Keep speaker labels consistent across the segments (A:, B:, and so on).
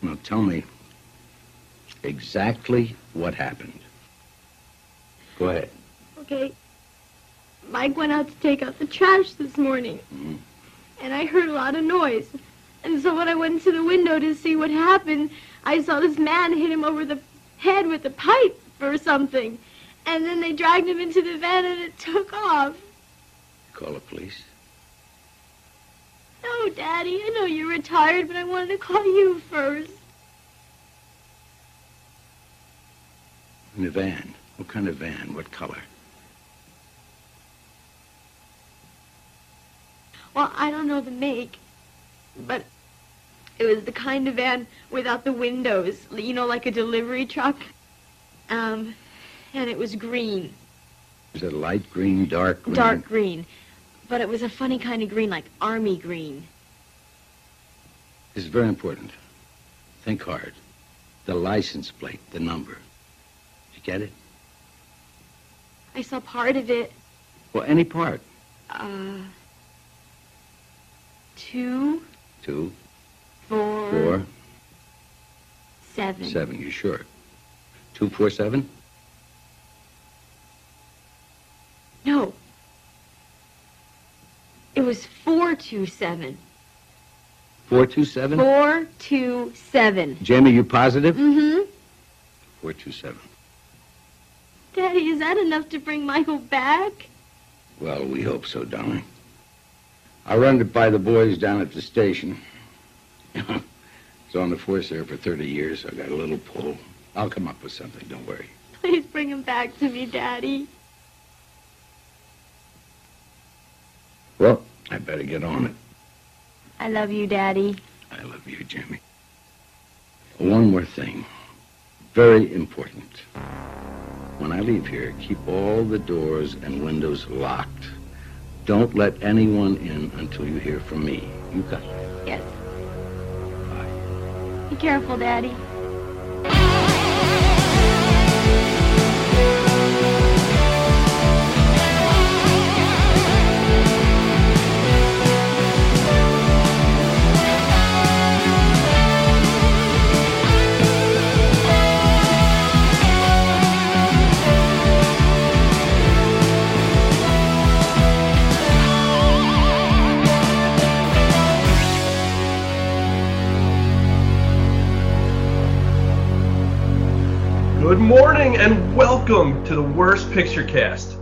A: Now tell me exactly what happened. Go ahead.
B: Okay. Mike went out to take out the trash this morning,
A: Mhm.
B: and I heard a lot of noise. And so when I went to the window to see what happened, I saw this man hit him over the head with a pipe or something. And then they dragged him into the van and it took off.
A: Call the police.
B: No, Daddy, I know you're retired, but I wanted to call you first.
A: In the van. What kind of van? What color?
B: Well, I don't know the make, but it was the kind of van without the windows, you know, like a delivery truck. Um, and it was green,
A: Is it light green, dark green?
B: dark green, but it was a funny kind of green, like army green.
A: This is very important. Think hard. The license plate, the number. You get it?
B: I saw part of it,
A: Well, any part.
B: uh, two,
A: Two,
B: four,
A: four,
B: seven.
A: seven. You sure? Two, four, seven?
B: No. It was four, two, seven.
A: Four, two, seven?
B: Four, two, seven.
A: Jamie, you positive?
B: Mm-hmm.
A: Four, two, seven.
B: Daddy, is that enough to bring Michael back?
A: Well, we hope so, darling. I run it by the boys down at the station. I was on the force there for 30 years. so I got a little pull. I'll come up with something, don't worry.
B: Please bring him back to me, Daddy.
A: Well, I better get on it.
B: I love you, Daddy.
A: I love you, Jimmy. One more thing. Very important. When I leave here, keep all the doors and windows locked. Don't let anyone in until you hear from me. You got it.
B: Yes. Be careful, Daddy.
C: Good morning and welcome to the Worst Picture Cast.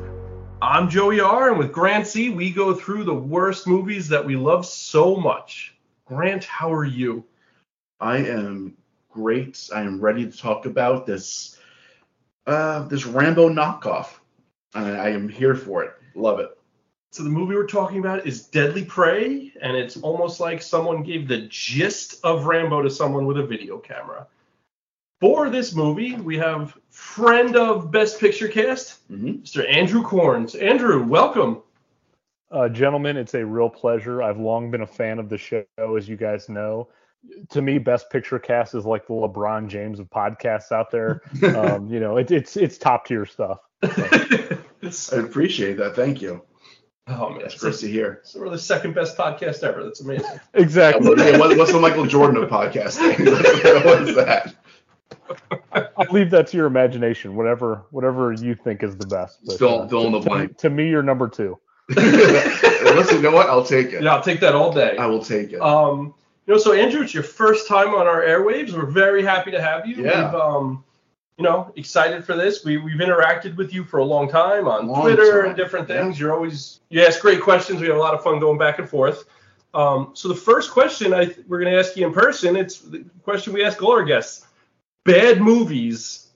C: I'm Joey R, and with Grant C, we go through the worst movies that we love so much. Grant, how are you?
D: I am great. I am ready to talk about this uh, this Rambo knockoff. I, I am here for it. Love it.
C: So, the movie we're talking about is Deadly Prey, and it's almost like someone gave the gist of Rambo to someone with a video camera. For this movie, we have friend of Best Picture Cast,
D: hmm
C: Mr. Andrew Corns. Andrew, welcome.
E: Uh, gentlemen, it's a real pleasure. I've long been a fan of the show, as you guys know. To me, Best Picture Cast is like the LeBron James of podcasts out there. Um, you know, it, it's it's top tier stuff.
C: It's-
D: I appreciate that. Thank you.
C: oh, man.
D: That's
C: So,
D: great to hear.
C: so, we're the second best podcast ever. That's amazing.
E: Exactly.
D: Yeah, what, what's the Michael Jordan of podcasting? what's that?
E: I'll leave that to your imagination. Whatever whatever you think is the best. But,
D: Fill,
E: uh,
D: fill in the
E: to,
D: blank.
E: to me, you're number two.
D: Listen, you know what? I'll take it.
C: Yeah, I'll take that all day.
D: I will take it.
C: Um, you know, so Andrew, it's your first time on our airwaves. We're very happy to have you.
D: Yeah.
C: We've, um, you know, excited for this. We we've interacted with you for a long time on
D: Long
C: Twitter
D: time,
C: and different
D: yeah.
C: things. You're always you ask great questions. We have a lot of fun going back and forth. Um, so the first question I th- we're going to ask you in person. It's the question we ask all our guests. Bad movies.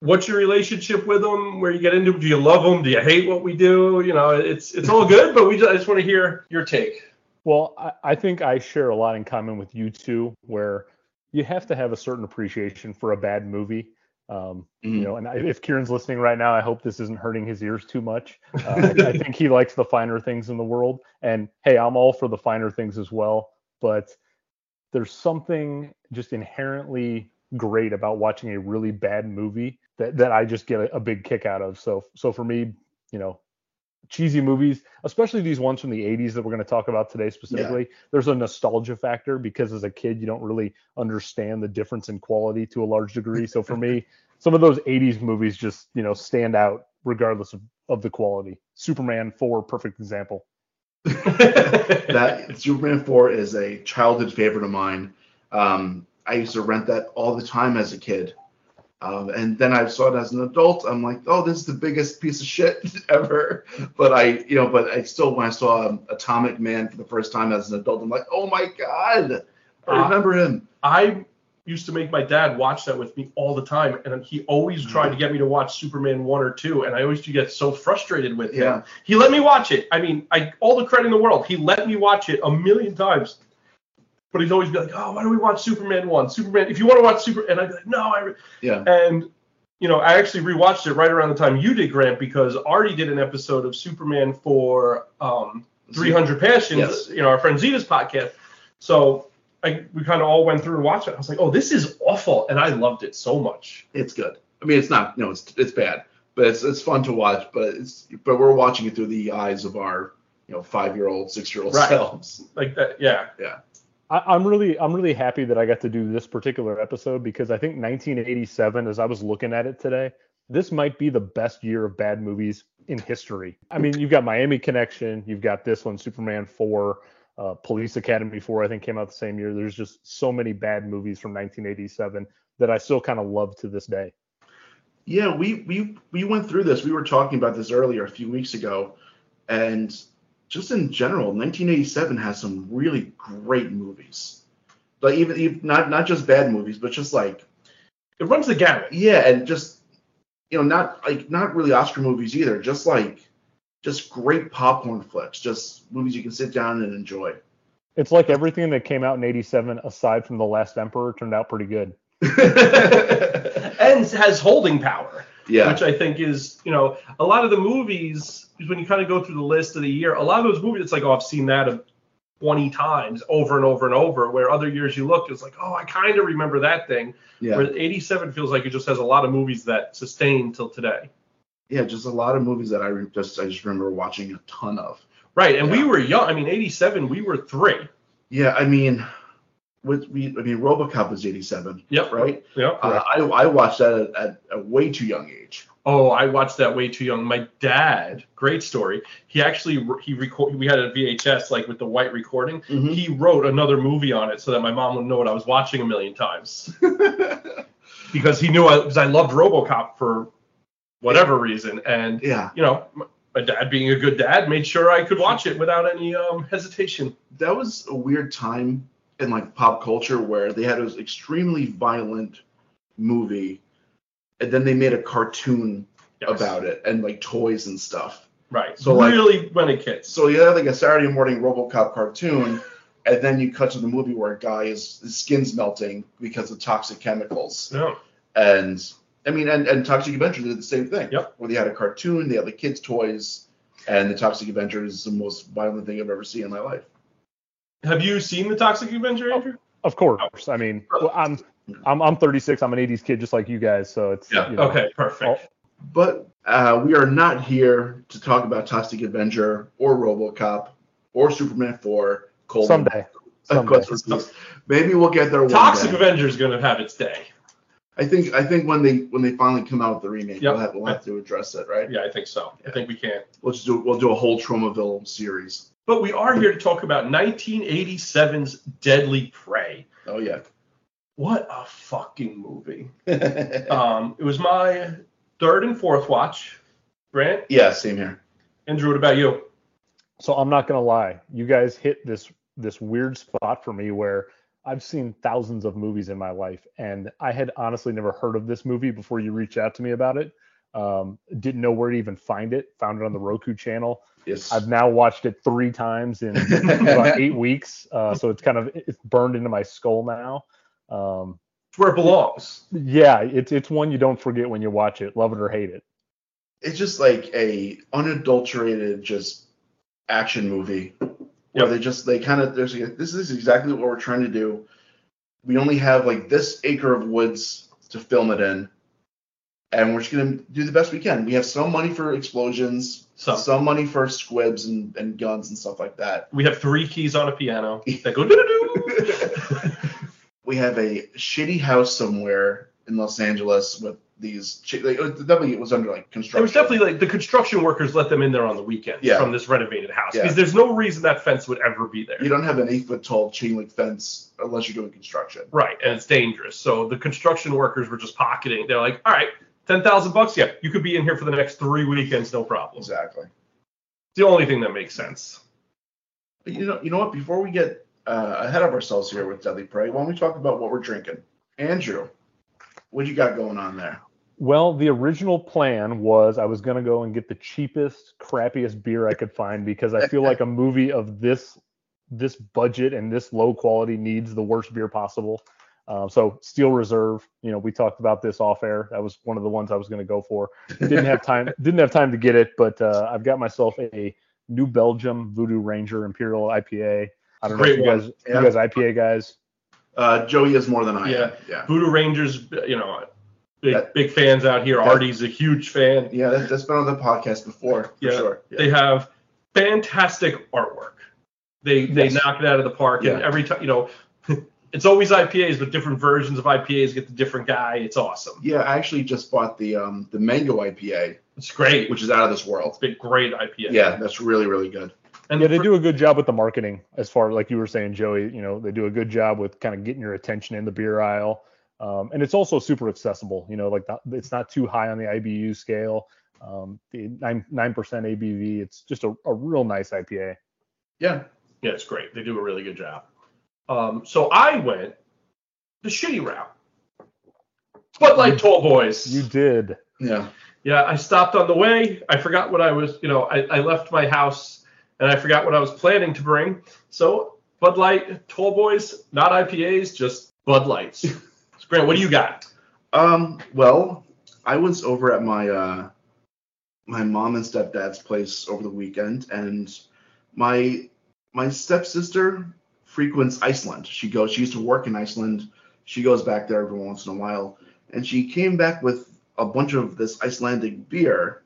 C: What's your relationship with them? Where you get into? 'em? Do you love them? Do you hate what we do? You know, it's it's all good, but we just, I just want to hear your take.
E: Well, I, I think I share a lot in common with you two, where you have to have a certain appreciation for a bad movie. Um,
D: Mhm.
E: You know, and I, if Kieran's listening right now, I hope this isn't hurting his ears too much. Uh, I, I think he likes the finer things in the world, and hey, I'm all for the finer things as well. But there's something just inherently great about watching a really bad movie that that I just get a, a big kick out of. So so for me, you know, cheesy movies, especially these ones from the 80s that we're going to talk about today specifically, there's a nostalgia factor because as a kid, you don't really understand the difference in quality to a large degree. So for me, some of those 80s movies just, you know, stand out regardless of, of the quality. Superman 4, perfect example.
D: that Superman 4 is a childhood favorite of mine. Um, I used to rent that all the time as a kid. Um, and then I saw it as an adult. I'm like, oh, this is the biggest piece of shit ever. But I, you know, but I still, when I saw um, Atomic Man for the first time as an adult, I'm like, oh my God, I
C: Uh,
D: remember him.
C: I used to make my dad watch that with me all the time, and he always tried to get me to watch Superman one or two, and I always used to get so frustrated with him.
D: Yeah.
C: He let me watch it. I mean, I all the credit in the world. He let me watch it a million times. But he's always be like, "Oh, why don't we watch Superman one? Superman. If you want to watch Super," and I'd be like, "No, I." Re-.
D: Yeah.
C: And you know, I actually rewatched it right around the time you did, Grant, because Artie did an episode of Superman for um, 300 Passions,
D: Yes.
C: you know, our friend Zita's podcast. So I, we kind of all went through and watched it. I was like, oh, this is awful. And I loved it so much.
D: It's good. I mean, it's not, you know, it's, it's bad, but it's, it's fun to watch. But it's, but we're watching it through the eyes of our, you know, five year old, six year old
C: Right.
D: selves.
C: Like that, yeah.
E: I, I'm really I'm really happy that I got to do this particular episode because I think 1987, as I was looking at it today, this might be the best year of bad movies in history. I mean, you've got Miami Connection, you've got this one, Superman 4, uh, Police Academy 4, I think came out the same year. There's just so many bad movies from 1987 that I still kind of love to this day.
D: Yeah, we we we went through this. We were talking about this earlier a few weeks ago, and just in general, 1987 has some really great movies. Like even, even not not just bad movies, but just like
C: It runs the gamut.
D: yeah, and just you know not like not really Oscar movies either. Just like just great popcorn flicks, just movies you can sit down and enjoy.
E: It's like everything that came out in 87 aside from The Last Emperor turned out pretty good.
C: and has holding power.
D: Yeah,
C: which I think is, you know, a lot of the movies, because when you kind of go through the list of the year, a lot of those movies, it's like, oh, I've seen that a- 20 times over and over and over, where other years you look, it's like, oh, I kind of remember that thing.
D: yeah,
C: Where 87 feels like it just has a lot of movies that sustain till today.
D: yeah. Just a lot of movies that I re- just I just remember watching a ton of.
C: Right. And we
D: Yeah.
C: were young. I mean, 87, we were three.
D: Yeah, I mean, with we I mean RoboCop was 87,
C: Yep.
D: right?
C: Yep.
D: Uh, I, I watched that at, at a way too young age.
C: Oh, I watched that way too young. My dad, great story. He actually he record. We had a VHS like with the white recording.
D: Mhm.
C: He wrote another movie on it so that my mom would know what I was watching a million times because he knew I because I loved RoboCop for whatever reason, and
D: yeah,
C: you know m- my dad being a good dad made sure I could watch it without any um, hesitation.
D: that was a weird time in like pop culture where they had this extremely violent movie, and then they made a cartoon
C: Yes.
D: about it and like toys and stuff.
C: right.
D: So,
C: So
D: like-
C: really when it hits.
D: So you have like a Saturday morning RoboCop cartoon, and then you cut to the movie where a guy is his skin's melting because of toxic chemicals.
C: No.
D: And I mean, and, and Toxic Avenger did the same thing.
C: Yep.
D: Where they had a cartoon, they had the kids' toys, and the Toxic Avenger is the most violent thing I've ever seen in my life.
C: Have you seen the Toxic
D: Oh.
C: Avenger, Andrew?
E: Of course. I mean, well, I'm I'm I'm 36. I'm an 80s kid just like you guys, so it's
D: Yeah,
E: you know,
C: Okay, perfect.
E: all-
D: But uh, we are not here to talk about Toxic Avenger or RoboCop or Superman 4. Cold
E: someday.
D: Uh,
E: someday.
D: Guts for Peace. Maybe we'll get there one
C: Toxic
D: day.
C: Avenger is gonna have its day.
D: I think I think when they when they finally come out with the remake,
C: Yep.
D: we'll, have, we'll have to address it, right?
C: Yeah, I think so. I think we can.
D: We'll just do we'll do a whole Tromaville series.
C: But we are here to talk about 1987's Deadly Prey.
D: Oh yeah.
C: What a fucking movie.
D: yeah,
C: Um, it was my third and fourth watch. Grant,
D: same here.
C: Andrew, what about you?
E: So I'm not gonna lie, you guys hit this this weird spot for me where I've seen thousands of movies in my life, and I had honestly never heard of this movie before you reached out to me about it. Um, didn't know where to even find it. Found it on the Roku channel.
D: Yes.
E: I've now watched it three times in about eight weeks, uh, so it's kind of it's burned into my skull now. Um,
C: It's where it belongs.
E: yeah, it's it's one you don't forget when you watch it, love it or hate it.
D: it's just like a unadulterated just action movie where
C: Yep.
D: they just they kind of there's like, this is exactly what we're trying to do we only have like this acre of woods to film it in and we're just going to do the best we can we have some money for explosions
C: So
D: Some money for squibs and, and guns and stuff like that.
C: we have three keys on a piano that go doo-doo-doo.
D: we have a shitty house somewhere in Los Angeles with these. chi- Like, it was- definitely, it was under like
C: It
D: construction.
C: was definitely like the construction workers let them in there on the weekends
D: Yeah.
C: from this renovated house
D: Yeah.
C: because there's no reason that fence would ever be there.
D: You don't have an eight foot tall chain link fence unless you're doing construction.
C: Right, and it's dangerous. So the construction workers were just pocketing. They're like, all right, ten thousand bucks. Yeah, you could be in here for the next three weekends, no problem. It's
D: Exactly.
C: the only thing that makes sense.
D: But you know, you know what? Before we get uh, ahead of ourselves here with Deadly Prey, why don't we talk about what we're drinking? Andrew, what you got going on there?
E: Well, the original plan was I was going to go and get the cheapest, crappiest beer I could find because I feel like a movie of this this budget and this low quality needs the worst beer possible. Uh, so Steel Reserve, you know, we talked about this off air. That was one of the ones I was going to go for. Didn't have time. didn't have time to get it, but uh, I've got myself a New Belgium Voodoo Ranger Imperial IPA. I don't
C: Great
E: know if
C: one.
E: you guys,
D: Yeah.
E: you guys IPA guys.
D: Uh, Joey is more than I am.
C: Yeah.
D: Yeah.
C: Voodoo Rangers, you know, big
D: That-
C: big fans out here.
D: that-
C: Artie's a huge fan.
D: Yeah, that, that's been on the podcast before, for
C: Yeah.
D: sure. Yeah.
C: They have fantastic artwork. They they
D: Yes.
C: knock it out of the park, and
D: Yeah.
C: every time you know, it's always IPAs, but different versions of IPAs get the different guy. It's awesome.
D: Yeah, I actually just bought the um, the mango IPA,
C: It's great. Which
D: which is out of this world.
C: it's a great IPA.
D: Yeah, that's really really good.
C: and
E: yeah, they
C: for-
E: do a good job with the marketing, as far like you were saying, Joey. You know, they do a good job with kind of getting your attention in the beer aisle, um, and it's also super accessible. You know, like the, it's not too high on the IBU scale, um, the nine nine percent ABV. It's just a, a real nice IPA.
D: Yeah.
C: Yeah, it's great. They do a really good job. Um, so I went the shitty route. But like tall boys.
E: You did.
D: Yeah.
C: Yeah, I stopped on the way. I forgot what I was, you know, I, I left my house and I forgot what I was planning to bring. So Bud Light, Tall Boys, not IPAs, just Bud Lights. so Grant, what do you got?
D: Um, well, I was over at my uh my mom and stepdad's place over the weekend and my my stepsister frequents Iceland. She goes she used to work in Iceland. She goes back there every once in a while and she came back with a bunch of this Icelandic beer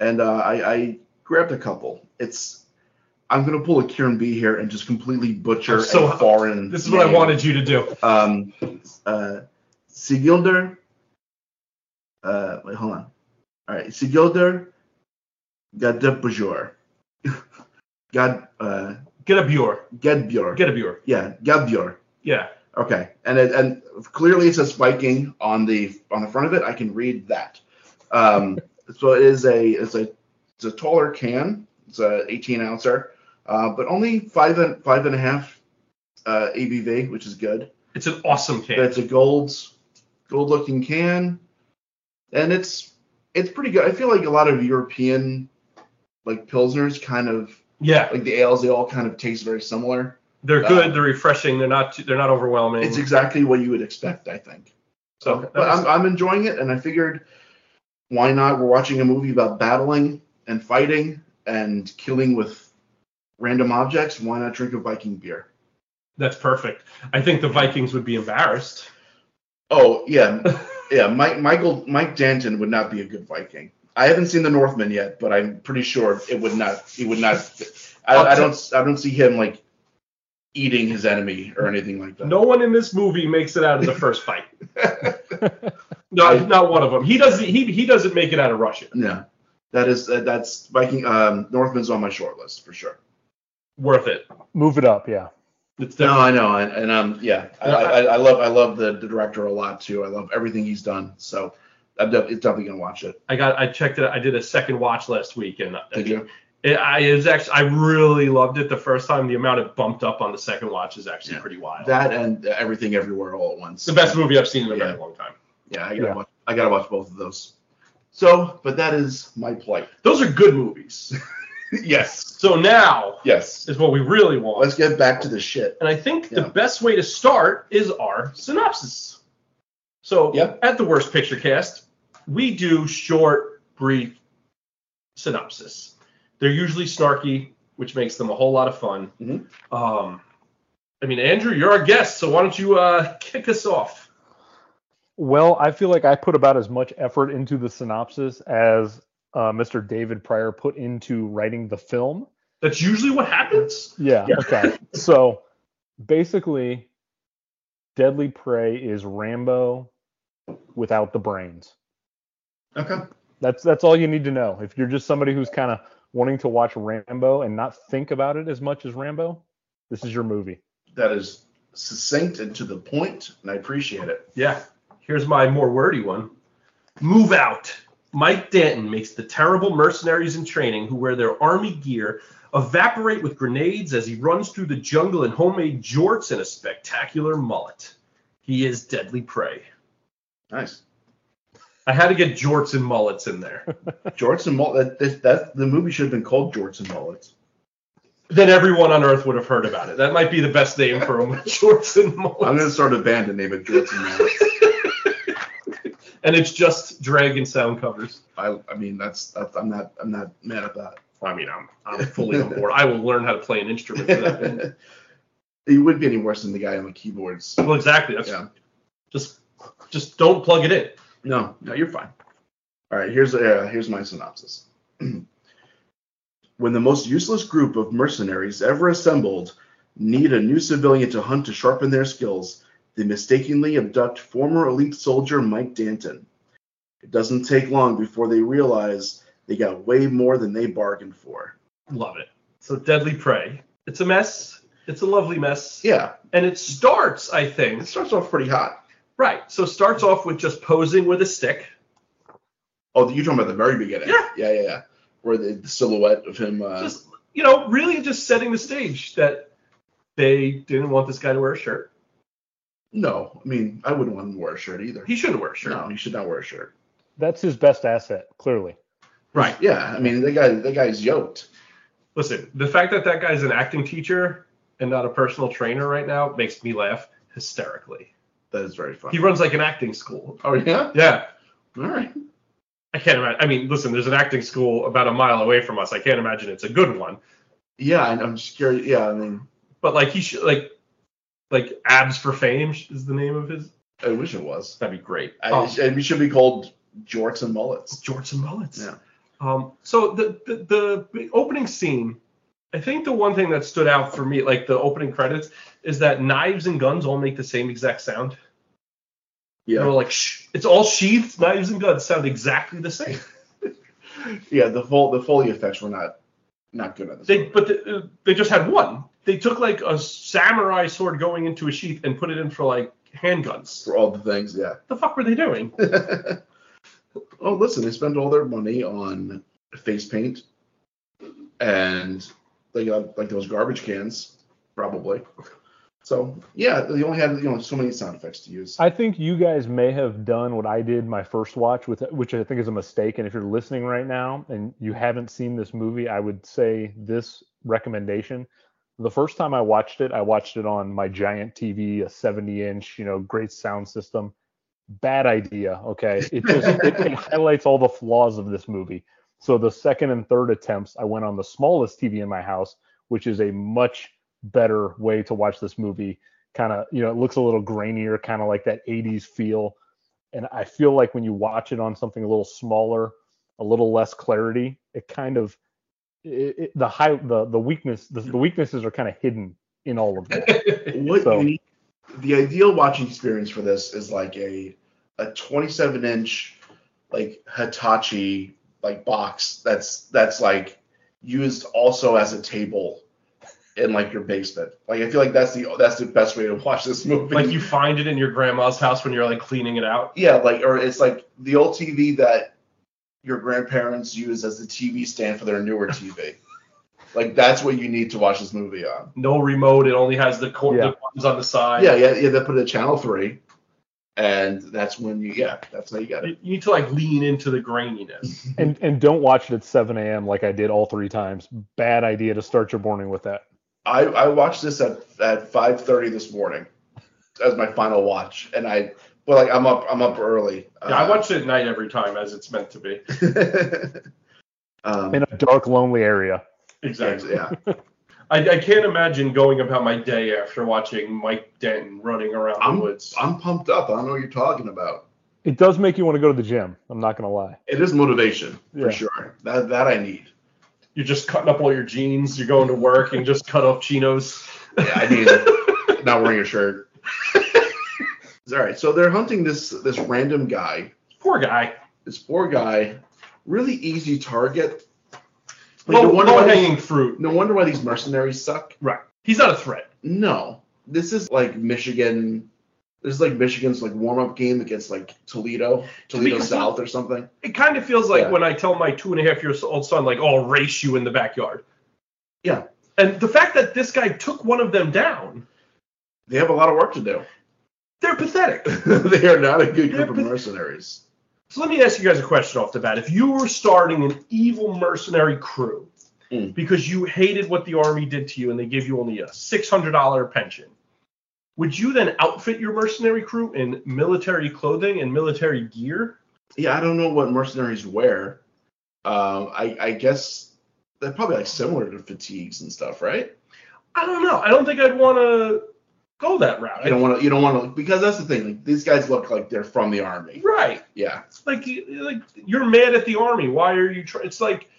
D: and uh, I, I grabbed a couple. It's I'm gonna pull a Kieran B here and just completely butcher
C: I'm so-
D: a foreign.
C: This is what I
D: name.
C: wanted you to do.
D: Um, uh, Sigildur. Uh, wait, hold on. All right, Sigildur Gadbjor. Gad uh,
C: Get a Bjorn.
D: Gadbjor.
C: Get a Bjorn.
D: yeah, Gadbjor.
C: Yeah.
D: Okay, and it, and clearly it says Viking on the on the front of it. I can read that. Um, so it is a it's a it's a taller can. It's a 18 ouncer, uh, but only five and five and a half uh, ABV, which is good.
C: It's an awesome
D: But
C: can.
D: It's a gold, gold looking can, and it's it's pretty good. I feel like a lot of European like pilsners kind of
C: Yeah.
D: like the ales they all kind of taste very similar.
C: They're
D: Uh,
C: good. They're refreshing. They're not too, they're not overwhelming.
D: It's exactly what you would expect, I think.
C: so that
D: but
C: makes-
D: I'm, I'm enjoying it, and I figured why not? We're watching a movie about battling and fighting and killing with random objects. Why not drink a Viking beer?
C: that's perfect. I think the Vikings would be embarrassed.
D: Oh yeah, yeah. Mike Michael Mike Danton would not be a good Viking. I haven't seen the Northman yet, but I'm pretty sure it would not. He would not. I, I don't. I don't see him like eating his enemy or anything like that.
C: No one in this movie makes it out of the first fight. No, not one of them. He doesn't. He he doesn't make it out of Russia.
D: Yeah. That is. That, that's Viking. Um, Northman's on my short list for sure.
C: Worth it.
E: Move it up, yeah.
C: It's
D: No,
C: definitely
D: I know, and, and um, yeah, I, I, I love. I love the, the director a lot too. I love everything he's done. So I'm def- it's definitely gonna watch it.
C: I got. I checked it. out. I did a second watch last week, and uh,
D: Did you?
C: It, I it was actually. I really loved it the first time. The amount it bumped up on the second watch is actually
D: Yeah.
C: pretty wild.
D: That and everything everywhere all at once.
C: it's the best movie I've seen in a
D: Yeah.
C: very long time.
D: Yeah, I gotta
E: Yeah.
D: watch. I gotta watch both of those. So, but that is my plight.
C: Those are good movies.
D: yes.
C: so now
D: Yes.
C: is what we really want.
D: Let's get back to the shit.
C: and I think the
D: Yeah.
C: best way to start is our synopsis. So
D: Yeah.
C: at the Worst Picture Cast, we do short, brief synopsis. They're usually snarky, which makes them a whole lot of fun.
D: Mhm.
C: Um, I mean, Andrew, you're our guest, so why don't you uh, kick us off?
E: Well, I feel like I put about as much effort into the synopsis as uh, Mr. David Pryor put into writing the film.
C: That's usually what happens.
E: Yeah.
C: Yeah.
E: Okay. so basically, Deadly Prey is Rambo without the brains.
D: Okay.
E: That's that's all you need to know. If you're just somebody who's kind of wanting to watch Rambo and not think about it as much as Rambo, this is your movie.
D: That is succinct and to the point, and I appreciate it.
C: Yeah. Here's my more wordy one. Move out. Mike Danton makes the terrible mercenaries in training who wear their army gear evaporate with grenades as he runs through the jungle in homemade jorts and a spectacular mullet. He is deadly prey.
D: Nice.
C: I had to get jorts and mullets in there.
D: Jorts and Mullet. That, that, that the movie should have been called Jorts and Mullets.
C: then everyone on Earth would have heard about it. That might be the best name for him, jorts and mullets.
D: I'm gonna start a band and name it Jorts and Mullets.
C: and it's just dragon sound covers.
D: I, I mean, that's, that's I'm not I'm not mad at that.
C: I mean, I'm I'm fully on board. I will learn how to play an instrument for that band.
D: It would be any worse than the guy on the keyboards.
C: Well, exactly. That's
D: Yeah.
C: just just don't plug it in.
D: No, no, you're fine. All right, here's uh, here's my synopsis. when the most useless group of mercenaries ever assembled need a new civilian to hunt to sharpen their skills, they mistakenly abduct former elite soldier Mike Danton. It doesn't take long before they realize they got way more than they bargained for.
C: Love it. So Deadly Prey. It's a mess. It's a lovely mess.
D: Yeah,
C: And it starts, I
D: it
C: think.
D: starts off pretty hot.
C: Right. So it starts off with just posing with a stick.
D: Oh, you're talking about the very beginning.
C: Yeah.
D: yeah, yeah, yeah. Where the, the silhouette of him. Uh,
C: Just you know, really just setting the stage that they didn't want this guy to wear a shirt.
D: no, I mean, I wouldn't want him to wear a shirt either.
C: He shouldn't wear a shirt.
D: No, he should not wear a shirt.
E: That's his best asset, clearly.
C: Right.
D: Yeah, I mean, the guy, the guy's yoked.
C: Listen, the fact that that guy's an acting teacher and not a personal trainer right now makes me laugh hysterically.
D: That is very funny.
C: He runs like an acting school.
D: oh yeah,
C: Yeah.
D: all right.
C: I can't imagine. I mean, listen, there's an acting school about a mile away from us. I can't imagine it's a good one.
D: Yeah, and I'm just curious. Yeah, I mean,
C: But like he should like like abs for fame sh- is the name of his.
D: I wish it was.
C: That'd be great.
D: I,
C: um,
D: And we should be called jorts and mullets.
C: George and Mullets.
D: Yeah.
C: Um. So the, the the opening scene, I think the one thing that stood out for me, like the opening credits, is that knives and guns all make the same exact sound.
D: Yeah,
C: They're all like shh. It's all sheathed knives and guns sound exactly the same.
D: yeah. The full the foley effects were not not good at this.
C: They
D: point.
C: but the, uh, they just had one. They took like a samurai sword going into a sheath and put it in for like handguns.
D: for all the things, yeah.
C: The fuck were they doing?
D: oh, listen, they spend all their money on face paint, and they got like those garbage cans, probably. So yeah, they only had you know so many sound effects to use.
E: I think you guys may have done what I did my first watch with which I think is a mistake and if you're listening right now and you haven't seen this movie I would say this recommendation the first time I watched it I watched it on my giant TV a 70 inch you know great sound system bad idea okay it just it, it highlights all the flaws of this movie so the second and third attempts I went on the smallest TV in my house which is a much better way to watch this movie kind of you know it looks a little grainier kind of like that 80s feel and i feel like when you watch it on something a little smaller a little less clarity it kind of it, it, the high the the weakness the, the weaknesses are kind of hidden in all of that
D: What
E: So-
D: you need, the ideal watching experience for this is like a a 27 inch like Hitachi like box that's that's like used also as a table in like your basement. Like I feel like that's the that's the best way to watch this movie.
C: like you find it in your grandma's house when you're like cleaning it out.
D: yeah, like or it's like the old TV that your grandparents use as the TV stand for their newer TV. like that's what you need to watch this movie on.
C: No remote. It only has the, cor-
E: Yeah.
C: the buttons on the side.
D: Yeah, yeah, yeah. They put it at channel three, and that's when you yeah, that's how you got it.
C: You you need to like lean into the graininess.
E: and and don't watch it at 7 a.m like i did all three times bad idea to start your morning with that
D: I, I watched this at, at 5:30 this morning as my final watch, and I well like I'm up I'm up early.
C: yeah, I watch it at night every time as it's meant to be.
D: um,
E: in a dark lonely area
C: Exactly.
D: Yeah,
C: I, I can't imagine going about my day after watching Mike Denton running around the woods.
D: I'm pumped up. I don't know what you're talking about.
E: It does make you want to go to the gym. I'm not gonna lie.
D: It is motivation
E: Yeah.
D: for sure. That that I need.
C: You're just cutting up all your jeans. You're going to work and just cut off chinos.
D: Yeah, I need not wearing a shirt. All right, so they're hunting this this random guy,
C: Poor guy.
D: this poor guy, really easy target. Like,
C: Low,
D: no, wonder
C: low
D: why these,
C: hanging fruit.
D: no wonder why these mercenaries suck.
C: Right. He's not a threat.
D: No, this is like Michigan. This is like Michigan's like warm up game against like Toledo, Toledo
C: completely-
D: South or something.
C: It kind of feels like
D: Yeah.
C: when I tell my two and a half year old son, like, oh, I'll race you in the backyard.
D: Yeah.
C: And the fact that this guy took one of them down,
D: They have a lot of work to do.
C: they're pathetic.
D: they are not a good
C: Yeah,
D: group of
C: but-
D: mercenaries.
C: So let me ask you guys a question off the bat. If you were starting an evil mercenary crew
D: Mm.
C: because you hated what the army did to you and they gave you only a $600 pension, would you then outfit your mercenary crew in military clothing and military gear?
D: Yeah, I don't know what mercenaries wear. Um, I, I guess they're probably like similar to fatigues and stuff, right?
C: I don't know. I don't think I'd want to go that route.
D: You don't want to. You don't want to because that's the thing. Like, these guys look like they're from the army.
C: right.
D: Yeah,
C: Like, you- like you're mad at the army. Why are you? Try- it's like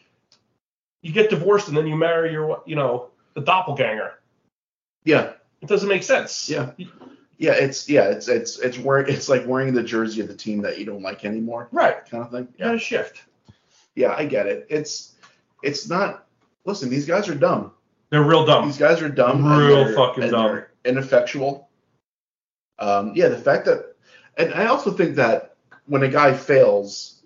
C: you get divorced and then you marry your, you know, the doppelganger.
D: yeah,
C: It doesn't make sense.
D: yeah, yeah. It's yeah. It's it's it's wearing. It's like wearing the jersey of the team that you don't like anymore,
C: Right.
D: kind of thing.
C: You gotta shift.
D: Yeah, I get it. It's it's not. Listen, these guys are dumb.
C: They're real dumb.
D: These guys are dumb. and
C: Real
D: they're-
C: fucking
D: and
C: dumb.
D: they're Ineffectual. Um, yeah, the fact that, and I also think that when a guy fails,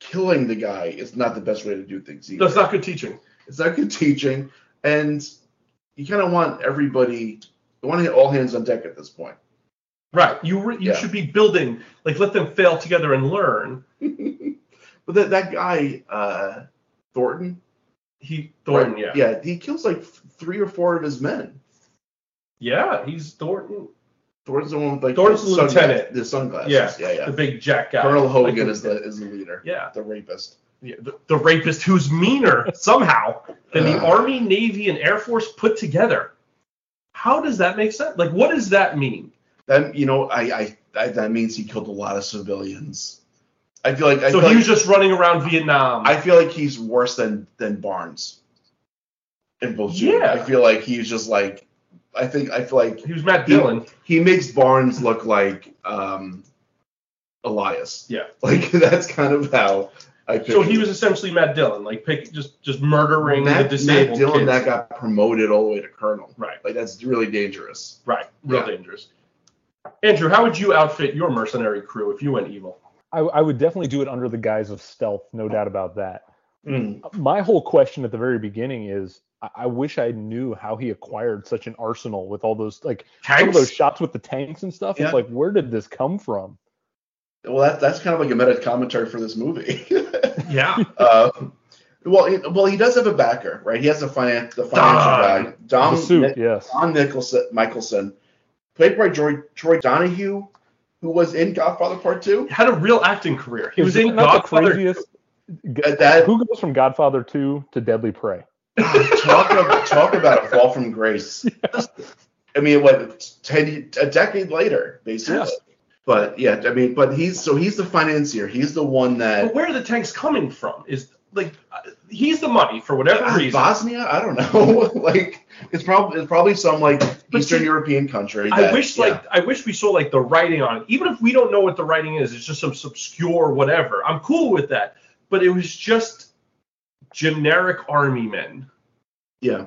D: killing the guy is not the best way to do things either.
C: That's not good teaching.
D: it's not good teaching, and you kind of want everybody. You want to hit all hands on deck at this point.
C: Right. You re- you
D: Yeah.
C: should be building like let them fail together and learn.
D: But that that guy uh, Thornton,
C: He Thornton.
D: right?
C: Yeah. yeah.
D: yeah, he kills like three or four of his men.
C: He's Thornton.
D: Thornton's the one with like
C: Thornton's
D: the
C: the
D: sunglass-
C: lieutenant.
D: the sunglasses.
C: Yeah,
D: yeah, yeah.
C: The big jack guy.
D: Colonel Hogan
C: Like,
D: is the is the leader,
C: Yeah.
D: the rapist.
C: yeah the, the rapist who's meaner somehow than the
D: Ugh.
C: army, navy, and air force put together. How does that make sense? Like, what does that mean?
D: That you know, I, I, I that means he killed a lot of civilians. I feel like I,
C: so
D: feel,
C: he
D: like,
C: was just running around Vietnam.
D: I feel like he's worse than than Barnes. In both,
C: Yeah.
D: I feel like he's just like, I think I feel like
C: he was Matt
D: he-
C: Dillon.
D: he makes Barnes look like um, Elias.
C: Yeah.
D: like that's kind of how I.
C: So
D: picture
C: he
D: it.
C: was essentially Matt Dillon, like pick, just just murdering
D: Matt,
C: the
D: Matt
C: disabled kids.
D: Dillon that got promoted all the way to colonel.
C: Right.
D: Like that's really dangerous.
C: Right. Real
D: Yeah.
C: dangerous. Andrew, how would you outfit your mercenary crew if you went evil?
E: I, I would definitely do it under the guise of stealth, no doubt about that.
D: Mm.
E: My whole question at the very beginning is, I, I wish I knew how he acquired such an arsenal with all those like some of those
C: Tanks?
E: shots with the tanks and stuff.
D: Yeah.
E: It's like, where did this come from?
D: Well, that, that's kind of like a meta commentary for this movie.
C: Yeah.
D: uh, well, it, well, he does have a backer, right? He has a finan- the financial
E: The
C: Um,
D: guy, Dom,
E: suit,
D: Ni-
E: yes.
D: Don Nicholson, Michelson, played by Troy, Troy Donahue, who was in Godfather Part Two.
C: Had a real acting career. He
E: Is
C: was
E: it
C: in
E: not the
C: Godfather.
E: craziest- G-
D: At that-
E: Who goes from Godfather 2 to Deadly Prey?
D: talk about talk about a fall from grace. I mean, what ten a decade later, basically.
E: Yes.
D: But yeah, I mean, but he's so he's the financier. He's the
C: But
D: one that
C: where are the tanks coming from? Is like uh, he's the money for whatever reason.
D: Bosnia. I don't know. like it's probably it's probably some like
C: But
D: Eastern
C: see,
D: European country.
C: I
D: that-
C: wish
D: yeah.
C: like I wish we saw like the writing on it. Even if we don't know what the writing is, it's just some obscure whatever. I'm cool with that. But it was just generic army men.
D: Yeah.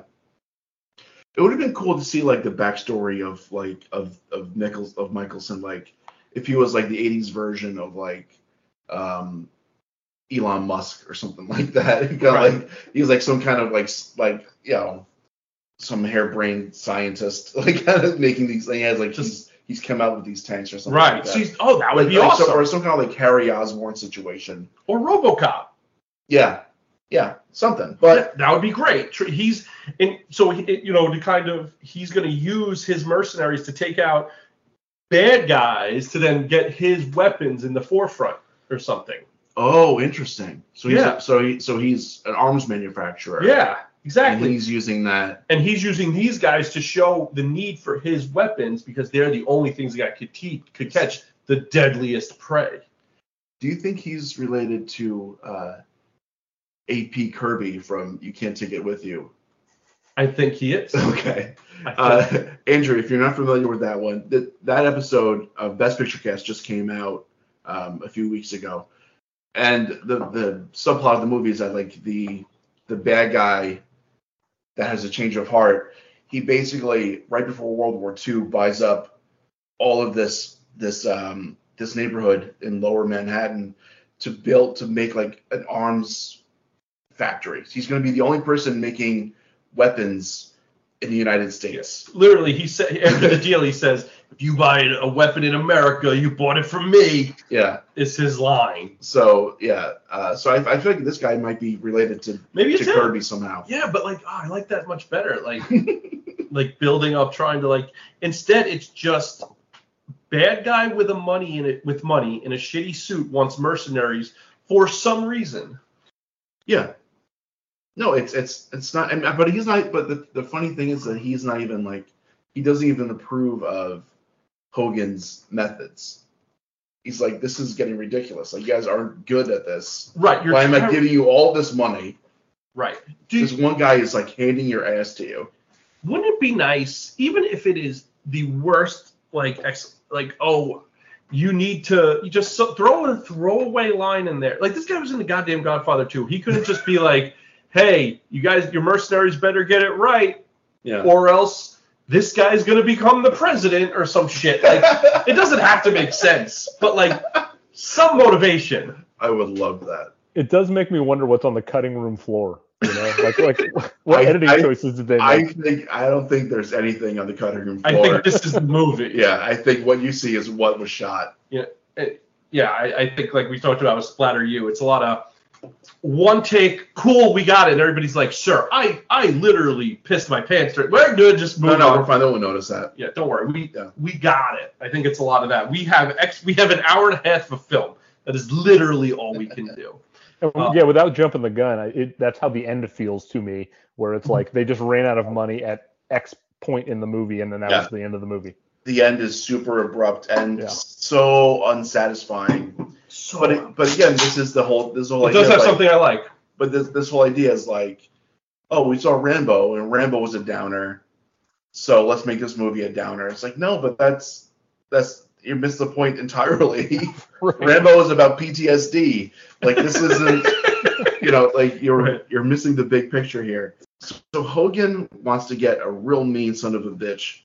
D: It would have been cool to see like the backstory of like of of Nichols of Michelson, like if he was like the eighties version of like um Elon Musk or something like that. He got
C: Right.
D: like he was like some kind of like s- like you know some harebrained scientist like kind of making these he has like
C: Just-
D: he's he's come out with these tanks or something like
C: Right.
D: that.
C: So he's, oh, that would
D: Like-
C: be
D: like some-
C: awesome.
D: or some kind of like Harry Osborn situation.
C: or RoboCop.
D: Yeah. Yeah. Something. But
C: that would be great. Tr- He's and so he, you know to kind of he's going to use his mercenaries to take out bad guys to then get his weapons in the forefront or something.
D: Oh, interesting. So he's
C: Yeah.
D: so he, so he's an arms manufacturer.
C: Yeah,
D: And
C: exactly.
D: he's using that.
C: And he's using these guys to show the need for his weapons because they're the only things that guy could te- could catch The Deadliest Prey.
D: Do you think he's related to uh, AP Kirby from You Can't Take It With You?
C: I think he is.
D: Okay.
C: I think-
D: Uh, Andrew, if you're not familiar with that one, that that episode of Best Picture Cast just came out um, a few weeks ago, and the the subplot of the movie is that like the the bad guy that has a change of heart, he basically right before World War II buys up all of this this um, this neighborhood in Lower Manhattan to build to make like an arms factory. He's going to be the only person making weapons in the United States.
C: Literally, he said after the deal, he says, "If you buy a weapon in America, you bought it from me."
D: Yeah.
C: It's his line.
D: So yeah, uh, so I, I feel like this guy might be related to,
C: Maybe
D: to
C: it's him.
D: Kirby somehow.
C: Yeah, but like, oh, I like that much better. Like, like building up, trying to like. Instead, it's just bad guy with a money in it, with money in a shitty suit wants mercenaries for some reason.
D: Yeah. No, it's it's it's not. And, but he's not. But the, the funny thing is that he's not even like he doesn't even approve of Hogan's methods. He's like, this is getting ridiculous. Like you guys aren't good at this.
C: Right. You're
D: Why am I
C: trying-
D: giving you all this money?
C: Right. Do you-
D: This one guy is like handing your ass to you.
C: wouldn't it be nice, even if it is the worst, like ex, like oh, you need to you just so, throw a throwaway line in there. Like this guy was in the goddamn Godfather too. He couldn't just be like, hey, you guys, your mercenaries better get it right,
D: Yeah.
C: or else this guy's gonna become the president or some shit. Like it doesn't have to make sense, but like some motivation.
D: I would love that.
E: It does make me wonder what's on the cutting room floor. You know, like like what
D: I-
E: editing
D: I-
E: choices did they
D: I
E: make?
D: think I don't think there's anything on the cutting room
C: I
D: floor.
C: think this is the movie.
D: Yeah, I think what you see is what was shot.
C: yeah, I, I think like we talked about with Splatter U, it's a lot of one take, cool, we got it. And everybody's like, sure, I, I literally pissed my pants. during- We're good, just
D: No,
C: move
D: no, we're
C: on.
D: fine. No one noticed that.
C: Yeah, don't worry, we
D: Yeah.
C: we got it. I think it's a lot of that. We have ex, we have an hour and a half of film. That is literally all we can do.
E: And,
C: Uh,
E: yeah, without jumping the gun, I, it, that's how the end feels to me, where
D: Mhm.
E: it's like they just ran out of money at X point in the movie, and then that was the end of the movie.
D: The end is super abrupt and
E: Yeah.
D: so unsatisfying.
C: So
D: But it, but again, this is the whole this whole
C: it
D: idea.
C: does have
D: like-
C: something I like.
D: But this this whole idea is like, oh, we saw Rambo and Rambo was a downer, so let's make this movie a downer. It's like no, but that's that's you missed the point entirely. Rambo is about PTSD. Like this isn't, you know, like you're
C: Right.
D: you're missing the big picture here. So, so Hogan wants to get a real mean son of a bitch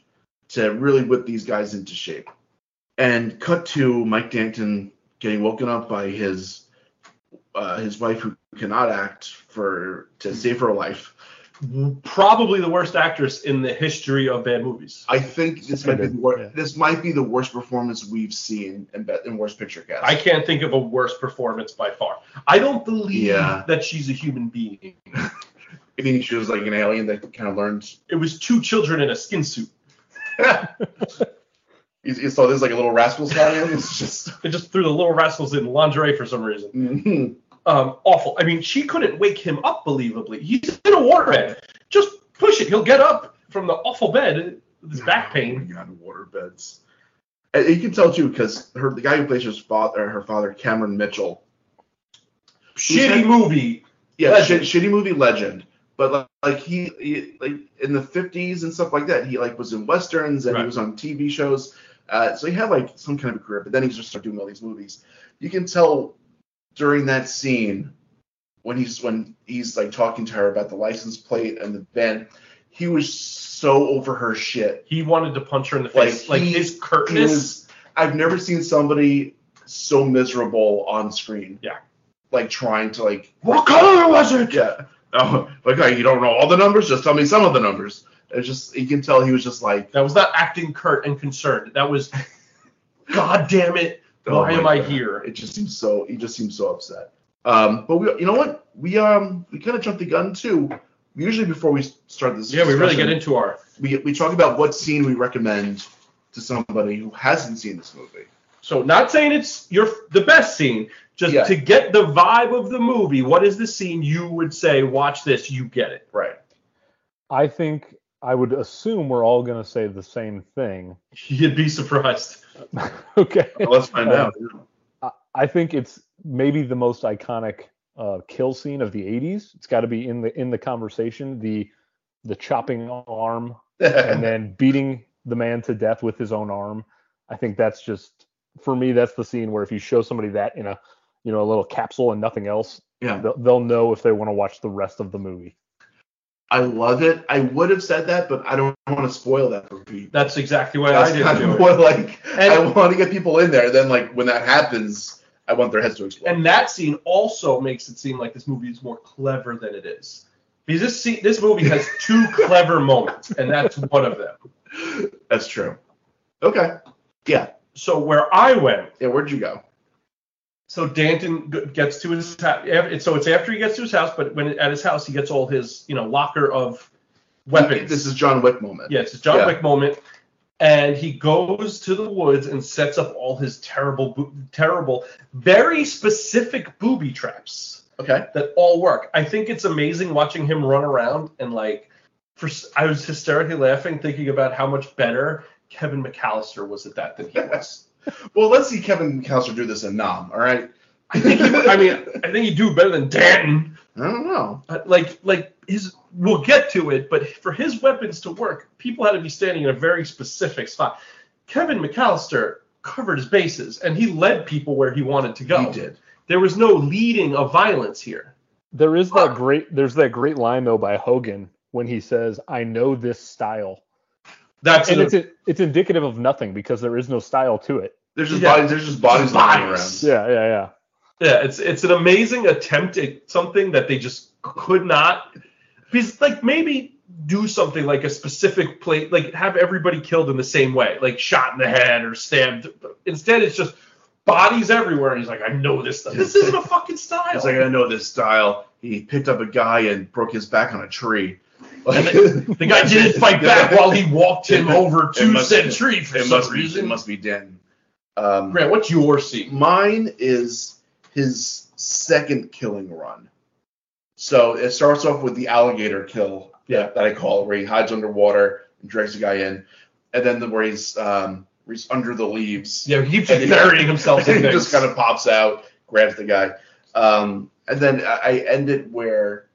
D: to really whip these guys into shape. And cut to Mike Danton getting woken up by his uh, his wife who cannot act for to save her life.
C: Probably the worst actress in the history of bad movies.
D: I think this might be the wor-
E: Yeah.
D: this might be the worst performance we've seen in, be- in worst picture cast.
C: I can't think of a worse performance by far. I don't believe
D: Yeah. mm-hmm.
C: Um, Oh
D: Uh, Oh, Um,
E: okay.
D: Well, let's find out.
E: I- I think it's maybe the most iconic uh, kill scene of the 80s. It's got to be in the in the conversation. The the chopping arm and then beating the man to death with his own arm. I think that's just for me. That's the scene where if you show somebody that in a you know a little capsule and nothing else,
D: yeah.
E: they'll, they'll know if they want to watch the rest of the movie.
D: I love it. I would have said that, but I don't want to spoil that for people.
C: That's exactly what
D: That's
C: I did
D: kind
C: do. it.
D: of what, like
C: And-
D: I want to get people in there. Then like when that happens, I want their heads to explode.
C: And that scene also makes it seem like this movie is more clever than it is. Because this scene, this movie has two clever moments, and that's one of them.
D: That's true. Okay.
C: So where I went,
D: Yeah. Where'd you go?
C: so Danton g- gets to his house. So it's after he gets to his house, but when at his house he gets all his you know locker of weapons.
D: This is John Wick moment.
C: Yeah, it's a John
D: Yeah.
C: Wick moment, and he goes to the woods and sets up all his terrible, bo- terrible, very specific booby traps.
D: Okay.
C: that all work. I think it's amazing watching him run around and like for s- I was hysterically laughing thinking about how much better Kevin McAllister was at that than he was.
D: Well, let's see Kevin Costner do this in Nom. All right.
C: I think he, I mean I think he'd do better than Danton.
D: I don't know.
C: But like like his we'll get to it, but for his weapons to work, people had to be standing in a very specific spot. Kevin McAllister covered his bases and he led people where he wanted to go.
D: He did.
C: There was no leading of violence here.
E: There is
C: Fuck.
E: that great there's that great line though by Hogan when he says, "I know this style,"
C: That's
E: and
C: an-
E: it's it's indicative of nothing because there is no style to it.
D: There's just
C: Yeah.
D: bodies. There's just bodies, lying
C: Bodies.
D: around.
E: Yeah, yeah, yeah.
C: Yeah, it's it's an amazing attempt at something that they just could not. Because like maybe do something like a specific plate, like have everybody killed in the same way, like shot in the head or stabbed. Instead, it's just bodies everywhere. And he's like, I know this stuff. This isn't a fucking style.
D: It's like I know this style. He picked up a guy and broke his back on a tree. Like,
C: the guy didn't fight back while he walked him over
D: It
C: two
D: must-
C: cent tree for
D: it
C: some
D: must be. It
C: reason.
D: must be Denton. Um,
C: Grant, what's your scene?
D: Mine is his second killing run. So it starts off with the alligator kill
C: Yeah.
D: that, that I call, where he hides underwater and drags the guy in, and then the, where he's um, where he's under the leaves.
C: Yeah, he keeps
D: And he-
C: burying himself in
D: he
C: things.
D: just kind of pops out, grabs the guy, um, and then I, I end it where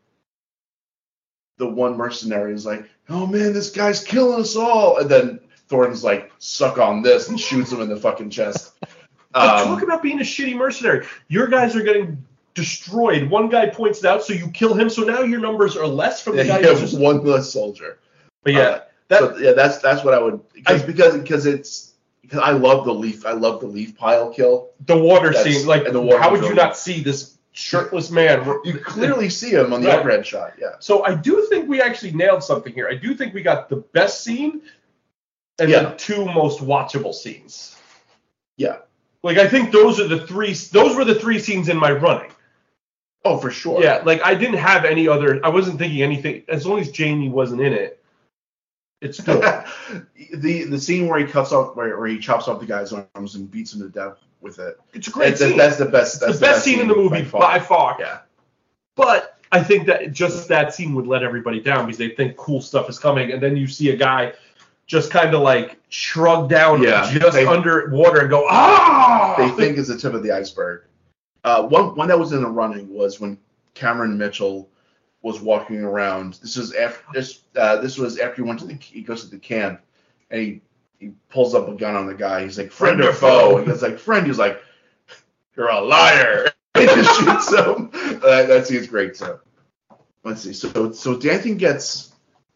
D: the one mercenary is like, "Oh man, this guy's killing us all," and then Thornton's like, "Suck on this," and shoots him in the fucking chest.
C: But
D: Um,
C: Oh, talk about being a shitty mercenary. Your guys are getting destroyed. One guy points it out, so you kill him. So now your numbers are less from the
D: Yeah,
C: guy
D: you
C: who's
D: have
C: just.
D: one less soldier.
C: But yeah,
D: Uh,
C: that
D: so, yeah, that's that's what I would because
C: I-
D: because because it's because I love the leaf I love the leaf pile kill.
C: the water
D: that's-
C: scene, like,
D: and the water
C: how would you
D: drill.
C: not see this shirtless man?
D: You clearly see him on the
C: Right.
D: overhead shot. Yeah,
C: So I do think we actually nailed something here. I do think we got the best scene and
D: Yeah.
C: the two most watchable scenes.
D: Yeah.
C: Like I think those are the three. Those were the three scenes in my running.
D: oh for sure.
C: Yeah, like I didn't have any other. I wasn't thinking anything. As long as Jamie wasn't in it, it's good.
D: the the scene where he cuts off where, where he chops off the guy's arms and beats him to death with it.
C: It's a great
D: That's,
C: scene.
D: that's the best.
C: the
D: That's
C: best, scene in the movie by far.
D: Yeah.
C: But I think that just that scene would let everybody down because they think cool stuff is coming, and then you see a guy just kind of like shrug down
D: Yeah,
C: just
D: they-
C: under water and go ah.
D: They think is the tip of the iceberg. Uh, one one that was in the running was when Cameron Mitchell was walking around. This was after this. Uh, this was after he went to the he goes to the camp and he, he pulls up a gun on the guy. He's like friend or foe. And he's like friend. He's like you're a liar. and he shoots him. Uh, that scene's great too. Let's see. So so Danton gets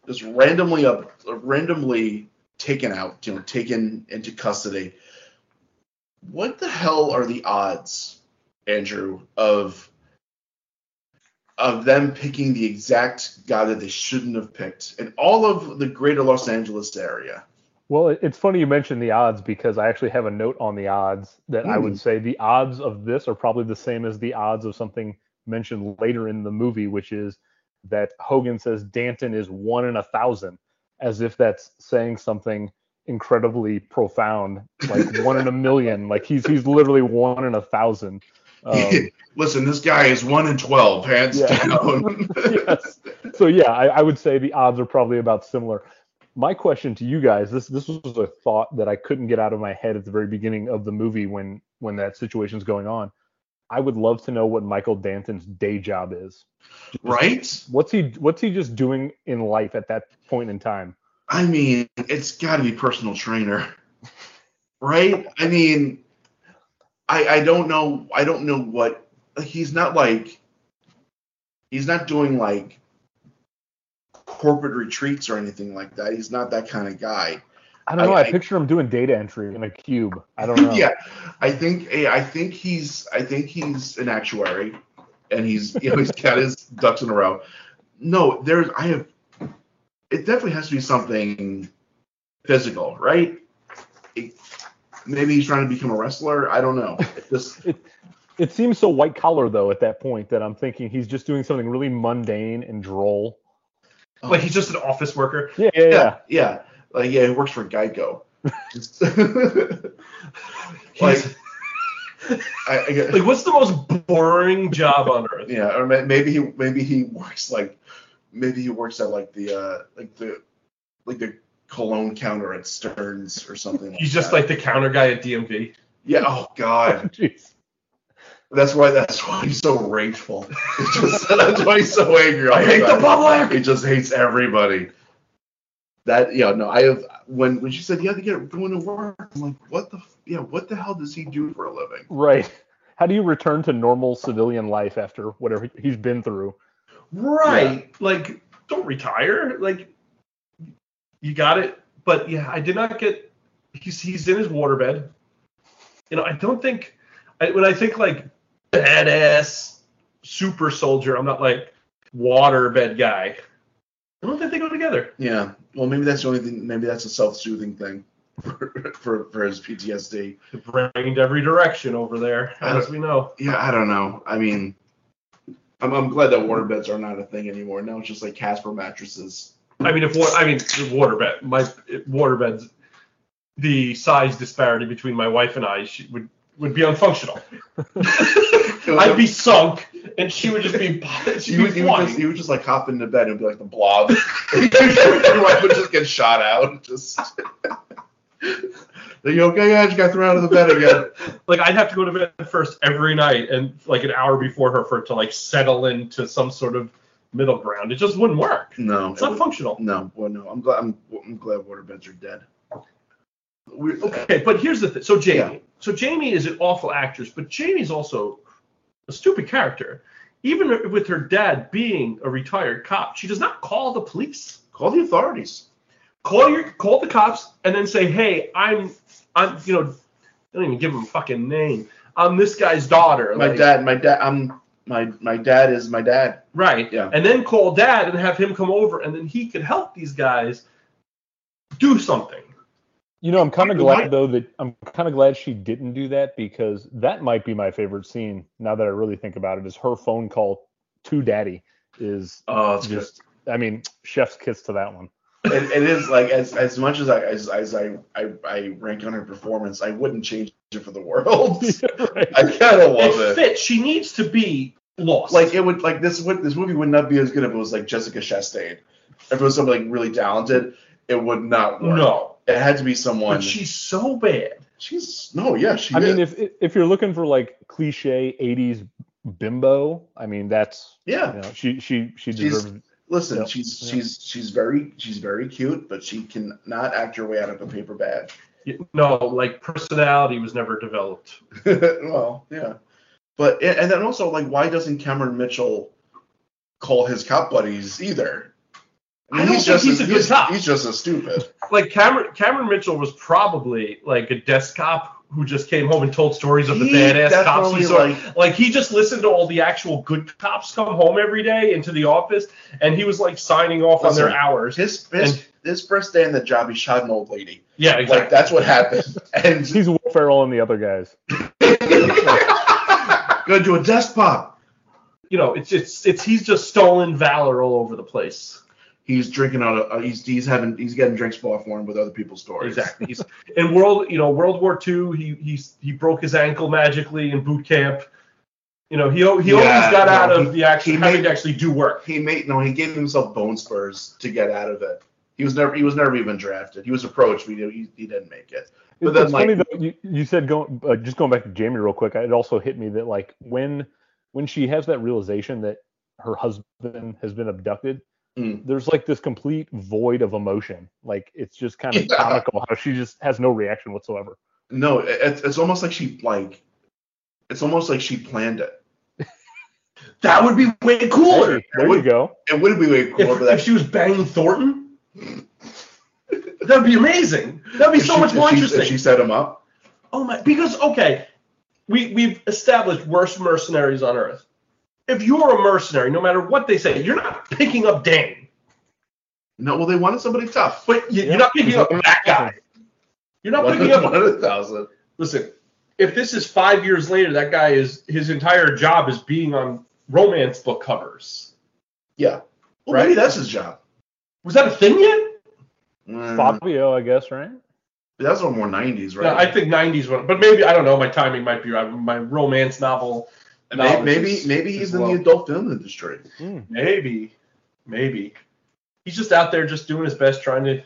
D: just randomly up randomly taken out. You know, taken into custody. What the hell are the odds, Andrew, of of them picking the exact guy that they shouldn't have picked in all of the greater Los Angeles area?
E: Well, it- it's funny you mentioned the odds because I actually have a note on the odds that I would say the odds of this are probably the same as the odds of something mentioned later in the movie, which is that Hogan says Danton is one in a thousand, as if that's saying something incredibly profound, like one in a million, like he's he's literally one in a thousand. Um,
D: Listen, this guy is one in twelve, hands
E: Yeah.
D: down.
E: yes. So yeah, I, I would say the odds are probably about similar. my question to you guys this this was a thought that I couldn't get out of my head at the very beginning of the movie when when that situation's going on. I would love to know what Michael Danton's day job is.
D: right?
E: What's he what's he just doing in life at that point in time?
D: I mean, it's got to be personal trainer, right? I mean, I I don't know I don't know what he's not like. He's not doing like corporate retreats or anything like that. He's not that kind of guy.
E: I don't know.
D: I-
E: I,
D: I-
E: picture him doing data entry in a cube. I don't know.
D: yeah, I think eh, I think he's I think he's an actuary, and he's you know he's got his ducks in a row. No, there's I have. It definitely has to be something physical, right? It, maybe he's trying to become a wrestler. I don't know. It just
E: It seems so white collar though at that point that I'm thinking he's just doing something really mundane and droll.
C: Like he's just an office worker.
E: Yeah, yeah, yeah.
D: yeah, yeah. like yeah, he works for Geico. Just- like,
C: He's-
D: I, I get-
C: like what's the most boring job on earth?
D: Yeah, or may- maybe he maybe he works like maybe he works at like the uh like the like the cologne counter at Stearns or something.
C: He's just
D: that.
C: like the counter guy at DMV.
D: yeah. Oh God,
E: Jeez.
D: that's why that's why he's so rageful. It's just, that's why he's so angry. all
C: I hate the
D: time.
C: public!
D: He just hates everybody. That yeah no I have when when she said you have to get going to work I'm like what the f- yeah what the hell does he do for a living
E: Right. How do you return to normal civilian life after whatever he's been through?
C: Right. Like, don't retire. Like, you got it. But yeah, I did not get. He's he's in his waterbed. You know, I don't think. I, when I think like badass super soldier, I'm not like waterbed guy. I don't think they go together.
D: yeah well maybe that's the only thing maybe that's a self soothing thing for, for for his PTSD
C: Drained every direction over there, as we know.
D: Yeah, I don't know. I mean, I'm, I'm glad that water beds are not a thing anymore. Now it's just like Casper mattresses.
C: I mean, if wa- I mean the waterbed, my waterbeds, the size disparity between my wife and I she would would be unfunctional. I'd be sunk, and she would just be she would
D: You would, you,
C: be
D: would just,
C: flying.
D: you would just like hop into bed and be like the blob. Your wife would just get shot out. Just. Are you okay? Yeah, I just got thrown out of the bed again.
C: Like I'd have to go to bed first every night, and like an hour before her for it to like settle into some sort of middle ground. It just wouldn't work.
D: No,
C: It's not
D: it would-
C: functional.
D: no, well, no. I'm glad. I'm, I'm glad water beds are dead. We're,
C: Okay, but here's the thing. So Jamie,
D: Yeah.
C: so Jamie is an awful actress, but Jamie's also a stupid character. Even with her dad being a retired cop, she does not call the police.
D: Call the authorities.
C: call your call the cops and then say, hey, I'm I'm you know, don't even give him a fucking name. I'm this guy's daughter.
D: My
C: like-
D: dad. My dad. I'm. My my dad is my dad.
C: Right.
D: Yeah.
C: And then call dad and have him come over and then he could help these guys do something.
E: You know, I'm kind of
D: Why-
E: glad though that I'm kind of glad she didn't do that because that might be my favorite scene now that I really think about it is her phone call to daddy is
D: Oh, it's
E: just I mean, chef's kiss to that one.
D: it, it is like as as much as I as, as I, I I rank on her performance, I wouldn't change it for the world.
E: Right.
D: I kind of love
C: it
D: it.
C: fits. She needs to be lost.
D: Like it would like this would this movie would not be as good if it was like Jessica Chastain. If it was somebody like really talented, it would not work.
C: no.
D: it had to be someone.
C: But she's so bad.
D: she's no, yeah, she.
E: I mean,
D: is.
E: if if you're looking for like cliche '80s bimbo, I mean that's
D: yeah.
E: you know she she she
D: She's-
E: deserves.
D: Listen,
E: Yeah.
D: she's
E: Yeah.
D: she's she's very she's very cute, but she can not act her way out of a paper bag.
C: No, like personality was never developed.
D: well, yeah. But and and then also like why doesn't Cameron Mitchell call his cop buddies either?
C: I don't think he's a
D: as-
C: good cop.
D: He's just as stupid.
C: Like Cameron Cameron Mitchell was probably like a desk cop who just came home and told stories of the
D: He
C: badass cops
D: definitely,
C: he saw. Like he just listened to all the actual good cops come home every day into the office, and he was like signing off on
D: Listen,
C: their hours.
D: his his,
C: And-
D: his first day in the job, he shot an old lady.
C: yeah,
D: Like
C: exactly.
D: that's what happened. And
E: He's Will Ferrell and the other guys.
D: go to a desk pop.
C: You know, it's it's it's he's just stolen valor all over the place.
D: He's drinking out of. uh, He's he's having he's getting drinks bought for him with other people's stories.
C: Exactly. He's in world, you know, World War II. He he's he broke his ankle magically in boot camp. You know, he al- he
D: Yeah,
C: always got
D: no,
C: out
D: he-
C: of the action
D: he
C: having
D: made-
C: to actually do work.
D: He made no. He gave himself bone spurs to get out of it. He was never he was never even drafted. He was approached, but he, he, he didn't make it. But
E: It's,
D: then,
E: it's funny
D: like-
E: though. You, you said going uh, just going back to Jamie real quick. It also hit me that like when when she has that realization that her husband has been abducted,
D: Mm.
E: there's like this complete void of emotion. Like it's just kind of
D: Yeah.
E: comical how she just has no reaction whatsoever.
D: No, it- it's it's almost like she like it's almost like she planned it. that would be way cooler.
E: Hey, there
D: it,
E: you
D: would,
E: go.
D: it would be way cooler,
C: If,
D: but
C: if
D: that
C: she was banging Thornton, that'd be amazing. That'd be
D: if
C: so
D: she-
C: much
D: if
C: more
D: she- if
C: interesting.
D: she set him up.
C: Oh my! Because okay, we we've established worst mercenaries on earth. If you're a mercenary, no matter what they say, you're not picking up Dan.
D: No, well, they wanted somebody tough.
C: But you,
E: Yeah.
C: you're not picking up that guy. You're not
D: One
C: picking
D: in-
C: up.
D: one in a thousand.
C: Listen, if this is five years later, that guy is his entire job is being on romance book covers.
D: Yeah. Well,
C: Right?
D: maybe that's his job.
C: Was that a thing yet?
D: Mm,
E: Fabio, I guess, right?
D: that's no more 90s, right?
C: No, I think '90s one, but maybe I don't know. My timing might be right. My romance novel.
D: May-
C: knowledge
D: maybe
C: is-
D: maybe
C: is
D: he's in
C: low.
D: the adult film industry.
C: Maybe, maybe. He's just out there, just doing his best, trying to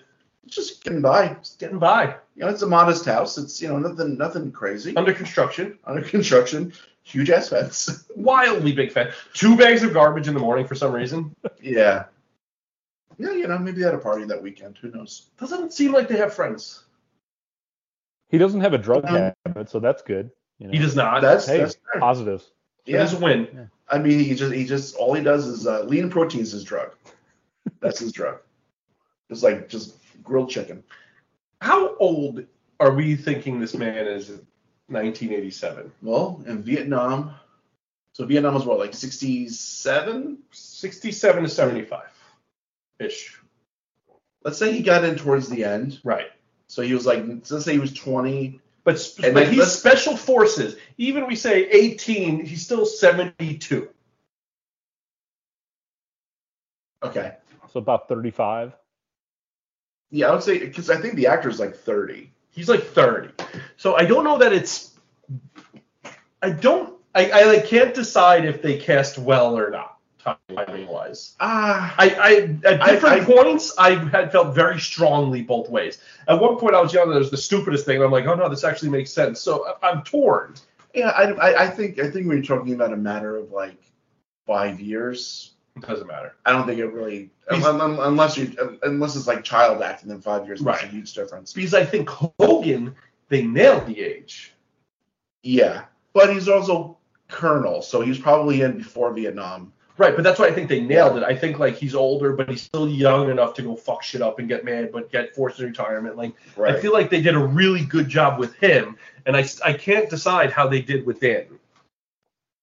D: Just getting by.
C: just getting by.
D: You know, it's a modest house. It's you know nothing nothing crazy.
C: Under construction,
D: Under construction, huge ass fence.
C: wildly big fan. Two bags of garbage in the morning for some reason.
D: yeah. Yeah, you know, maybe they had a party that weekend. Who knows?
C: Doesn't seem like they have friends.
E: He doesn't have a drug
D: Um,
E: habit, so that's good. You know?
C: He does not.
D: That's
E: Hey.
D: that's fair.
E: positives.
C: It is
D: yeah.
C: a win.
D: I mean, he just he just all he does is uh, lean protein is his drug. That's his drug. It's like just grilled chicken.
C: How old are we thinking this man is? in 1987,
D: Well, in Vietnam, so Vietnam was what like 67.
C: 67 to 75 ish.
D: Let's say he got in towards the end.
C: Right.
D: So he was like, let's say he was 20.
C: But, sp-
D: And
C: but
D: then
C: he's
D: let's-
C: special forces. Even we say 18, he's still 72.
D: Okay.
E: So about 35.
D: Yeah, I would say because I think the actor is like 30.
C: He's like 30. So I don't know that it's. I don't. I, I like can't decide if they cast well or not timing wise.
D: Ah,
C: I, I at
D: I-
C: different
D: I-
C: points I had felt very strongly both ways. At one point I was yelling, "There's the stupidest thing," and I'm like, "Oh no, this actually makes sense." So I- I'm torn.
D: yeah. I, I, I think I think we were talking about a matter of like five years.
C: It doesn't matter.
D: I don't think it really un,
C: He's-
D: un, unless you unless it's like child acting in five years makes a
C: Right.
D: huge difference.
C: Because I think Hogan they nailed the age.
D: Yeah, but he's also colonel, so he's probably in before Vietnam.
C: Right, but that's why I think they nailed it. I think like he's older, but he's still young enough to go fuck shit up and get mad, but get forced into retirement. Like I feel like they did a really good job with him, and I, I can't decide how they did with Dan.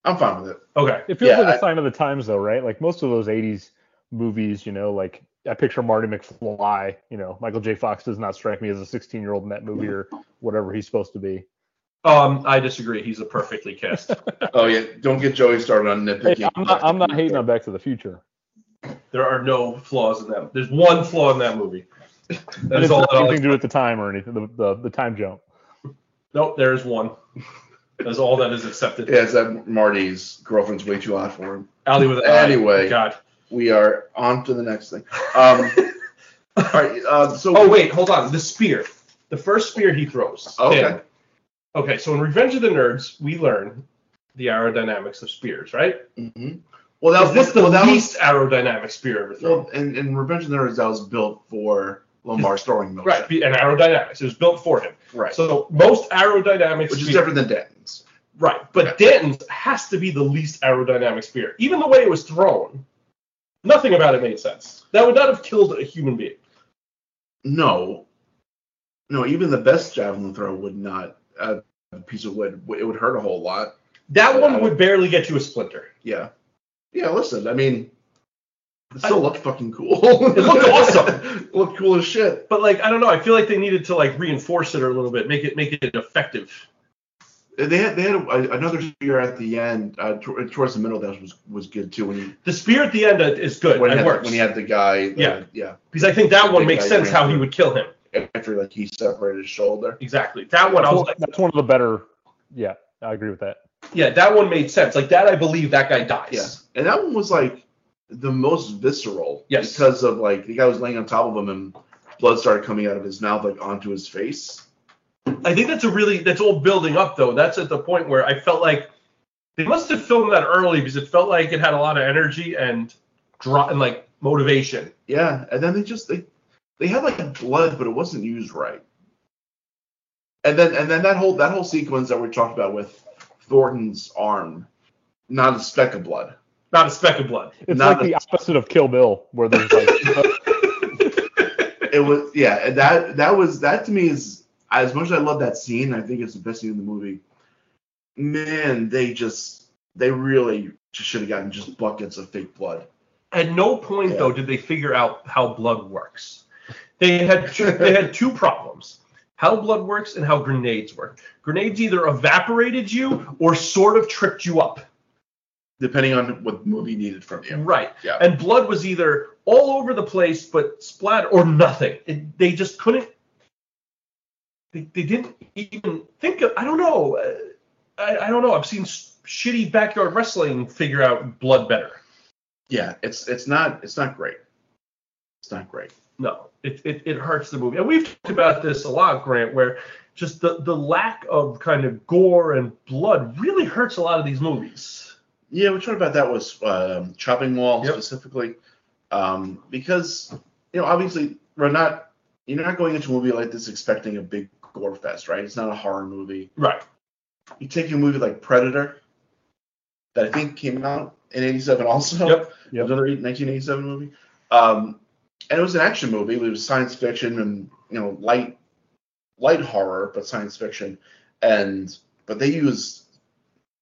D: I'm fine with it.
C: Okay.
E: It feels
D: Yeah,
E: like a
D: I-
E: sign of the times, though, right? Like most of those 80s movies, you know, like I picture Marty McFly, you know, Michael J. Fox does not strike me as a 16 year old in that movie or whatever he's supposed to be.
C: Um, I disagree. He's a perfectly cast.
D: Oh yeah, don't get Joey started on
E: Hey,
D: nitpicking.
E: I'm, not, I'm not hating on Back to the Future.
C: there are no flaws in them. There's one flaw in that movie. That
E: And
C: is
E: it's
C: all.
E: not
C: That all
E: anything to do with the time or anything, the, the, the time jump.
C: nope. There is one. That's all that is accepted.
D: Yeah, it's that Marty's girlfriend's way too hot for him.
C: Alley with an eye.
D: Anyway.
C: God.
D: We are on to the next thing. Um, all right. Uh, so
C: Oh wait, hold on. The spear. The first spear he throws.
D: Okay.
C: Dan. Okay. So in Revenge of the Nerds, we learn the aerodynamics of spears, right?
D: Mhm. Well, that
C: That
D: was
C: was the
D: well, that was-
C: least aerodynamic spear ever thrown.
D: well, and, and Revenge of the Nerds that was built for Lomar's throwing motion.
C: Right, be- and aerodynamics. It was built for him.
D: Right.
C: So most aerodynamic
D: Which is
C: spear-
D: different than Denton's.
C: Right, but Denton's has to be the least aerodynamic spear. Even the way it was thrown, nothing about it made sense. That would not have killed a human being.
D: No. No, even the best javelin throw would not. Uh, a piece of wood. It would hurt a whole lot.
C: That one would barely get you a splinter.
D: Yeah. Yeah, listen, I mean, it still
C: I-
D: looked fucking cool.
C: It looked awesome.
D: It looked cool as shit.
C: But like, I don't know. I feel like they needed to like reinforce it a little bit, make it make it effective.
D: They had they had a, another spear at the end, uh, tor- towards the middle. That was was good too. When he
C: The spear at the end is good.
D: when he,
C: it
D: had,
C: works
D: when he had the guy. the-
C: Yeah.
D: yeah.
C: because I think that one
D: Big
C: makes
D: guy
C: sense
D: ran
C: how he
D: through.
C: would kill him.
D: After like he separated his shoulder.
C: Exactly. That one I
E: That's
C: was
E: one,
C: like,
E: that's one of the better. Yeah, I agree with that.
C: yeah, that one made sense. Like that, I believe that guy dies.
D: Yeah. And that one was like the most visceral.
C: Yes.
D: Because of like the guy was laying on top of him and blood started coming out of his mouth like onto his face.
C: I think that's a really that's all building up though. That's at the point where I felt like they must have filmed that early because it felt like it had a lot of energy and draw and like motivation.
D: Yeah, and then they just they they had like blood, but it wasn't used right. And then and then that whole that whole sequence that we talked about with Thornton's arm, not a speck of blood.
C: Not a speck of blood.
E: It's
D: Not
E: like the opposite of Kill Bill, where there's like
D: It was yeah, and that that was that to me is as much as I love that scene, I think it's the best scene in the movie. Man, they just they really just should have gotten just buckets of fake blood.
C: At no point
D: Yeah.
C: though did they figure out how blood works. They had two, they had two problems: how blood works and how grenades work. Grenades either evaporated you or sort of tripped you up.
D: Depending on what the movie needed from you.
C: Right.
D: Yeah.
C: And blood was either all over the place, but splat or nothing. It, they just couldn't. They, they didn't even think of. I don't know. uh, I, I don't know. I've seen s- shitty backyard wrestling figure out blood better.
D: Yeah, it's it's not it's not great. It's not great.
C: No, it, it, it hurts the movie. And we've talked about this a lot, Grant, where just the, the lack of kind of gore and blood really hurts a lot of these movies.
D: Yeah, we talked about that was um, chopping wall
C: Yep.
D: specifically, um, because you know obviously we're not you're not going into a movie like this expecting a big gore fest, right? It's not a horror movie.
C: Right.
D: You take a movie like Predator, that I think came out in '87 also,
C: Yep.
E: Yep.
D: another 1987 movie, um, and it was an action movie. It was science fiction and you know light light horror, but science fiction, and but they used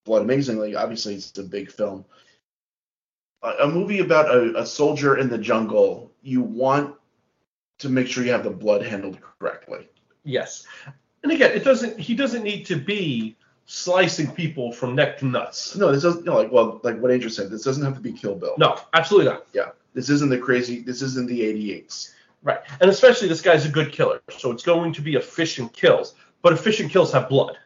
D: blood amazingly. Obviously, it's a big film. A, a movie about a, a soldier in the jungle. You want to make sure you have the blood handled correctly.
C: Yes. And again, it doesn't. He doesn't need to be slicing people from neck to nuts.
D: No, this doesn't. You know, like well, like what Andrew said, this doesn't have to be Kill Bill.
C: No, absolutely not.
D: Yeah, this isn't the crazy. This isn't the 88s.
C: Right. And especially this guy's a good killer, so it's going to be efficient kills. But efficient kills have blood.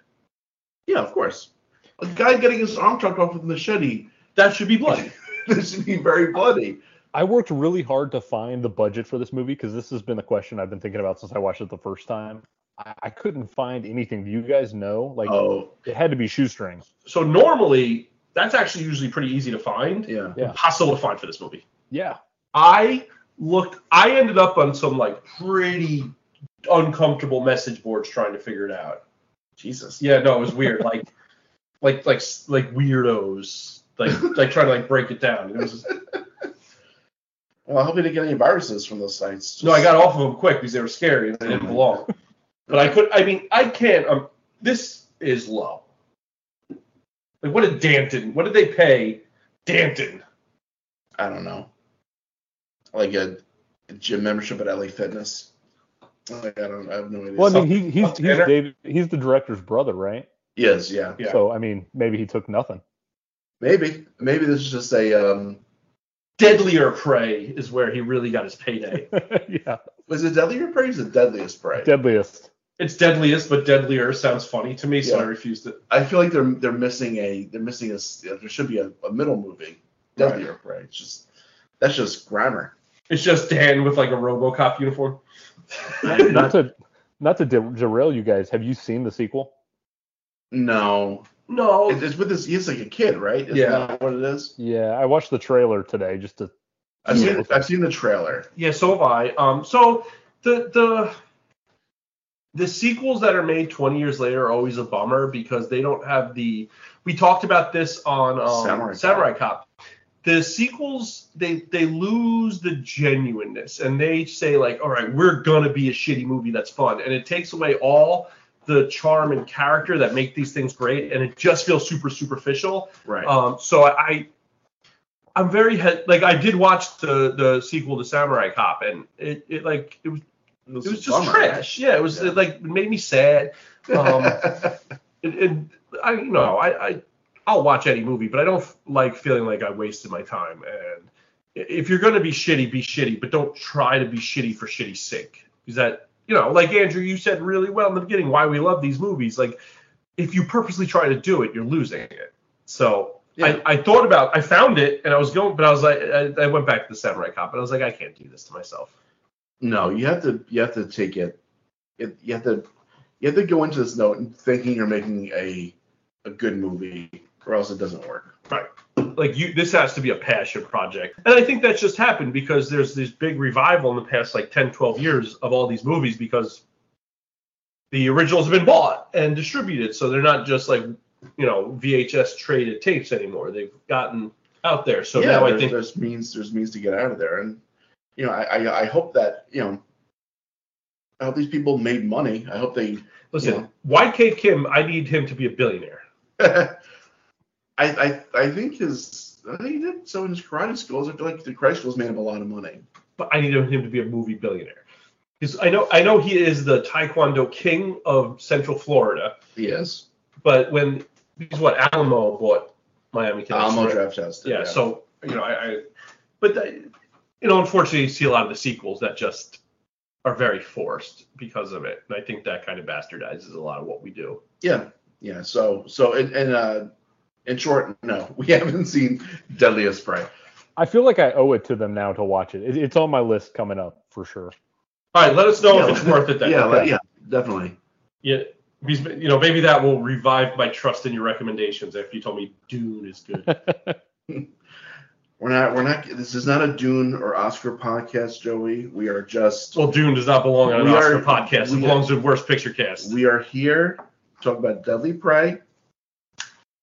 D: Yeah, of course. A guy getting his arm chopped off with a machete.
C: That should be blood.
D: this would be very bloody.
E: I worked really hard to find the budget for this movie because this has been a question I've been thinking about since I watched it the first time. I, I couldn't find anything. Do you guys know? Like
D: Oh,
E: it had to be shoestring.
C: so normally that's actually usually pretty easy to find.
D: yeah.
E: Yeah.
C: Impossible to find for this movie.
E: Yeah.
C: I looked. I ended up on some like pretty uncomfortable message boards trying to figure it out.
D: Jesus.
C: Yeah, no, it was weird. like, like, like, like weirdos. Like, like trying to like break it down. It was just-
D: Well, I hope you didn't get any viruses from those sites.
C: No, I got off of them quick because they were scary and they didn't belong. But I could. I mean, I can't. Um, this is low. Like, what did Danton? What did they pay Danton?
D: I don't know. Like a gym membership at LA Fitness. Like, I don't. I have no idea.
E: Well, I mean, he, he's
C: Something
E: he's
C: better?
E: David, he's the director's brother, right?
D: yes, yeah.
C: Yeah.
E: So I mean, maybe he took nothing.
D: Maybe. Maybe this is just a. Um,
C: Deadlier Prey is where he really got his payday.
E: yeah.
D: was it deadlier prey? or Is it deadliest prey?
E: Deadliest.
C: It's deadliest, but deadlier sounds funny to me, so
D: Yeah.
C: I refused it.
D: I feel like they're they're missing a they're missing a s- there should be a, a middle movie. Deadlier prey. It's just that's just grammar.
C: It's just Dan with like a RoboCop uniform.
E: Not to not to de- derail you guys. Have you seen the sequel?
D: No,
C: No,
D: It- it's with this. He's like a kid, right? Isn't
C: Yeah.
D: that what it is?
E: Yeah, I watched the trailer today just to
D: I've
E: Yeah.
D: seen I've seen the trailer.
C: Yeah, so have I. Um, so the the the sequels that are made 20 years later are always a bummer because they don't have the. We talked about this on um,
D: Samurai
C: Samurai,
D: Cop.
C: Cop. The sequels they they lose the genuineness and they say like, all right, we're gonna be a shitty movie that's fun, and it takes away all the charm and character that make these things great, and it just feels super superficial.
D: Right.
C: Um, so I, I I'm very he- like I did watch the the sequel to Samurai Cop and it, it like it was
D: it
C: it was just trash. Yeah, it was
D: Yeah.
C: It, like it made me sad. Um, it, it I you know I I I'll watch any movie, but I don't f- like feeling like I wasted my time. And i- if you're gonna be shitty, be shitty, but don't try to be shitty for shitty's sake. Is that you know like Andrew you said really well in the beginning why we love these movies like if you purposely try to do it you're losing it. So
D: Yeah.
C: I, I thought about, I found it, and I was going, but I was like, I, I went back to the Samurai Cop, and I was like, I can't do this to myself.
D: No, you have to you have to take it. it you have to you have to go into this note thinking you're making a a good movie, or else it doesn't work.
C: Like you, this has to be a passion project, and I think that's just happened because there's this big revival in the past like 10, 12 years of all these movies because the originals have been bought and distributed, so they're not just like you know VHS traded tapes anymore. They've gotten out there, so
D: yeah,
C: now I
D: there's,
C: think
D: there's means there's means to get out of there, and you know I, I I hope that you know I hope these people made money. I hope they.
C: Listen, YK Kim, I need him to be a billionaire.
D: I I I think his I think he did so in his karate schools. I feel like the karate schools made him a lot of money.
C: But I need him to be a movie billionaire. Because I know I know he is the Taekwondo king of Central Florida,
D: Yes,
C: but when he's what Alamo bought Miami Connection.
D: Alamo
C: right?
D: draft house.
C: yeah, so you know I, I but the, you know unfortunately you see a lot of the sequels that just are very forced because of it, and I think that kind of bastardizes a lot of what we do.
D: Yeah, yeah. So, so in, in uh, in short, no, we haven't seen Deadliest Prey.
E: I feel like I owe it to them now to watch it. it it's on my list coming up for sure.
C: All right, let us know
D: Yeah,
C: if it's worth it. Then.
D: yeah, like- yeah, definitely.
C: Yeah, because, you know, maybe that will revive my trust in your recommendations after you told me Dune is good.
D: We're not, we're not. This is not a Dune or Oscar podcast, Joey. We are just,
C: well, Dune does not belong on an
D: We
C: Oscar
D: are-
C: podcast. It
D: we
C: belongs to Worst Picture Cast.
D: we are here to talk about Deadly Prey,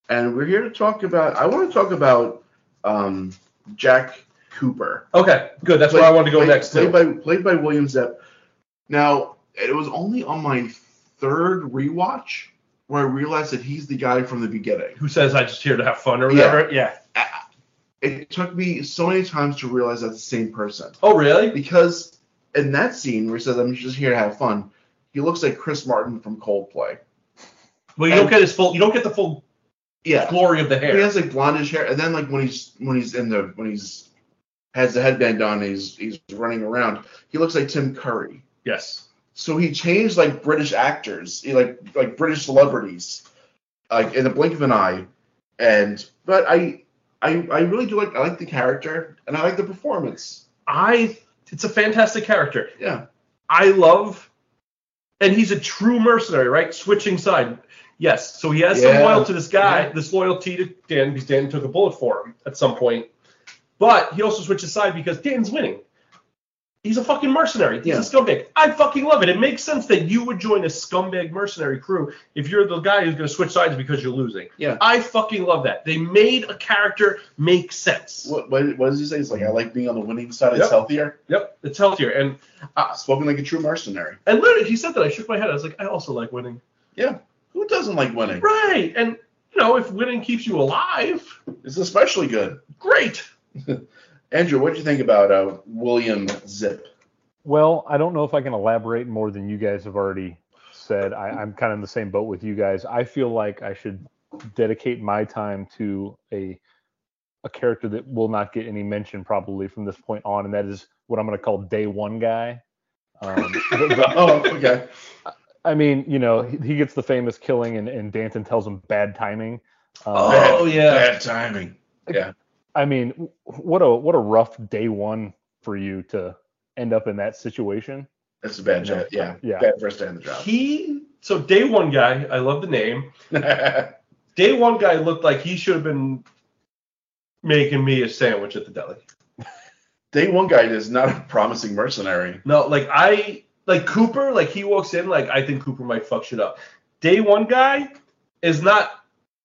D: and we're here to talk about. I want to talk about um, Jack Cooper.
C: okay, good. That's where I wanted to go
D: played-
C: next.
D: Played
C: To.
D: by played by William Zepp. Now it was only on my third rewatch where I realized that he's the guy from the beginning.
C: Who says I just here to have fun or
D: Yeah.
C: whatever? Yeah.
D: It took me so many times to realize that's the same person
C: Oh, really?
D: because in that scene where he says I'm just here to have fun, he looks like Chris Martin from Coldplay.
C: Well, you
D: And-
C: don't get his full. You don't get the full
D: Yeah,
C: glory of the hair.
D: he has like blondish hair, and then like when he's when he's in the when he's has the headband on, he's he's running around. He looks like Tim Curry.
C: Yes.
D: So he changed like British actors, he, like like British celebrities, like in the blink of an eye. And but I I I really do like I like the character and I like the performance.
C: I. It's a fantastic character.
D: Yeah.
C: I love, and he's a true mercenary, right? Switching side. Yes. So he has
D: Yeah.
C: some loyalty to this guy,
D: Yeah.
C: this loyalty to Dan, because Dan took a bullet for him at some point. But he also switches side because Dan's winning. He's a fucking mercenary. He's
D: Yeah.
C: a scumbag. I fucking love it. It makes sense that you would join a scumbag mercenary crew if you're the guy who's going to switch sides because you're losing.
D: Yeah.
C: I fucking love that. They made a character make sense.
D: What what, what does he say? He's like I like being on the winning side. It's
C: Yep. Ah.
D: healthier.
C: Yep. It's healthier. And
D: Spoken like a true mercenary.
C: and literally, he said that. I shook my head. I was like, I also like winning.
D: Who doesn't like winning?
C: Right. And, you know, if winning keeps you alive,
D: It's especially good.
C: great.
D: Andrew, what do you think about uh, William Zip?
E: Well, I don't know if I can elaborate more than you guys have already said. I, I'm kind of in the same boat with you guys. I feel like I should dedicate my time to a a character that will not get any mention probably from this point on, and that is what I'm going to call Day One guy. Um, the- the-
D: oh, okay.
E: I mean, you know, he, he gets the famous killing, and, and Danton tells him bad timing. Um,
C: Oh, yeah.
D: Bad timing.
E: I mean, w- what a what a rough day one for you to end up in that situation.
D: That's a bad job. Yeah.
E: Yeah.
D: Bad first day on the job.
C: He, so day one guy, I love the name. Day one guy looked like he should have been making me a sandwich at the deli.
D: Day one guy is not a promising mercenary.
C: No, like I, like Cooper, like he walks in, like I think Cooper might fuck shit up. Day one guy is not,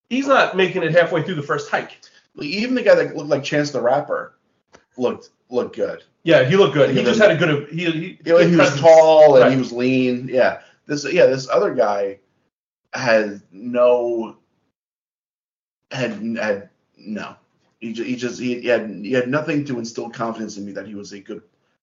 C: he's not making it halfway through the first hike.
D: Like, even the guy that looked like Chance the Rapper looked looked good.
C: Yeah, he looked good. He just had a good, he, he,
D: You know, he was
C: presence.
D: tall and
C: Right.
D: he was lean. Yeah. This yeah, this other guy had no had had no. He just, he just he had he had nothing to instill confidence in me that he was a good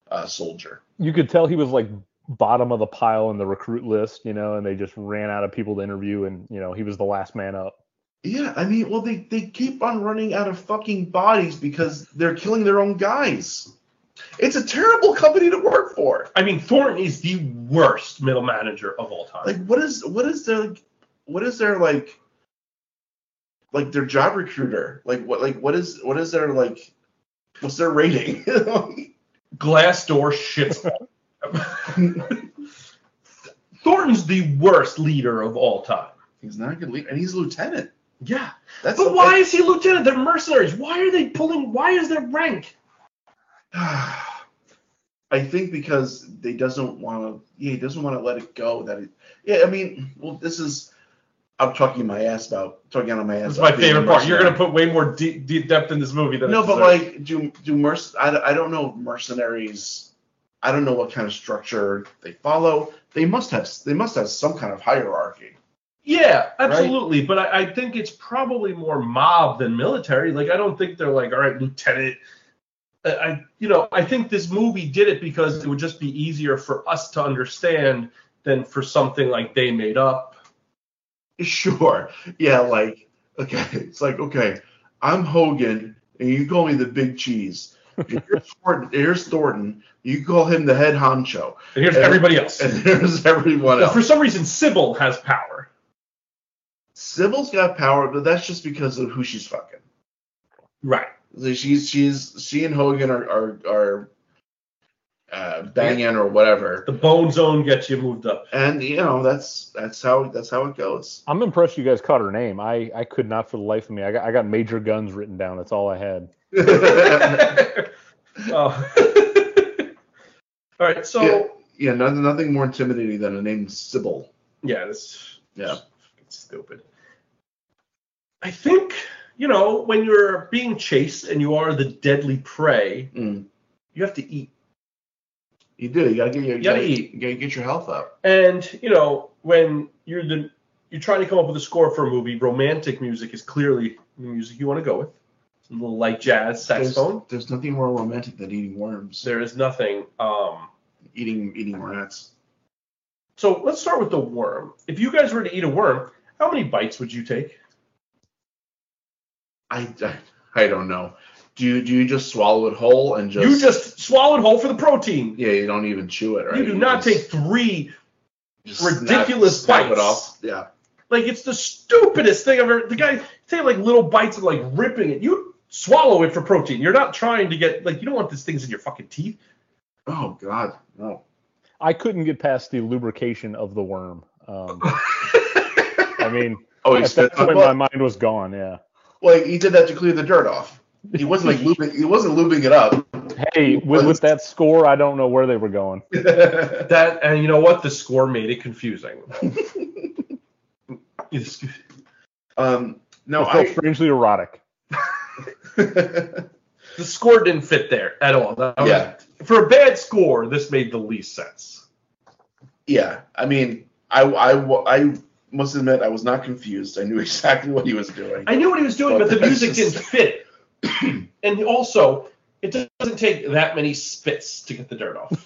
D: uh, soldier.
E: You could tell he was like bottom of the pile in the recruit list, you know, and they just ran out of people to interview, and you know, he was the last man up.
D: Yeah, I mean, well, they, they keep on running out of fucking bodies because they're killing their own guys. It's a terrible company to work for.
C: I mean, Thornton is the worst middle manager of all time.
D: like what is what is their what is their like like their job recruiter. Like what like what is what is their like what's their rating?
C: Glassdoor shits. Thornton's the worst leader of all time.
D: he's not a good leader, and he's a lieutenant.
C: Yeah.
D: That's
C: But why is he lieutenant? They're mercenaries. Why are they pulling? Why is their rank?
D: I think because they doesn't want to. Yeah, he doesn't want to let it go. That it, yeah, I mean, well, this is. I'm talking my ass about talking out of my
C: That's
D: ass. about
C: my
D: being
C: favorite
D: a
C: part. You're
D: mercenary.
C: gonna put way more deep, deep depth in this movie than
D: No,
C: it
D: but
C: deserves.
D: like, do do merc? I, don't- I don't know if mercenaries. I don't know what kind of structure they follow. They must have they must have some kind of hierarchy.
C: yeah, absolutely. But I, I think it's probably more mob than military. Like I don't think they're like, all right, lieutenant. I- I, you know, I think this movie did it because it would just be easier for us to understand than for something like they made up.
D: Sure. Yeah, like okay, it's like okay, I'm Hogan and you call me the Big Cheese. Here's Thornton. Here's Thornton. You call him the head honcho,
C: And here's
D: And-
C: everybody else.
D: and there's everyone
C: But
D: else.
C: for some reason, Sybil has power.
D: Sybil's got power, but that's just because of who she's fucking.
C: Right.
D: Like, She's she's she and Hogan are are, are uh, banging or whatever,
C: The bone zone gets you moved up.
D: and you know that's that's how that's how it goes.
E: I'm impressed you guys caught her name. I, I could not for the life of me. I got, I got major guns written down. That's all I had.
D: yeah,
C: Uh, Oh. All right, so yeah,
D: nothing nothing more intimidating than a name Sybil.
C: this
D: Yeah.
C: it's stupid. I think you know when you're being chased and you are the deadly prey,
D: Mm.
C: you have to eat.
D: You do. You gotta get your,
C: You gotta eat.
D: You gotta get your health up.
C: And you know when you're the you're trying to come up with a score for a movie, romantic music is clearly the music you want to go with. Some little light jazz,
D: There's,
C: saxophone.
D: there's nothing more romantic than eating worms,
C: There is nothing. Um,
D: eating eating rats.
C: So let's start with the worm. If you guys were to eat a worm, how many bites would you take?
D: I, I, I don't know. Do you do you just swallow it whole and just
C: you just swallowed whole for the protein.
D: yeah? You don't even chew it, right?
C: You do not take
D: just-
C: three.
D: just
C: ridiculous
D: snap, snap
C: bites.
D: it off. Yeah.
C: Like it's the stupidest thing I've ever. The guy take like little bites of like ripping it. You swallow it for protein. You're not trying to get like you don't want these things in your fucking teeth.
D: Oh God, no.
E: I couldn't get past the lubrication of the worm. Um, I mean,
D: Oh, he
E: at
D: spit
E: that
D: on.
E: point,
D: Well,
E: my mind was gone. Yeah.
D: well, he did that to clear the dirt off. He wasn't like lubing. He wasn't lubing it up.
E: Hey, with, with that score, I don't know where they were going.
C: That and you know what? The score made it confusing. It's-
D: um, no,
E: I felt
D: I.
E: strangely erotic.
C: the score didn't fit there at all. That was-
D: yeah,
C: For a bad score, this made the least sense.
D: yeah. I mean, I, I, wa- I must admit, I was not confused. I knew exactly what he was doing.
C: I knew what he was doing,
D: But
C: but the
D: that's
C: music
D: just-
C: didn't fit. and also, it doesn't take that many spits to get the dirt off.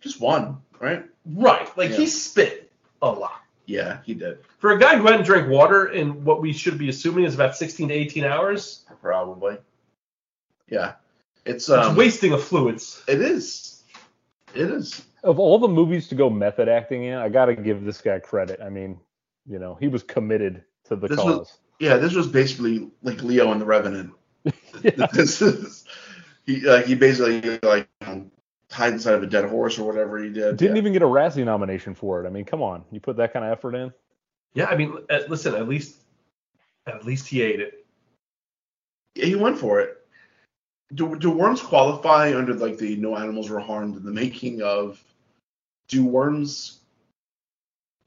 D: Just one, right?
C: right. Like
D: Yeah.
C: he spit a lot.
D: Yeah, he did.
C: For a guy who hadn't drank water in what we should be assuming is about 16 to 18 hours,
D: Probably. Yeah, it's
C: it's
D: um.
C: wasting of fluids.
D: It is. It is.
E: Of all the movies to go method acting in, I gotta give this guy credit. I mean, you know, he was committed to the
D: This was-
E: cause.
D: Yeah, this was basically like Leo and the Revenant.
E: Yeah.
D: This is he like he basically like um, tied inside of a dead horse or whatever he did.
E: Didn't
D: yeah.
E: even get a Razzie nomination for it. I mean, come on, you put that kind of effort in.
C: Yeah, I mean, at, listen, at least at least he ate it.
D: Yeah, he went for it. Do do worms qualify under like the no animals were harmed in the making of? Do worms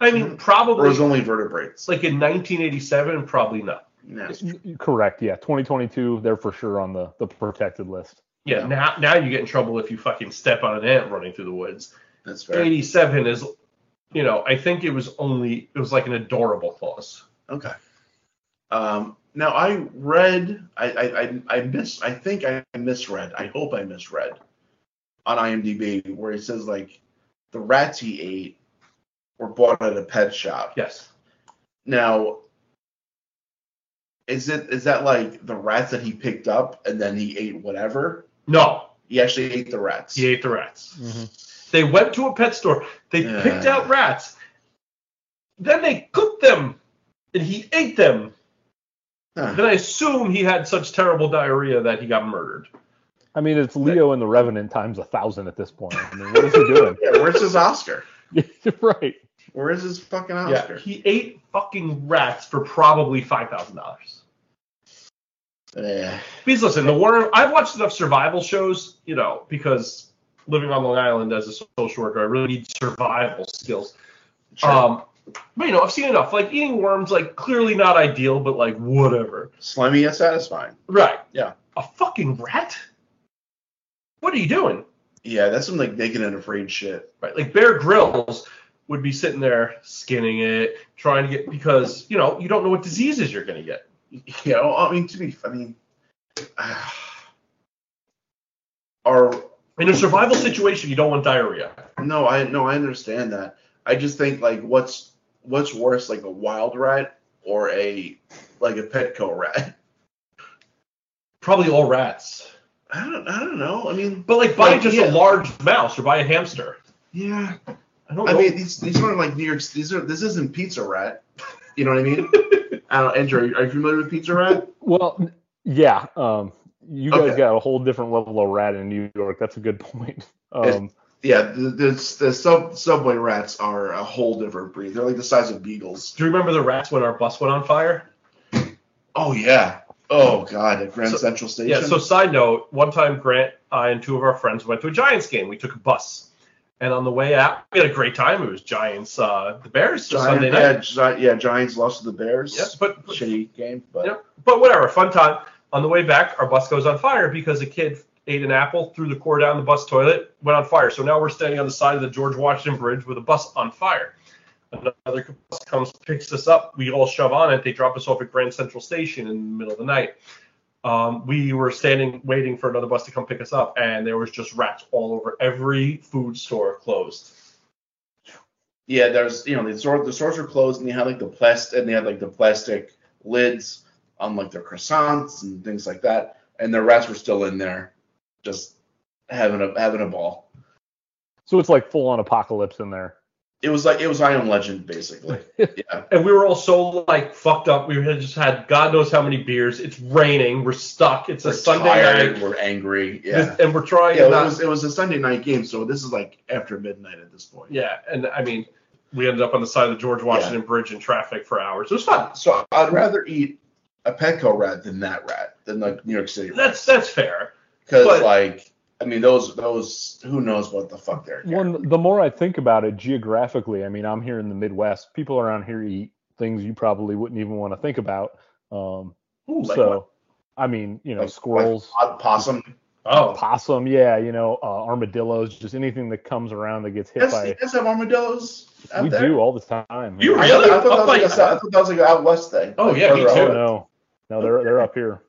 C: I mean,
D: Mm-hmm. or
C: probably
D: is it only vertebrates?
C: like in 1987, probably not.
D: No.
E: Correct. Yeah, 2022, they're for sure on the the protected list.
C: Yeah,
D: Yeah.
C: now now you get in trouble if you fucking step on an ant running through the woods.
D: That's fair.
C: 87 is you know i think it was only it was like an adorable clause
D: Okay. Um, now I read I I I, I miss I think I misread. I hope I misread on IMDb where it says like the rats he ate were bought at a pet shop.
C: yes
D: Now, is it is that like the rats that he picked up and then he ate whatever?
C: no
D: He actually ate the rats.
C: he ate the rats they went to a pet store they
D: Yeah.
C: picked out rats then they cooked them and he ate them
D: Huh.
C: Then I assume he had such terrible diarrhea that he got murdered.
E: I mean, it's Leo and the Revenant times a thousand at this point. I mean, what is he doing?
D: Yeah, where's his Oscar?
E: right.
D: Where's his fucking
C: Yeah,
D: Oscar?
C: he ate fucking rats for probably five thousand dollars.
D: Yeah.
C: Because listen, the Warner, I've watched enough survival shows, you know, because living on Long Island as a social worker, I really need survival skills.
D: Sure.
C: Um, but you know, I've seen enough. Like eating worms, like clearly not ideal, but like whatever.
D: Slimy yet satisfying.
C: Right.
D: Yeah.
C: A fucking rat? What are you doing?
D: Yeah, that's some like naked and afraid shit.
C: Right. Like Bear Grylls would be sitting there skinning it, trying to get because you know you don't know what diseases you're gonna get.
D: Yeah, well, I mean to be, I mean, are
C: In a survival situation, you don't want diarrhea.
D: no, I no, I understand that. I just think like what's what's worse, like a wild rat or a like a Petco rat.
C: Probably all rats.
D: I don't, I don't know. I mean,
C: But like buy
D: Like,
C: just
D: yeah.
C: a large mouse or buy a hamster.
D: yeah.
C: I don't
D: I
C: know.
D: mean, these these aren't like New York. These are this isn't Pizza Rat. You know what I mean? I don't, Andrew, are you familiar with Pizza Rat?
E: Well, n- yeah. Um, you guys
D: Okay.
E: got a whole different level of rat in New York. That's a good point. Um,
D: Yeah, the, the, the sub subway rats are a whole different breed. They're like the size of beagles.
C: Do you remember the rats when our bus went on fire?
D: Oh yeah. Oh god, at Grand
C: So-
D: Central Station.
C: Yeah. So side note, one time Grant, I, and two of our friends went to a Giants game. We took a bus, and on the way out, we had a great time. It was Giants, uh, the Bears, so
D: Giant,
C: Sunday
D: yeah,
C: night.
D: Gi- yeah, Giants lost to the Bears.
C: Yes, but
D: Shitty game, but
C: Yep. but whatever, fun time. On the way back, our bus goes on fire because a kid ate an apple, threw the core down the bus toilet, went on fire. So now we're standing on the side of the George Washington Bridge with a bus on fire. Another bus comes, picks us up. We all shove on it. They drop us off at Grand Central Station in the middle of the night. Um, we were standing waiting for another bus to come pick us up, and there was just rats all over every food store closed.
D: yeah, there's you know the store the stores were closed and they had like the plastic and they had like the plastic lids on like their croissants and things like that, and the rats were still in there, just having a having a ball.
E: so it's like full on apocalypse in there.
D: It was like it was I Am Legend basically. yeah,
C: and we were all so like fucked up. We had just had God knows how many beers. It's raining. We're stuck. It's
D: We're
C: a Sunday
D: tired,
C: night,
D: We're angry.
C: This-
D: Yeah.
C: and we're trying.
D: Yeah,
C: Yeah,
D: it
C: not,
D: was it was a Sunday night game, so this is like after midnight at this point.
C: yeah, and I mean, we ended up on the side of the George Washington Bridge in traffic for hours. It was fun.
D: So I'd rather eat a Petco rat than that rat, than like New York City rat.
C: That's that's fair.
D: Because
C: but-
D: like, I mean, those those who knows what the fuck they're.
E: Well, the more I think about it geographically, I mean, I'm here in the Midwest. People around here eat things you probably wouldn't even want to think about. Um,
C: Ooh, like
E: so,
C: what?
E: I mean, you know,
D: Like- like
E: squirrels,
D: Odd possum.
C: oh,
E: possum, yeah, you know, uh, armadillos, just anything that comes around that gets hit
D: Yes,
E: by.
D: you guys have armadillos. Out
E: We
D: there? Oh,
E: do all the time.
C: You
D: I,
E: I,
C: really?
D: I thought, that was like
C: Like-
D: a, sou- I thought that was like an out west thing. uh,
C: Oh,
D: Like,
C: yeah, me
D: further
C: too.
E: oh,
D: out west.
E: no, no, they're they're up here.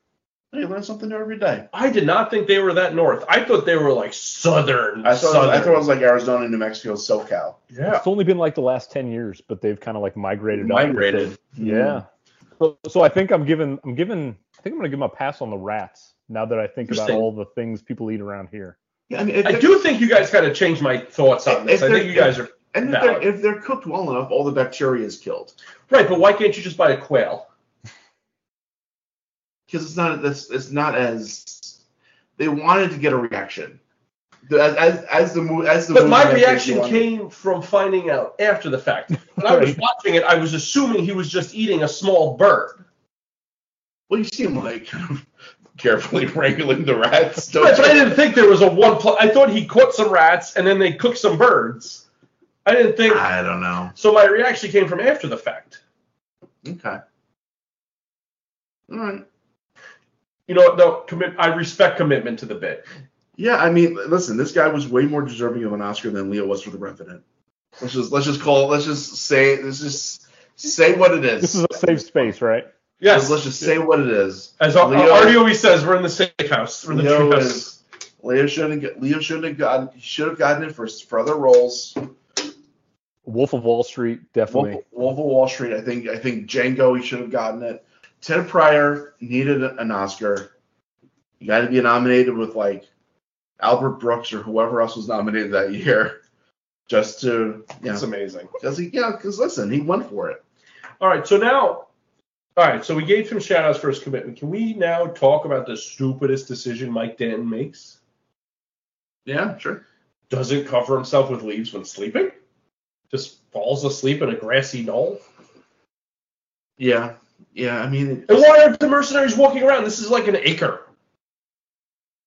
D: You learn something new every day.
C: I did not think they were that north. I thought they were like southern.
D: I thought, it was,
C: southern.
D: I thought it was like Arizona, New Mexico, SoCal.
C: yeah.
E: It's only been like the last ten years, but they've kind of like migrated. up.
D: Migrated. Mm-hmm.
E: Yeah. So, so I think I'm giving I'm giving I think I'm gonna give them a pass on the rats now that I think about
C: Interesting.
E: all the things people eat around here.
D: Yeah, I mean, if
C: I
D: they're-
C: do think you guys kind of changed my thoughts on this.
D: If
C: I think
D: they're-
C: you guys are
D: And if
C: valid.
D: they're, if they're cooked well enough, all the bacteria is killed.
C: right, but why can't you just buy a quail?
D: because it's not that's it's not as they wanted to get a reaction. The- As as, as the movie as the
C: But
D: movie
C: my
D: went, they
C: reaction
D: wanted-
C: came from finding out after the fact. When I was
E: Right.
C: watching it, I was assuming he was just eating a small bird.
D: Well, you seem like carefully wrangling the rats. Don't
C: But, but I
D: you?
C: didn't think there was a one. Pl- I thought he caught some rats and then they cooked some birds. I didn't think.
D: I don't know.
C: So my reaction came from after the fact.
D: Okay. All right.
C: You know, what, no commit. I respect commitment to the bit.
D: Yeah, I mean, listen, this guy was way more deserving of an Oscar than Leo was for The Revenant. Let's just let's just call let's just say let's just say what it is.
E: This is a safe space, right?
C: Yes.
D: Let's just say what it is.
C: As Ar-
D: Leo-
C: Artie always says, we're in the safe house. We're in the
D: Leo
C: true
D: is-
C: house.
D: Leo shouldn't get Leo shouldn't have gotten he should have gotten it for for other roles.
E: Wolf of Wall Street, definitely.
D: Wolf, Wolf of Wall Street. I think I think Django. He should have gotten it. Ted Pryor needed an Oscar. You got to be nominated with like Albert Brooks or whoever else was nominated that year, just to you
C: It's
D: know,
C: amazing.
D: because he yeah, because listen, he went for it.
C: All right. So now All right, so we gave him shout outs for his commitment. Can we now talk about the stupidest decision Mike Denton makes?
D: Yeah, sure.
C: Doesn't cover himself with leaves when sleeping? Just falls asleep in a grassy knoll?
D: Yeah, yeah. I mean,
C: And why are the mercenaries walking around? This is like an acre.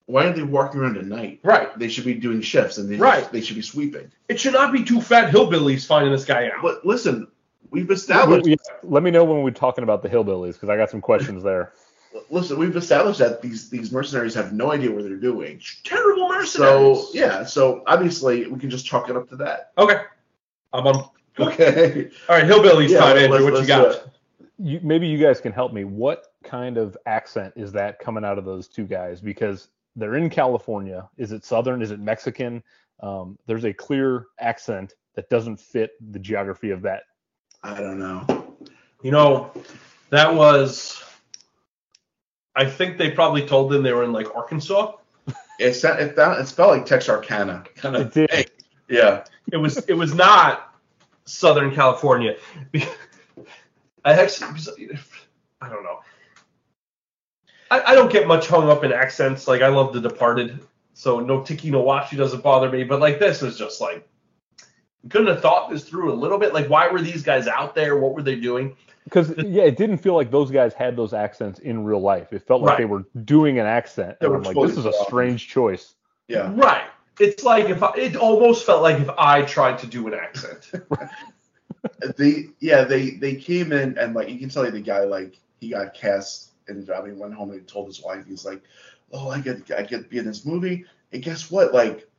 D: why are they walking around at night?
C: Right.
D: They should be doing shifts and they
C: Right.
D: they should be sweeping.
C: It should not be two fat hillbillies finding this guy out.
D: But listen, we've established.
E: Let me know when we're talking about the hillbillies because I got some questions there.
D: Listen, we've established that these these mercenaries have no idea what they're doing.
C: Terrible mercenaries.
D: So yeah, so obviously we can just chalk it up to that.
C: Okay. I'm on. All
D: Okay.
C: right, hillbillies
D: Yeah,
C: time,
D: let's-
C: Andrew. What
D: let's
C: you
D: do
C: got?
D: it.
E: You, maybe you guys can help me. What kind of accent is that coming out of those two guys? Because they're in California. Is it Southern? Is it Mexican? Um, there's a clear accent that doesn't fit the geography of that.
D: I don't know.
C: You know, that was. I think they probably told them they were in like Arkansas.
D: It sound, it, found, it felt like Texarkana. Kind
E: It
D: of.
E: did.
D: Yeah.
C: It was it was not Southern California. I actually I don't know. I, I don't get much hung up in accents. Like I love The Departed, so no tiki no washi doesn't bother me. But like this was just like couldn't have thought this through a little bit. Like why were these guys out there? What were they doing?
E: Because yeah, it didn't feel like those guys had those accents in real life. It felt like
C: Right.
E: they were doing an accent,
D: They
E: and
D: were
E: I'm like,
D: totally
E: this is a
D: wrong.
E: strange choice.
D: Yeah.
C: Right. It's like if I, it almost felt like if I tried to do an accent.
D: They yeah they they came in and like you can tell the guy like he got cast in the job. He went home and he told his wife he's like, oh I get I get to be in this movie and guess what like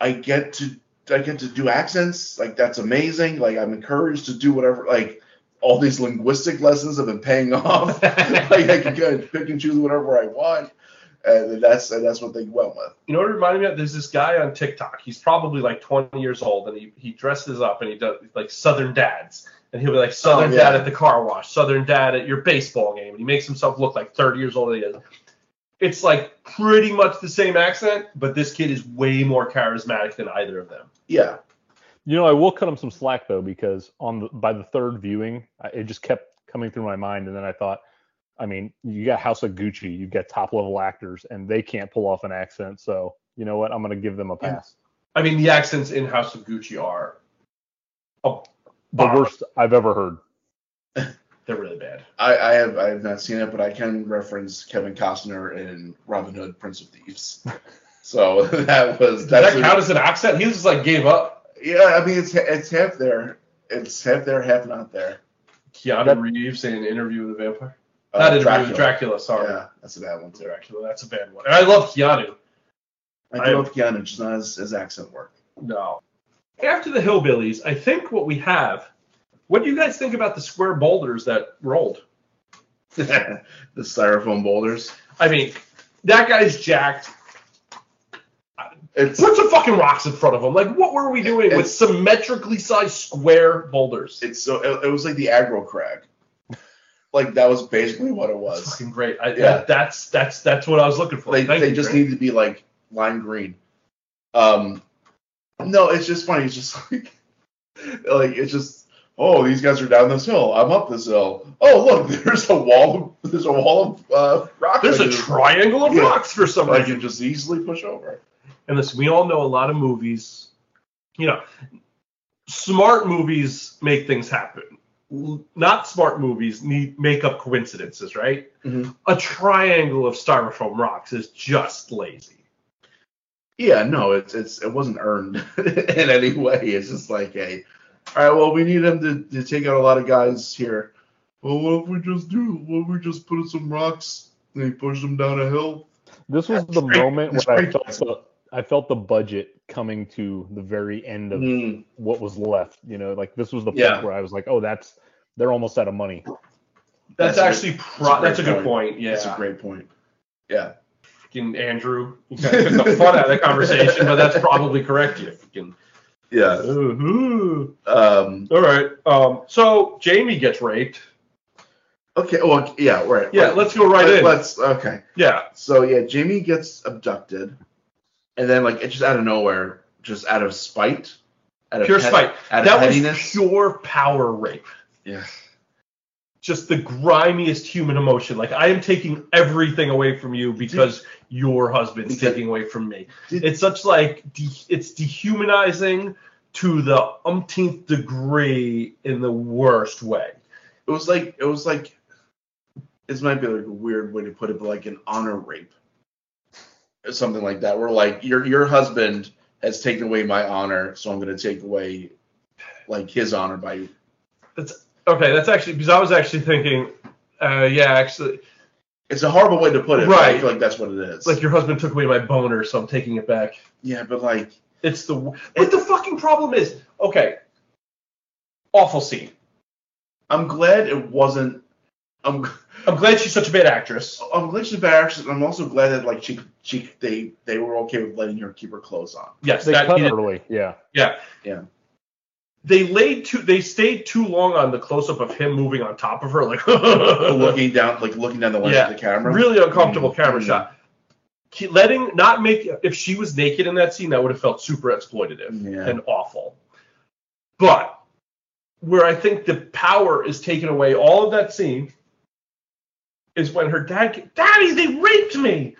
D: I get to I get to do accents like that's amazing like I'm encouraged to do whatever like all these linguistic lessons have been paying off like I can go and pick and choose whatever I want and that's and that's what they went with.
C: You know what it reminded me of? There's this guy on TikTok. He's probably like 20 years old, and he, he dresses up and he does like Southern dads. And he'll be like Southern
D: Oh, yeah.
C: dad at the car wash, Southern dad at your baseball game, and he makes himself look like 30 years older than he is. It's like pretty much the same accent, but this kid is way more charismatic than either of them.
D: Yeah.
E: You know, I will cut them some slack though, because on the, by the third viewing, I, it just kept coming through my mind, and then I thought, I mean, you got House of Gucci, you've got top level actors, and they can't pull off an accent, so you know what? I'm gonna give them a
D: Yeah.
E: pass.
C: I mean, the accents in House of Gucci are
E: The worst I've ever heard.
C: they're really bad.
D: I, I have I have not seen it, but I can reference Kevin Costner in Robin Hood, Prince of Thieves. So that was
C: Does that
D: that's a-
C: count as an accent? He just like gave up.
D: yeah. I mean, it's it's half there, it's half there, half not there.
C: Keanu
E: That-
C: Reeves in Interview with the Vampire.
D: Uh,
C: Not Interview with Dracula. Sorry.
D: Yeah, that's a bad one too.
C: Dracula. That's a bad one. And I love Keanu.
D: I
C: I-
D: do love Keanu, just not his, his accent work.
C: No. After the hillbillies, I think what we have. What do you guys think about the square boulders that rolled?
D: the styrofoam boulders.
C: I mean, that guy's jacked.
D: It's
C: Put some fucking rocks in front of him. Like, what were we doing with
D: It's-
C: symmetrically sized square boulders?
D: it's so it, it was like the aggro crag. Like that was basically what it
C: That's
D: was.
C: fucking great. I,
D: Yeah.
C: that- that's that's that's what I was looking for.
D: They
C: Thank
D: they
C: you,
D: just
C: Grant.
D: need to be like lime green. Um, no, it's just funny. It's just like like it's just oh these guys are down this hill. I'm up this hill. Oh look, there's a wall. There's a wall of uh, rock.
C: There's a
D: ledges
C: triangle of
D: Yeah.
C: rocks for some
D: I
C: reason.
D: can just easily push over.
C: and listen, we all know a lot of movies, you know, smart movies make things happen. L- Not smart movies need make up coincidences, right?
D: Mhm.
C: A triangle of styrofoam rocks is just lazy.
D: Yeah, no, it's it's it wasn't earned in any way. It's just like a all right. Well, we need them to, to take out a lot of guys here. Well, what if we just do? What if we just put in some rocks and we push them down a hill?
E: This was the
D: great.
E: moment
D: That's
E: where I
D: great.
E: felt the I felt the budget coming to the very end of
C: Mm-hmm.
D: Mm.
E: what was left. You know, like this was the point
D: Yeah.
E: where I was like, oh, that's they're almost out of money.
C: That's,
D: That's a-
C: actually pro- that's a good point. Yeah,
D: That's a great point. Yeah.
C: Fucking Andrew, you kind of took the fun out of the conversation, but that's probably correct. You fucking.
D: Yeah.
C: Ooh-hoo.
D: Um,
C: All right. Um. So Jamie gets raped.
D: okay. Well, yeah, right.
C: Yeah.
D: right.
C: Let's go right
D: Let-
C: in.
D: Let's, okay.
C: yeah.
D: So, yeah, Jamie gets abducted. And then, like, it's just out of nowhere, just out of spite. Out of
C: Pure
D: pet-
C: spite.
D: Out of
C: that was
D: pettiness.
C: pure power rape.
D: yeah.
C: just the grimiest human emotion. Like I am taking everything away from you because your husband's
D: Did-
C: taking away from me.
D: did-
C: it's such like de- it's dehumanizing to the umpteenth degree in the worst way.
D: It was like it was like this might be like a weird way to put it, but like an honor rape. Or something like that. Where like your your husband has taken away my honor, so I'm gonna take away like his honor by
C: That's okay. That's actually because I was actually thinking, uh, yeah, actually,
D: it's a horrible way to put it, but I
C: Right.
D: feel like that's what it is.
C: it's like your husband took away my boner, so I'm taking it back.
D: yeah, but like
C: It's the but the fucking problem is okay. Awful scene.
D: I'm glad it wasn't I'm
C: I'm glad she's such a bad actress.
D: I'm glad she's a bad actress, and I'm also glad that like she she they they were okay with letting her keep her clothes on.
C: Yes,
E: They
C: that
E: cut
C: he did-
E: early. Yeah.
C: Yeah.
D: Yeah.
C: They laid too. They stayed too long on the close up of him moving on top of her, like really
D: looking down like looking down the lens of the camera.
C: uncomfortable
D: Mm,
C: camera
D: mm.
C: shot. Ke- Letting not make if she was naked in that scene, that would have felt super exploitative
D: Yeah.
C: and awful. But where I think the power is taken away, all of that scene is when her dad, ca- Daddy, they raped me.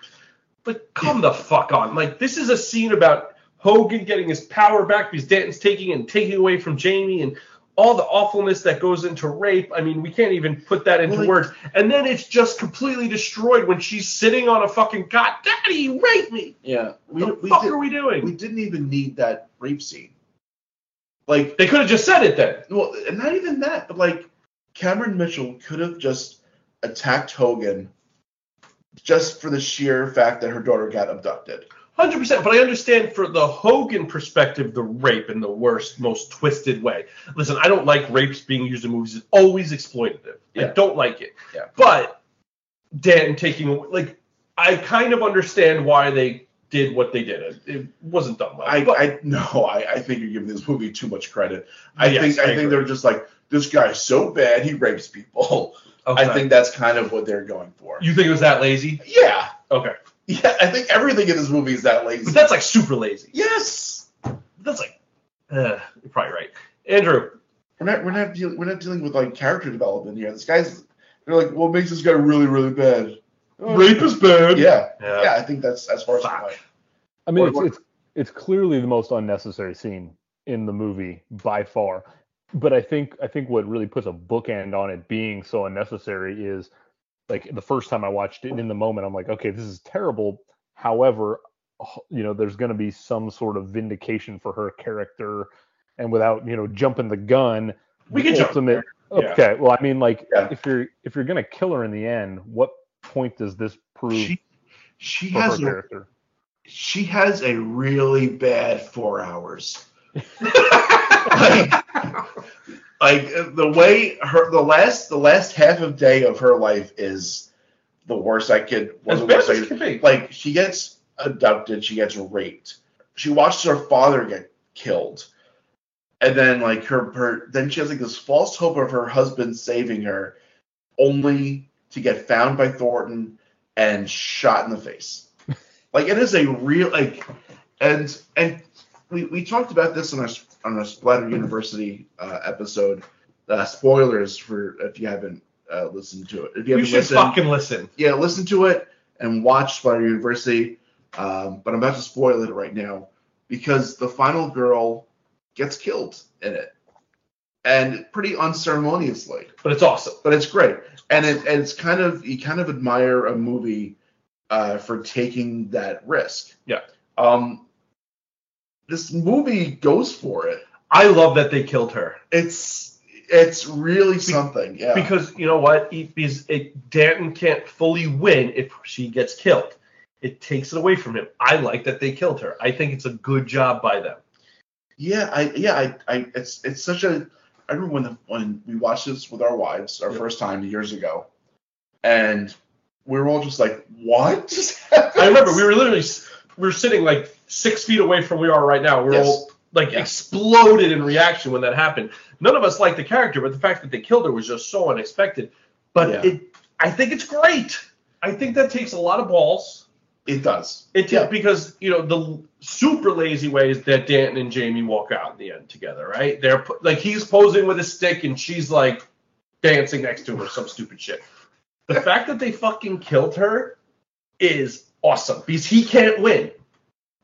C: Like, come the fuck on. Like, this is a scene about Hogan getting his power back because Danton's taking it and taking it away from Jamie and all the awfulness that goes into rape. I mean, we can't even put that into
D: Well, like-
C: words. And then it's just completely destroyed when she's sitting on a fucking god. Daddy, you raped me.
D: Yeah. We,
C: What the
D: we,
C: fuck
D: did,
C: are we doing?
D: we didn't even need that rape scene. Like
C: they could have just said it then.
D: well and not even that, but like Cameron Mitchell could have just attacked Hogan just for the sheer fact that her daughter got abducted.
C: 100%. But I understand for the Hogan perspective, the rape in the worst, most twisted way. Listen, I don't like rapes being used in movies. It's always exploitative. I
D: Yeah.
C: don't like it.
D: Yeah.
C: But Dan taking, like, I kind of understand why they did what they did. It, it wasn't done well.
D: I,
C: but-
D: I no, I, I think you're giving this movie too much credit. I
C: Yes,
D: think
C: I
D: I, think
C: agree.
D: they're just like this guy's so bad he rapes people. I
C: Okay.
D: think that's kind of what they're going for.
C: You think it was that lazy?
D: yeah,
C: Okay.
D: yeah. I think everything in this movie is that lazy.
C: But that's like super lazy.
D: yes.
C: That's like, uh, you're probably right. Andrew,
D: We're not we're not dealing we're not dealing with like character development here. This guy's they're like what makes this guy really really bad?
C: rape is bad.
D: Oh. Yeah,
C: Yeah.
D: yeah. I think that's as far as I'm
C: Fuck.
D: like.
E: I mean,
D: Or-
E: it's,
D: or-
E: it's it's clearly the most unnecessary scene in the movie by far. But I think I think what really puts a bookend on it being so unnecessary is like the first time I watched it in the moment, I'm like, okay, this is terrible. However, h- you know, there's going to be some sort of vindication for her character, and without you know jumping the gun,
C: We
E: the
C: can jump
E: ultimate.
C: there. Yeah.
E: Okay, well, I mean, like
D: Yeah.
E: if you're if you're going to kill her in the end, what point does this prove
D: She she
E: for her
D: has a,
E: character?
D: she has a really bad four hours. like uh, the way her the last the last half of day of her life is the worst I could. one
C: As
D: of the
C: bad
D: worst I
C: as
D: could-
C: can be.
D: like she gets abducted, she gets raped. She watches her father get killed, and then like her, her then she has like this false hope of her husband saving her, only to get found by Thornton and shot in the face. like it is a real like, and and we we talked about this on our on our Splatter University uh, episode. Uh, spoilers for if you haven't uh, listened to it. If you
C: you
D: haven't
C: should
D: listened,
C: fucking listen.
D: yeah, listen to it and watch Spider University. Um, but I'm about to spoil it right now because the final girl gets killed in it, and pretty unceremoniously.
C: But it's awesome.
D: But it's great, and it, and it's kind of you kind of admire a movie uh, for taking that risk.
C: Yeah.
D: Um, this movie goes for it.
C: I love that they killed her
D: It's it's really something. Yeah.
C: because you know what? It, because it, Danton can't fully win if she gets killed. It takes it away from him. I like that they killed her. I think it's a good job by them.
D: Yeah, I yeah, I, I it's it's such a I remember when the, when we watched this with our wives our
C: Yeah.
D: first time years ago, and we were all just like, what just happened?
C: I remember we were literally s- we were sitting like six feet away from where we are right now. We We're
D: Yes.
C: all like
D: Yeah.
C: exploded in reaction when that happened. None of us liked the character, but the fact that they killed her was just so unexpected. But
D: Yeah.
C: it, I think it's great. I think that takes a lot of balls.
D: it does.
C: It did
D: yeah.
C: because you know the l- super lazy ways that Danton and Jamie walk out in the end together, right? They're po- like he's posing with a stick and she's like dancing next to her, some stupid shit. The fact that they fucking killed her is awesome because he can't win.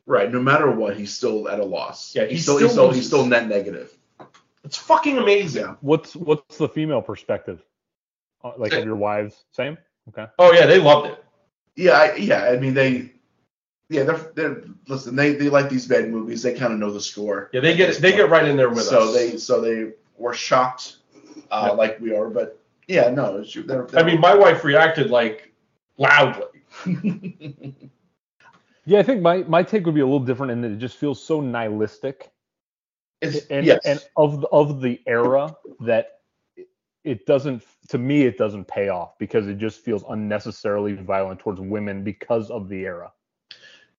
D: Right. No matter what, he's still at a loss.
C: Yeah, he
D: he's still
C: still
D: he's still,
C: loses.
D: he's still net negative.
C: It's fucking amazing.
D: Yeah.
E: What's what's the female perspective? Uh, Like of your wives? Same? Okay.
C: Oh yeah, they loved it.
D: Yeah. I, yeah. I mean, they. Yeah, they're, they're listen. They, they like these bad movies. They kind of know the score.
C: Yeah, they get they get right in there with
D: so
C: us.
D: they so they were shocked, uh,
C: Yeah.
D: like we are. But yeah, no. It's, they're,
C: I
D: they're-
C: mean, my wife reacted like loudly.
E: Yeah, I think my, my take would be a little different in that it just feels so nihilistic
D: it's,
E: and,
D: yes.
E: and of the, of the era that it- it doesn't to me it doesn't pay off because it just feels unnecessarily violent towards women because of the era.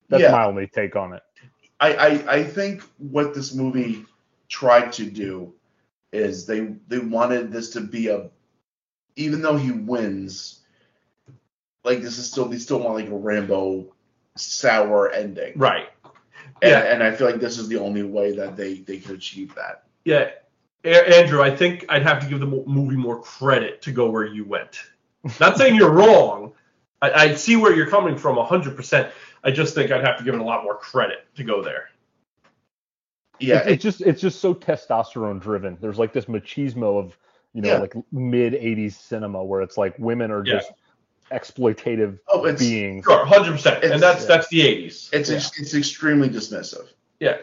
E: That's
D: Yeah.
E: my only take on it.
D: I, I I think what this movie tried to do is they they wanted this to be a even though he wins, like this is still they still want like a Rambo sour ending.
C: Right.
D: And,
C: Yeah.
D: and I feel like this is the only way that they they could achieve that.
C: Yeah. A- Andrew, I think I'd have to give the mo- movie more credit to go where you went. Not saying you're wrong. I, I see where you're coming from 100%. I just think I'd have to give it a lot more credit to go there.
D: Yeah,
E: it's, it's just it's just so testosterone driven. There's like this machismo of you know
D: Yeah.
E: like mid '80s cinema where it's like women are
C: Yeah.
E: just exploitative
D: Oh, it's-
E: beings.
C: Sure, 100%.
D: It's-
C: And that's that's the 80s.
D: it's ex- it's extremely dismissive.
C: Yeah.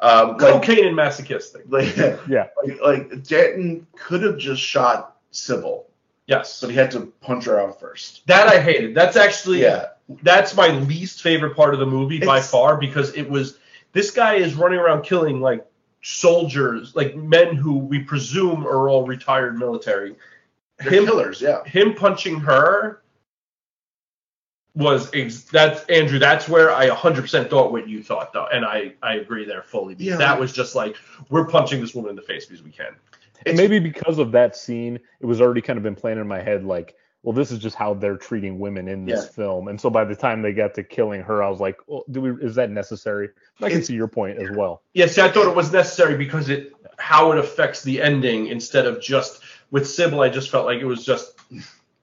D: Um, like,
C: Cocaine and masochistic.
D: like
E: Yeah.
D: like like Danton could have just shot Sybil,
C: Yes.
D: but he had to punch her out first.
C: That I hated. That's actually
D: Yeah.
C: that's my least favorite part of the movie by
D: It's-
C: far because it was this guy is running around killing like soldiers, like men who we presume are all retired military.
D: They're
C: Him-
D: killers, yeah.
C: him punching her was ex- that's Andrew. That's where I 100% thought what you thought though, and I I agree there fully. Because
D: Yeah.
C: that was just like we're punching this woman in the face because we can.
E: And
D: It's-
E: maybe because of that scene, it was already kind of implanted in my head like, well, this is just how they're treating women in this
D: Yeah.
E: film. And so by the time they got to killing her, I was like, well, do we is that necessary? And I can
D: It's-
E: see your point as well.
C: Yeah, see, I thought it was necessary because it how it affects the ending instead of just with Sybil. I just felt like it was just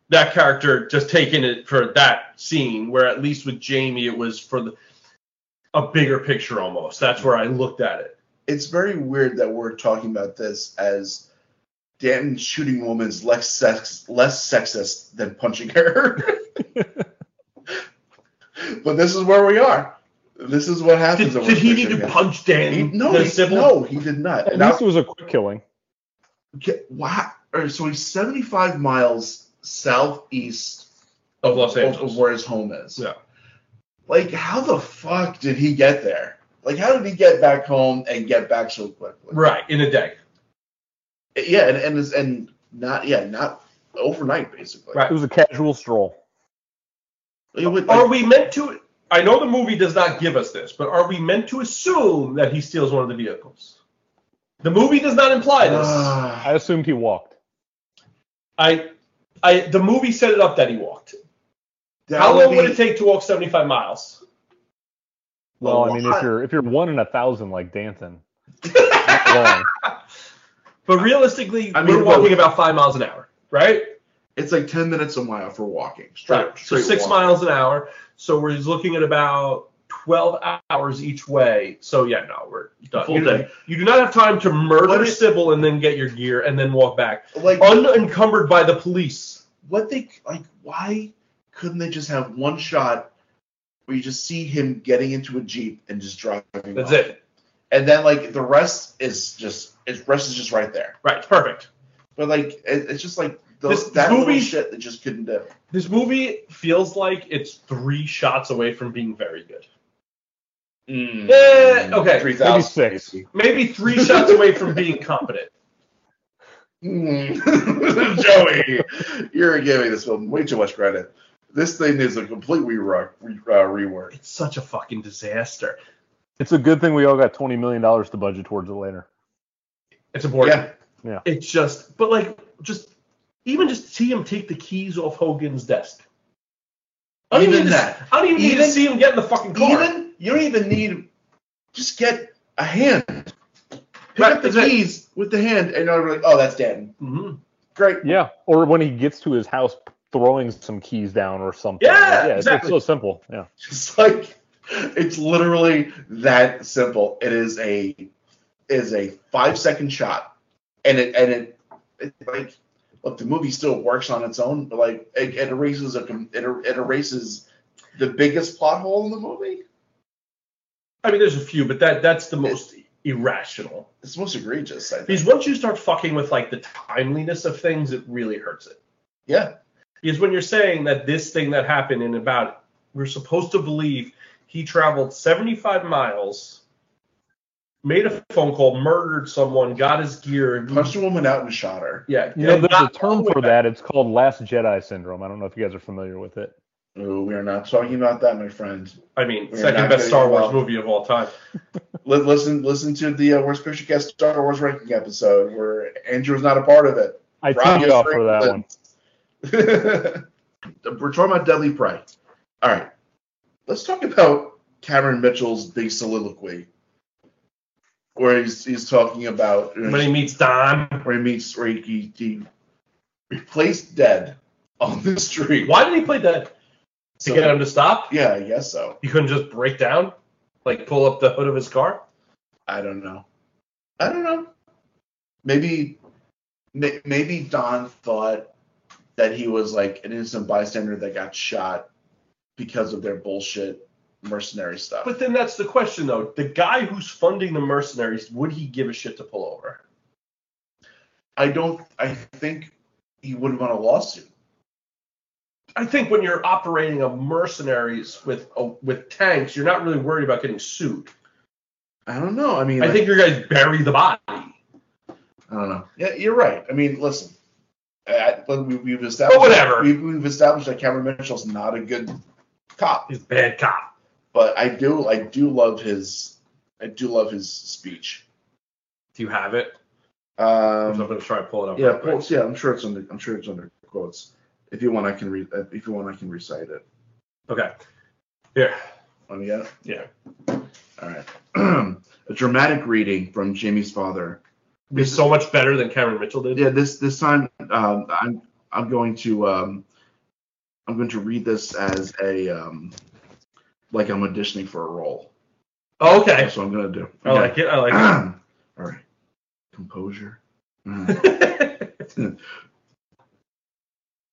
C: that character just taking it for that scene. Where at least with Jamie, it was for the, a bigger picture almost. That's where I looked at it.
D: it's very weird that we're talking about this as Danton shooting a woman's less sex less sexist than punching her. but this is where we are. This is what happens.
C: Did,
D: when we're
C: did he need to
D: pushing it.
C: punch Dan?
D: He- no,
C: the
D: he-
C: Sybil?
D: no, he did not.
E: At
D: And I-
E: least it was a quick killing.
D: okay, wow. Or So he's 75 miles southeast
C: of Los
D: of,
C: Angeles.
D: of where his home is.
C: Yeah.
D: Like, how the fuck did he get there? Like, how did he get back home and get back so quickly?
C: Right, in a day.
D: Yeah, and and, it's- and not yeah, not overnight basically.
C: Right.
E: It was a casual stroll.
D: It would,
C: Are
D: like,
C: we meant to? I know the movie does not give us this, but are we meant to assume that he steals one of the vehicles? The movie does not imply this.
E: I
D: Ah,
E: assumed he walked.
C: I, I, the movie set it up that he walked.
D: that
C: How long
D: be-
C: would it take to walk 75 miles?
E: Well, I
D: A
E: mean,
D: lot.
E: if you're if you're one in a thousand like Danton, not long.
C: But realistically,
D: I mean,
C: we're walking
D: well-
C: about five miles an hour, right?
D: It's like ten minutes a mile for walking. Straight,
C: Right. So
D: straight
C: six
D: walk.
C: miles an hour. So we're just looking at about 12 hours each way. So yeah, no, we're done.
D: Full
C: You-
D: day.
C: You do not have time to
D: What
C: murder
D: is-
C: Sybil and then get your gear and then walk back,
D: Like
C: unencumbered by the police.
D: what they like? Why couldn't they just have one shot where you just see him getting into a jeep and just driving?
C: That's
D: off?
C: it.
D: And then like the rest is just it rest is just right there.
C: Right. It's perfect. but
D: But like it, it's just like
C: This-
D: those
C: this
D: that little
C: movie-
D: shit that just couldn't do.
C: This movie feels like it's three shots away from being very good. Eh, okay.
D: Three thousand.
E: Maybe six.
C: Maybe three shots away from being competent.
D: Mm. Joey, you're giving this film way too much credit. This thing needs a complete rework. Re, uh, rework.
C: It's such a fucking disaster.
E: It's a good thing we all got twenty million dollars to budget towards it later.
C: It's important.
E: Yeah. Yeah.
C: It's just, but like, just even just see him take the keys off Hogan's desk. I don't
D: Even
C: need to-
D: that.
C: I don't even, need to
D: Even-
C: see him get in the fucking car.
D: Even you don't even need. Just get a hand. Pick
C: Right,
D: up the
C: that's it.
D: keys with the hand, and you're like, oh, that's Danton.
C: Mhm.
D: Great.
E: Yeah, or when he gets to his house, throwing some keys down or something.
C: Yeah,
E: it's-
C: exactly.
E: it's so simple. Yeah,
D: It's like it's literally that simple. It is a is a five second shot, and it and it, it like look the movie still works on its own, but like it, it erases a com- it, er- it erases the biggest plot hole in the movie.
C: I mean, there's a few, but that that's the most irrational.
D: It's the most egregious. I think.
C: Because once you start fucking with like the timeliness of things, it really hurts it.
D: Yeah,
C: Because when you're saying that this thing that happened and about it, we're supposed to believe he traveled 75 miles, made a phone call, murdered someone, got his gear,
D: punched a woman out and shot her.
C: yeah,
E: you know,
C: and
E: there's a
C: got all
E: term
C: the way
E: for
C: back.
E: that. It's called Last Jedi syndrome. I don't know if you guys are familiar with it.
D: No, we are not talking about that, my friend.
C: I mean,
D: We're
C: second
D: not
C: best
D: gonna
C: Star
D: do
C: Wars
D: well.
C: movie of all time.
D: Li- Listen, listen to the uh, worst picture cast Star Wars ranking episode where Andrew was not a part of it.
E: I
D: Rob
E: teed off for that
D: Strickland.
E: one.
D: We're talking about Deadly Prey. All right. Let's talk about Cameron Mitchell's big soliloquy, where he's, he's talking about
C: When he meets Don,
D: where he meets where he, he, he replaced dead on the street.
C: why did he play that? To
D: So-
C: get him to stop?
D: yeah, I guess so.
C: He couldn't just break down, like pull up the hood of his car.
D: I don't know. I don't know. Maybe may- maybe Don thought that he was like an innocent bystander that got shot because of their bullshit mercenary stuff.
C: But then that's the question, though. The guy who's funding the mercenaries, would he give a shit to pull over?
D: I don't. I think he would have won a lawsuit.
C: I think when you're operating a mercenaries with a, with tanks, you're not really worried about getting sued.
D: I don't know. I mean,
C: I
D: like-
C: think your guys bury the body.
D: I don't know. Yeah, you're right. I mean, listen. I, I- we, we've established.
C: But whatever.
D: We've, we've established that Cameron Mitchell's not a good cop,
C: He's a bad cop.
D: but I do. I do love his. I do love his speech.
C: Do you have it? I'm
D: Um,
C: going to try and pull it up.
D: yeah,
C: real quick.
D: well, yeah. I'm sure it's under. I'm sure it's under quotes. If you want, I can read. If you want, I can recite it.
C: Okay. Here.
D: Want me to get it?
C: Yeah.
D: All right. a dramatic reading from Jamie's father.
C: It'd be so much better than Cameron Mitchell did.
D: yeah this this time um, i'm i'm going to um i'm going to read this as a um like i'm auditioning for a role
C: Oh, Okay.
D: that's what i'm going to do
C: I like it. I
D: Okay.
C: like
D: all right composure
C: it.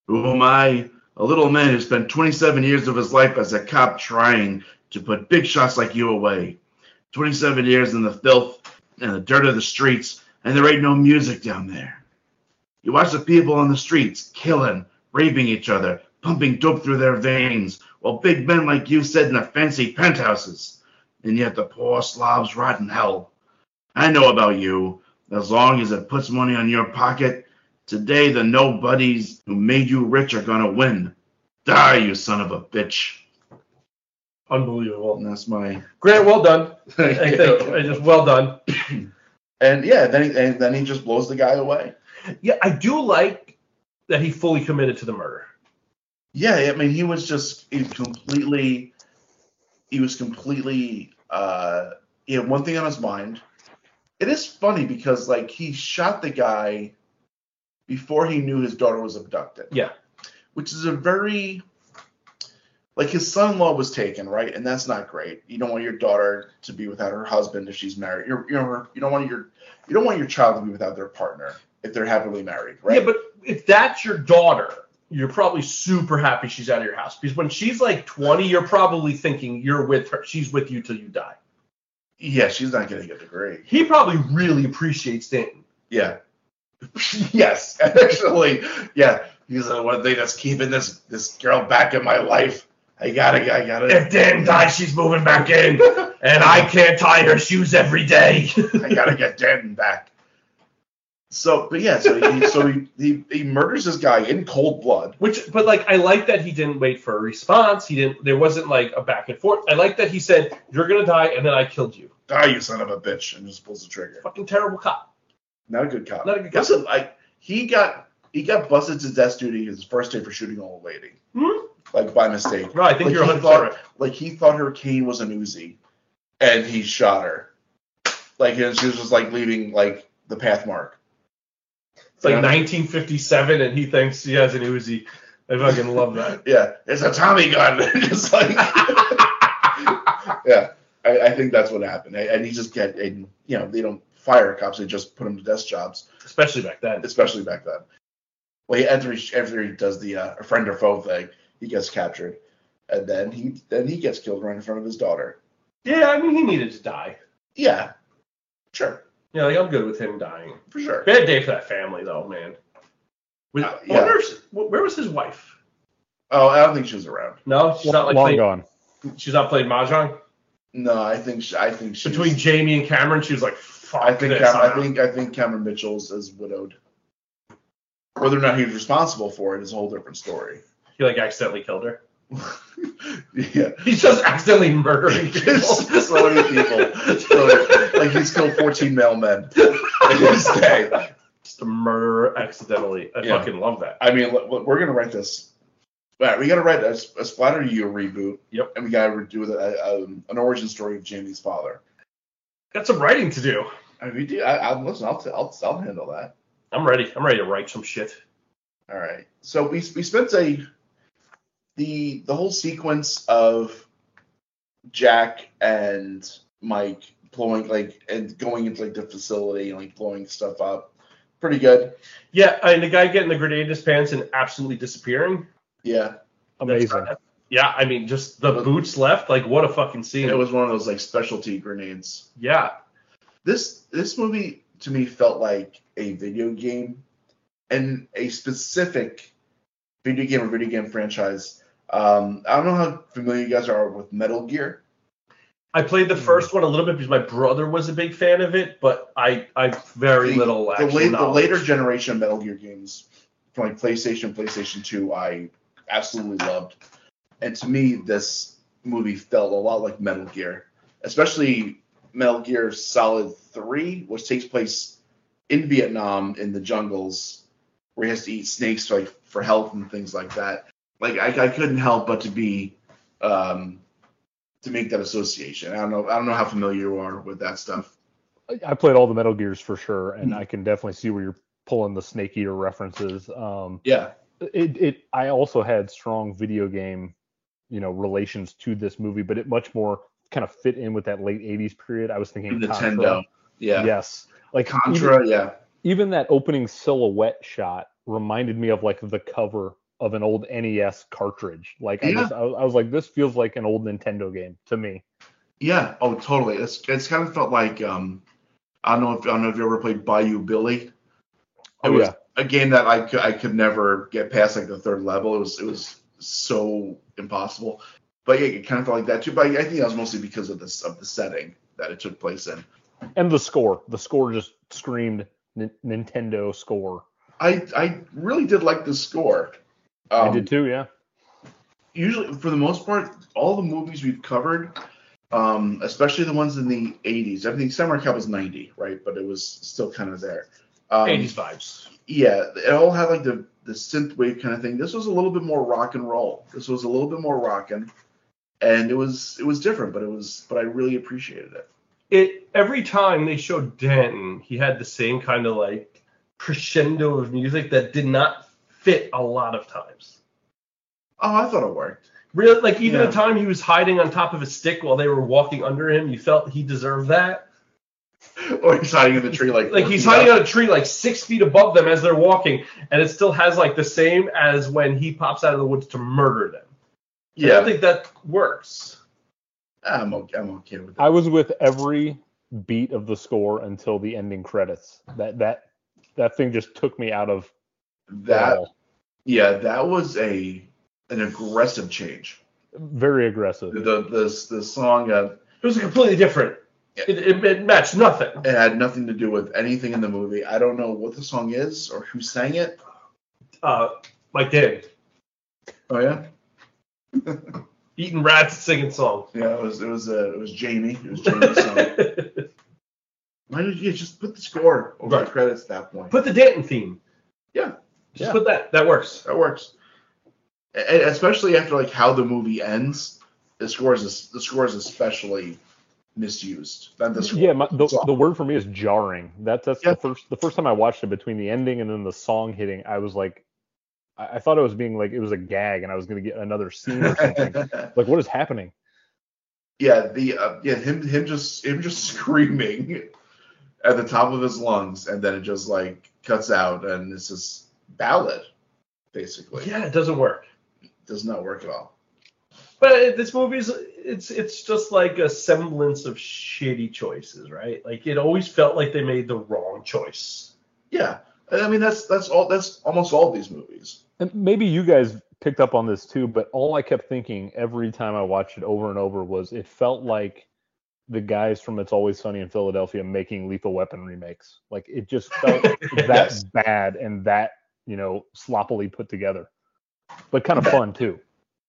D: Who am I? A little man who spent 27 years of his life as a cop trying to put big shots like you away. 27 years in the filth and the dirt of the streets, and there ain't no music down there. You watch the people on the streets killing, raping each other, pumping dope through their veins, while big men like you sit in the fancy penthouses. And yet the poor slobs rot in hell. I know about you. As long as it puts money on your pocket, Today, the nobodies who made you rich are gonna win. Die, you son of a bitch.
C: Unbelievable.
D: And that's my.
C: Grant, well done. I think. I just well done.
D: and yeah, then he, and then he just blows the guy away.
C: Yeah, I do like that he fully committed to the murder.
D: Yeah, I mean, he was just he completely. He was completely. Uh, he had one thing on his mind. It is funny because like he shot the guy before he knew his daughter was abducted.
C: Yeah.
D: Which is a very like his son-in-law was taken, right? And that's not great. You don't want your daughter to be without her husband if she's married. You're, you're, you don't want your you don't want your child to be without their partner if they're happily married, right?
C: Yeah, but if that's your daughter, you're probably super happy she's out of your house because when she's like 20, you're probably thinking you're with her. She's with you till you die.
D: yeah, she's not getting a degree.
C: He probably really appreciates Stanton.
D: Yeah. yes, actually, yeah. He's like, what they just keeping this this girl back in my life. I gotta, I gotta,
C: If Dan dies, she's moving back in, and I can't tie her shoes every day.
D: I gotta get Dan back. So, but yeah, so he, so he, he he murders this guy in cold blood.
C: Which, but like, I like that he didn't wait for a response. He didn't. There wasn't like a back and forth. I like that he said, "You're gonna die," and then I killed you.
D: Die, Ah, you son of a bitch, and just pulls the trigger.
C: Fucking terrible cop.
D: Not a good cop.
C: Not a good cop.
D: Listen, like he got he got busted to death duty his first day for shooting an old lady,
C: Hmm?
D: like by mistake.
C: No, I think
D: Like,
C: you're
D: he
C: 100
D: thought-
C: right.
D: like he thought her cane was an Uzi, and he shot her. Like and she was just like leaving like the path mark.
C: It's like
D: Yeah.
C: 1957, and he thinks he has an Uzi. I fucking love that.
D: Yeah, it's a Tommy gun. just like, yeah, I, I think that's what happened. I- And he just get, and, you know, they don't fire cops; they just put them to desk jobs,
C: Especially back then.
D: especially back then. Well, he, after he after he does the uh, friend or foe thing, he gets captured, and then he then he gets killed right in front of his daughter.
C: Yeah, I mean, he needed to die.
D: Yeah, sure,
C: Yeah, like, I'm good with him dying.
D: for sure.
C: Bad day for that family, though, man. Was,
D: Uh,
C: I
D: yeah.
C: wonder if- wh- where was his wife?
D: Oh, I don't think she was around.
C: No, she's not like
E: Long
C: playing,
E: gone.
C: she's not playing mahjong.
D: No, I think she, I think she's,
C: Between Jamie and Cameron, she was like, "Fuck
D: I think
C: this."
D: Cam- I
C: I'm
D: think I think Cameron Mitchell's is widowed. Whether or not he was responsible for it is a whole different story.
C: out." he like accidentally killed her.
D: yeah.
C: He's just accidentally murdering people.
D: Just so many people. So, like he's killed 14 male men in his day.
C: Just a murder accidentally. I
D: Yeah.
C: fucking love that.
D: I mean, look, look, we're gonna write this. All right, we gotta write a, a Splatter U reboot.
C: Yep.
D: And we gotta do a, a, um, an origin story of Jamie's father.
C: Got some writing to do.
D: I mean, we do. I, I, listen, I'll, t- I'll, I'll handle that.
C: I'm ready. I'm ready to write some shit.
D: All right. So we we spent a the the whole sequence of Jack and Mike blowing like and going into like the facility and like blowing stuff up. Pretty good.
C: Yeah, and the guy getting the grenade in his pants and absolutely disappearing.
D: Yeah.
C: That's-
E: Amazing.
C: Yeah, I mean, just the boots left. Like, what a fucking scene.
D: It was one of those like specialty grenades.
C: yeah,
D: This this movie to me felt like a video game and a specific video game or video game franchise. Um, I don't know how familiar you guys are with Metal Gear.
C: I played the first one a little bit because my brother was a big fan of it, but I I very
D: the-
C: little
D: the,
C: actual
D: late, the
C: knowledge.
D: later generation of Metal Gear games from like PlayStation, PlayStation 2, I absolutely loved. And to me, this movie felt a lot like Metal Gear, especially Metal Gear Solid 3, which takes place in Vietnam in the jungles where he has to eat snakes like for health and things like that. Like I, I couldn't help but to be um, to make that association. I don't know I don't know how familiar you are with that stuff.
E: I- I played all the Metal Gears for sure, and
D: Mhm.
E: I can definitely see where you're pulling the Snake Eater references. Um,
D: Yeah.
E: it, it I also had strong video game, you know, relations to this movie, but it much more kind of fit in with that late '80s period. I was thinking
D: Nintendo.
E: Contra.
D: Yeah.
E: Yes, like
D: Contra, yeah.
E: Even, even that opening silhouette shot reminded me of like the cover of an old NES cartridge. Like I
D: Yeah.
E: just I, was- I was like, this feels like an old Nintendo game to me.
D: Yeah. Oh, totally. It's it's kind of felt like um I don't know if I don't know if you ever played Bayou Billy. It
E: Oh,
D: was
E: yeah.
D: a game that I could I could never get past like the third level. It was it was so impossible. But yeah, it kind of felt like that too. But I think that was mostly because of this of the setting that it took place in.
E: And the score, the score just screamed N- Nintendo score.
D: I I really did like the score. Um,
E: I did too, yeah.
D: usually for the most part, all the movies we've covered, um, especially the ones in the '80s. I think Samurai Cop was '90, right? But it was still kind of there. Um,
C: 80s vibes.
D: Yeah, it all had like the the synth wave kind of thing. This was a little bit more rock and roll. This was a little bit more rockin', and it was it was different, but it was but I really appreciated it.
C: It every time they showed Denton, he had the same kind of like crescendo of music that did not fit a lot of times.
D: Oh, I thought it worked.
C: Really, like even
D: Yeah.
C: the time he was hiding on top of a stick while they were walking under him, you felt he deserved that.
D: or he's hiding in the tree like
C: Like he's
D: looking
C: hiding
D: up.
C: on a tree like six feet above them as they're walking, and it still has like the same as when he pops out of the woods to murder them. I don't
D: Yeah,
C: think that works.
D: I'm okay, I'm okay with that.
E: I was with every beat of the score until the ending credits. That that that thing just took me out of it
D: That
E: all.
D: yeah, that was a an aggressive change.
E: Very aggressive.
D: the the the song uh,
C: It was completely different.
D: Yeah.
C: It, it, it matched nothing.
D: it had nothing to do with anything in the movie. I don't know what the song is or who sang it.
C: Uh, Mike David,
D: Oh yeah,
C: eating rats, singing song.
D: yeah. It was it was uh, it was Jamie. It was Jamie's song. Why did you just put the score over
C: Right.
D: the credits at that point?
C: put the Danton theme.
D: Yeah.
C: Just
E: Yeah.
C: put that. That works.
D: that works. And especially after like how the movie ends, the score is the score is especially misused than this.
E: Yeah, my, the,
D: song.
E: the word for me is jarring. That, that's
D: Yeah.
E: the first the first time I watched it between the ending and then the song hitting, I was like, I, I thought it was being like it was a gag and I was gonna get another scene or something. like what is happening?
D: yeah, the uh, yeah him him just him just screaming at the top of his lungs, and then it just like cuts out, and it's just ballad basically.
C: Yeah, it doesn't work.
D: does not work at all.
C: But it- this movie's it's it's just like a semblance of shitty choices, right? Like it always felt like they made the wrong choice.
D: Yeah, I mean that's that's all that's almost all these movies.
E: And maybe you guys picked up on this too, but all I kept thinking every time I watched it over and over was it felt like the guys from It's Always Sunny in Philadelphia making Lethal Weapon remakes. Like it just felt that
D: Yes.
E: bad and that, you know, sloppily put together. But kind of fun too.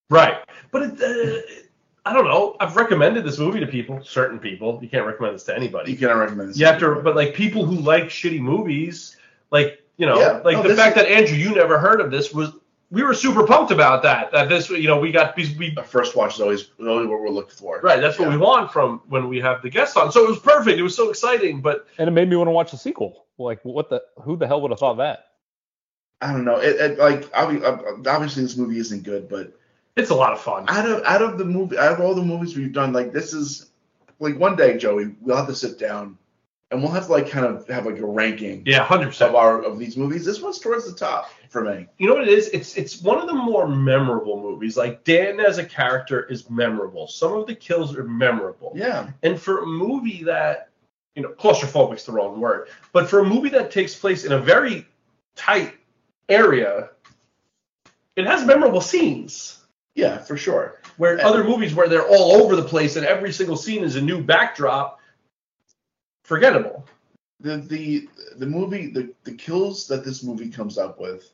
C: Right. But it, uh, I don't know. I've recommended this movie to people, certain people. You can't recommend this to
D: You
C: anybody.
D: cannot recommend this.
C: You have to, but like people who like shitty movies, like you know,
D: Yeah,
C: like
D: no,
C: the
D: this
C: fact
D: is-
C: that Andrew, you never heard of this, was we were super pumped about that. That this, you know, we got we, we
D: a first watch is always always what we're looking for.
C: right. That's what we want from when we have the guests on. So it was perfect. It was so exciting. But
E: and it made me want to watch the sequel. Like, what the? Who the hell would have thought that?
D: I don't know. It, it like obvi- ob- obviously this movie isn't good, but
C: it's a lot of fun.
D: out of out of the movie, out of all the movies we've done, like this is like one day, Joey, we'll have to sit down and we'll have to like kind of have like a ranking
C: yeah, hundred
D: of
C: percent.
D: our of these movies. This one's towards the top for me.
C: You know what it is? It's it's one of the more memorable movies. Like Dan as a character is memorable. Some of the kills are memorable.
D: Yeah,
C: And for a movie that, you know, claustrophobic is the wrong word, but for a movie that takes place in a very tight area, it has memorable scenes.
D: yeah, for sure.
C: Where other movies where they're all over the place and every single scene is a new backdrop, forgettable.
D: The the the movie the the kills that this movie comes up with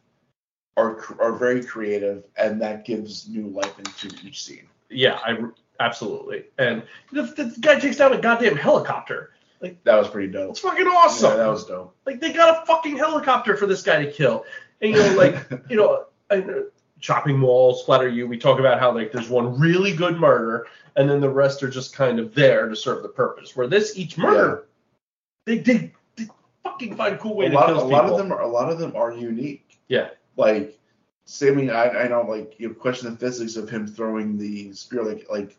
D: are cr- are very creative and that gives new life into each scene.
C: Yeah, I absolutely. And the, the guy takes down a goddamn helicopter.
D: That was pretty dope.
C: That's fucking awesome.
D: Yeah, that was dope.
C: Like they got a fucking helicopter for this guy to kill, and you know, like you know, I, chopping mall splatter you. We talk about how like there's one really good murder, and then the rest are just kind of there to serve the purpose. Where this each murder, they, they they fucking find cool way
D: a
C: to
D: lot,
C: kill
D: a
C: people.
D: lot of them are a lot of them are unique.
C: Yeah.
D: Like, say, I mean, I, I know like you question the physics of him throwing the spear like like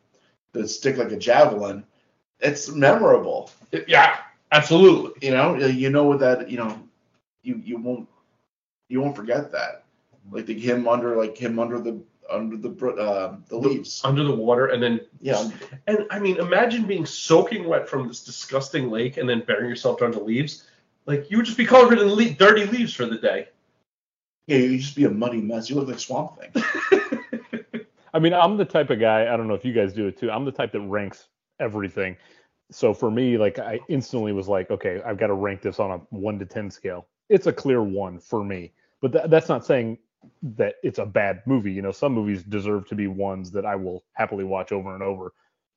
D: the stick like a javelin. It's memorable,
C: yeah, absolutely.
D: you know. You know what that you know, you you won't you won't forget that. Like the, him under like him under the under the br- uh, the leaves.
C: Under the water, and then
D: Yeah,
C: and I mean, imagine being soaking wet from this disgusting lake, and then burying yourself under leaves. Like you would just be covered in le- dirty leaves for the day.
D: yeah. You just be a muddy mess. You look like Swamp Thing.
E: I mean, I'm the type of guy. I don't know if you guys do it too. I'm the type that ranks everything. So for me, like, I instantly was like, okay, I've got to rank this on a one to ten scale. It's a clear one for me. But tha- that's not saying that it's a bad movie. You know, some movies deserve to be ones that I will happily watch over and over.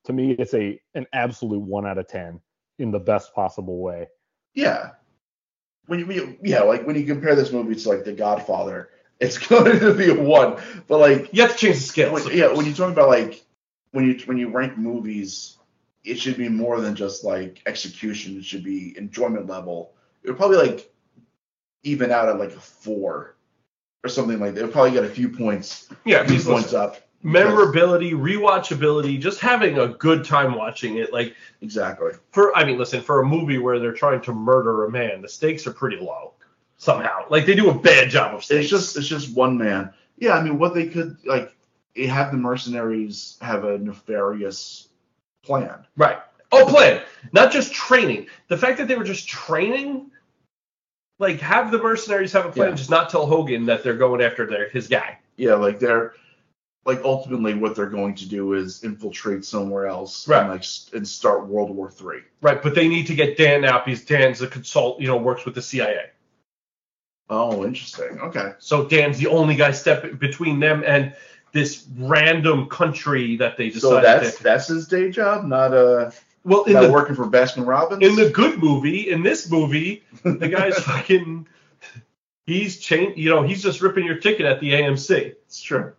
E: To me, it's a an absolute one out of ten in the best possible way.
D: Yeah. When you, when you yeah, like when you compare this movie to like The Godfather, it's going to be a one. But like
C: You have to change the scales.
D: when, Oh, yeah, when you talk about like when you when you rank movies, it should be more than just like execution. It should be enjoyment level. It would probably like even out at like a four or something like that. It would probably get a few points,
C: yeah,
D: a few
C: please listen.
D: points up.
C: memorability, rewatchability, just having a good time watching it. Like
D: Exactly.
C: for I mean, listen, for a movie where they're trying to murder a man, the stakes are pretty low somehow. Like they do a bad job of stakes.
D: It's just it's just one man. Yeah, I mean, what they could like eh, have the mercenaries have a nefarious plan.
C: right. Oh, plan, not just training. The fact that they were just training, like have the mercenaries have a plan,
D: Yeah.
C: just not tell Hogan that they're going after their his guy.
D: Yeah, like they're like ultimately what they're going to do is infiltrate somewhere else
C: Right.
D: and like s- and start World War Three.
C: Right, but they need to get Dan out because Dan's a consult, you know, works with the CIA.
D: Oh, interesting. Okay.
C: So Dan's the only guy stepping between them and this random country that they decided.
D: So that's
C: to-
D: that's his day job, not uh
C: Well, in
D: not
C: the
D: working for Baskin Robbins.
C: in the good movie, in this movie, the guy's fucking. He's chain, you know, he's just ripping your ticket at the AMC.
D: it's true.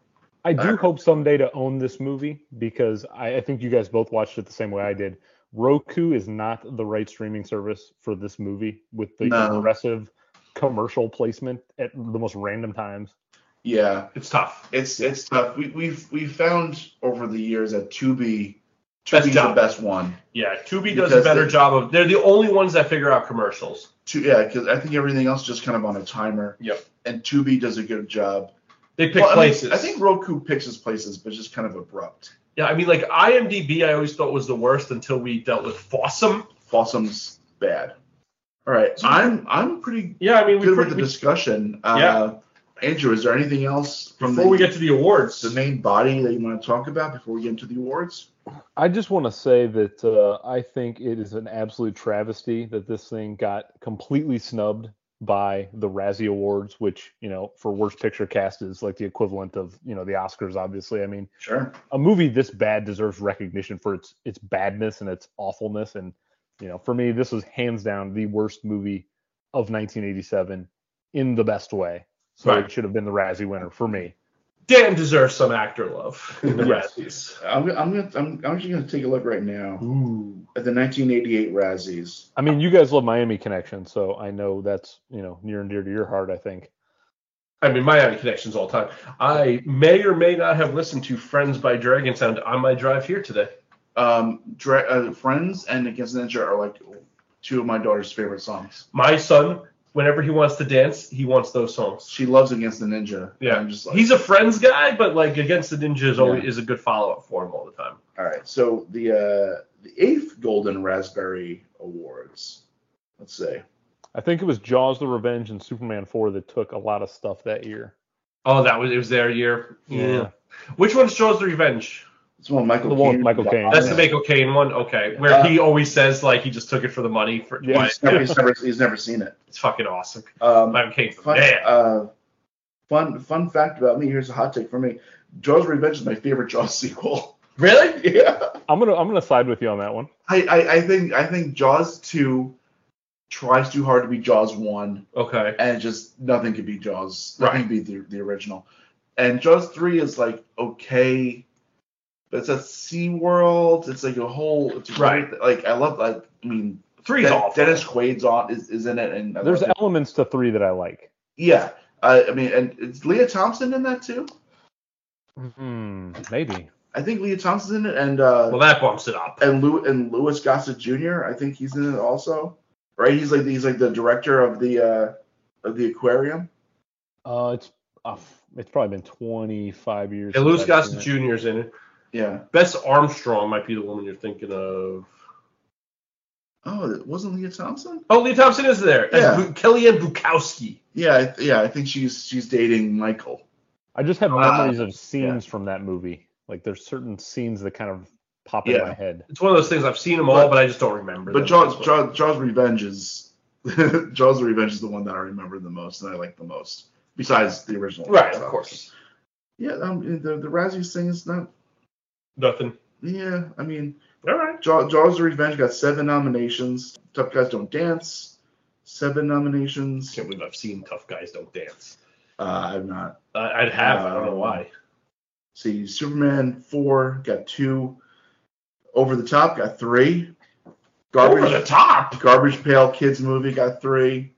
E: I do
D: Alright.
E: hope someday to own this movie because I, I think you guys both watched it the same way I did. Roku is not the right streaming service for this movie with the
D: No.
E: aggressive commercial placement at the most random times.
D: Yeah,
C: It's tough.
D: it's it's tough. We, we've we've found over the years that Tubi
C: Best
D: Tubi's
C: job.
D: the best one.
C: Yeah, Tubi does a
D: Because
C: better
D: they-
C: job of. They're the only ones that figure out commercials.
D: Tu- yeah, because I think everything else is just kind of on a timer.
C: Yep.
D: And Tubi does a good job.
C: They pick
D: Well, I mean,
C: places.
D: I think Roku picks his places, but it's just kind of abrupt.
C: Yeah, I mean, like IMDb, I always thought was the worst until we dealt with Fossum.
D: Fossum's bad. All right, I'm I'm pretty
C: Yeah, I mean, we
D: good with
C: pretty,
D: the
C: we-
D: discussion. Uh, Andrew, is there anything else from
C: before
D: the,
C: we get to the awards.
D: the main body that you want to talk about before we get into the awards?
E: I just want to say that uh, I think it is an absolute travesty that this thing got completely snubbed by the Razzie Awards, which you know for worst picture cast is like the equivalent of you know the Oscars. Obviously, I mean
D: Sure.
E: a movie this bad deserves recognition for its its badness and its awfulness. And you know, for me, this was hands down the worst movie of 1987 in the best way. So
C: Right.
E: it should have been the Razzie winner for me.
C: Dan deserves some actor love in the
E: Yes.
C: Razzies.
D: I'm I'm gonna, I'm, I'm actually gonna take a look right now
C: Ooh.
D: at the 1988 Razzies.
E: I mean, you guys love Miami Connection, so I know that's you know near and dear to your heart. I think.
C: I mean, Miami connections all time. I may or may not have listened to Friends by Dragon Sound on my drive here today.
D: Um, dra- uh, Friends and Against Ninja are like two of my daughter's favorite songs.
C: My son, whenever he wants to dance, he wants those songs.
D: She loves Against the Ninja.
C: Yeah.
D: I'm just like,
C: He's a Friends guy, but like Against the Ninja is always
D: Yeah.
C: is a good follow up for him all the time.
D: All right, so the uh, the eighth Golden Raspberry Awards. Let's see.
E: I think it was Jaws: The Revenge and Superman 4 that took a lot of stuff that year.
C: Oh, that was it was their year. Mm.
E: Yeah.
C: Which one shows the revenge?
D: It's one with Michael.
E: The one with
D: Caine.
E: Michael Caine.
C: That's
E: Yeah.
C: the Michael Caine one. Okay, where he always says like he just took it for the money. For
E: Yeah.
C: why-
D: He's never, he's never, he's never seen it.
C: it's fucking awesome.
D: Um,
C: Michael Caine's the
D: fun,
C: man.
D: uh, fun fun fact about me. Here's a hot take for me. Jaws: Revenge is my favorite Jaws sequel.
C: Really?
D: yeah.
E: I'm gonna I'm gonna side with you on that one.
D: I, I, I think I think Jaws two tries too hard to be Jaws one,
C: Okay.
D: and it just nothing could be Jaws.
C: Right.
D: Nothing could be the, the original. And Jaws three is like okay, but it's a Sea World. It's like a whole. It's a
C: Right.
D: great- Like I love like I mean,
C: Three's
D: Den-
C: awful.
D: Dennis Quaid's on is, is in it, and I
E: There's
D: love it.
E: elements to three that I like.
D: yeah. Uh, I mean, and it's Leah Thompson in that too.
E: Hmm, maybe.
D: I think Leah Thompson's in it, and uh,
C: Well, that bumps it up.
D: and Lou and Louis Gossett Jr. I think he's in it also, right? He's like he's like the director of the uh, of the aquarium.
E: Uh, it's uh, it's probably been 25 years.
C: And
E: since
C: Louis
E: I've
C: Gossett
E: seen it.
C: Jr. is in it.
D: Yeah.
C: Bess Armstrong might be the woman you're thinking of.
D: Oh, it wasn't Leah Thompson?
C: Oh, Lee Thompson is there. That's
D: Yeah.
C: Bu- Kellyanne Bukowski.
D: Yeah, I, yeah. I think she's she's dating Michael.
E: I just have
D: Ah,
E: memories of scenes from that movie. Like there's certain scenes that kind of pop in
D: Yeah.
E: my head.
C: It's one of those things I've seen them all,
D: But-
C: but I just don't remember.
D: But
C: them.
D: Jaws
C: That's what-
D: Jaws, Jaws Revenge is Jaws Revenge is the one that I remember the most and I like the most. Besides the original.
C: Right, of course.
D: Yeah, um, the the Razzies thing is not.
C: Nothing.
D: Yeah, I mean,
C: All right.
D: Jaw- Jaws: Revenge got seven nominations. Tough Guys Don't Dance, seven nominations.
C: Can't believe I've seen Tough Guys Don't Dance.
D: Uh, I've not.
C: I, I'd have. I don't know why.
D: See, Superman four got two. Over the Top got three. Garbage
C: Over the top.
D: Garbage Pail Kids movie got three.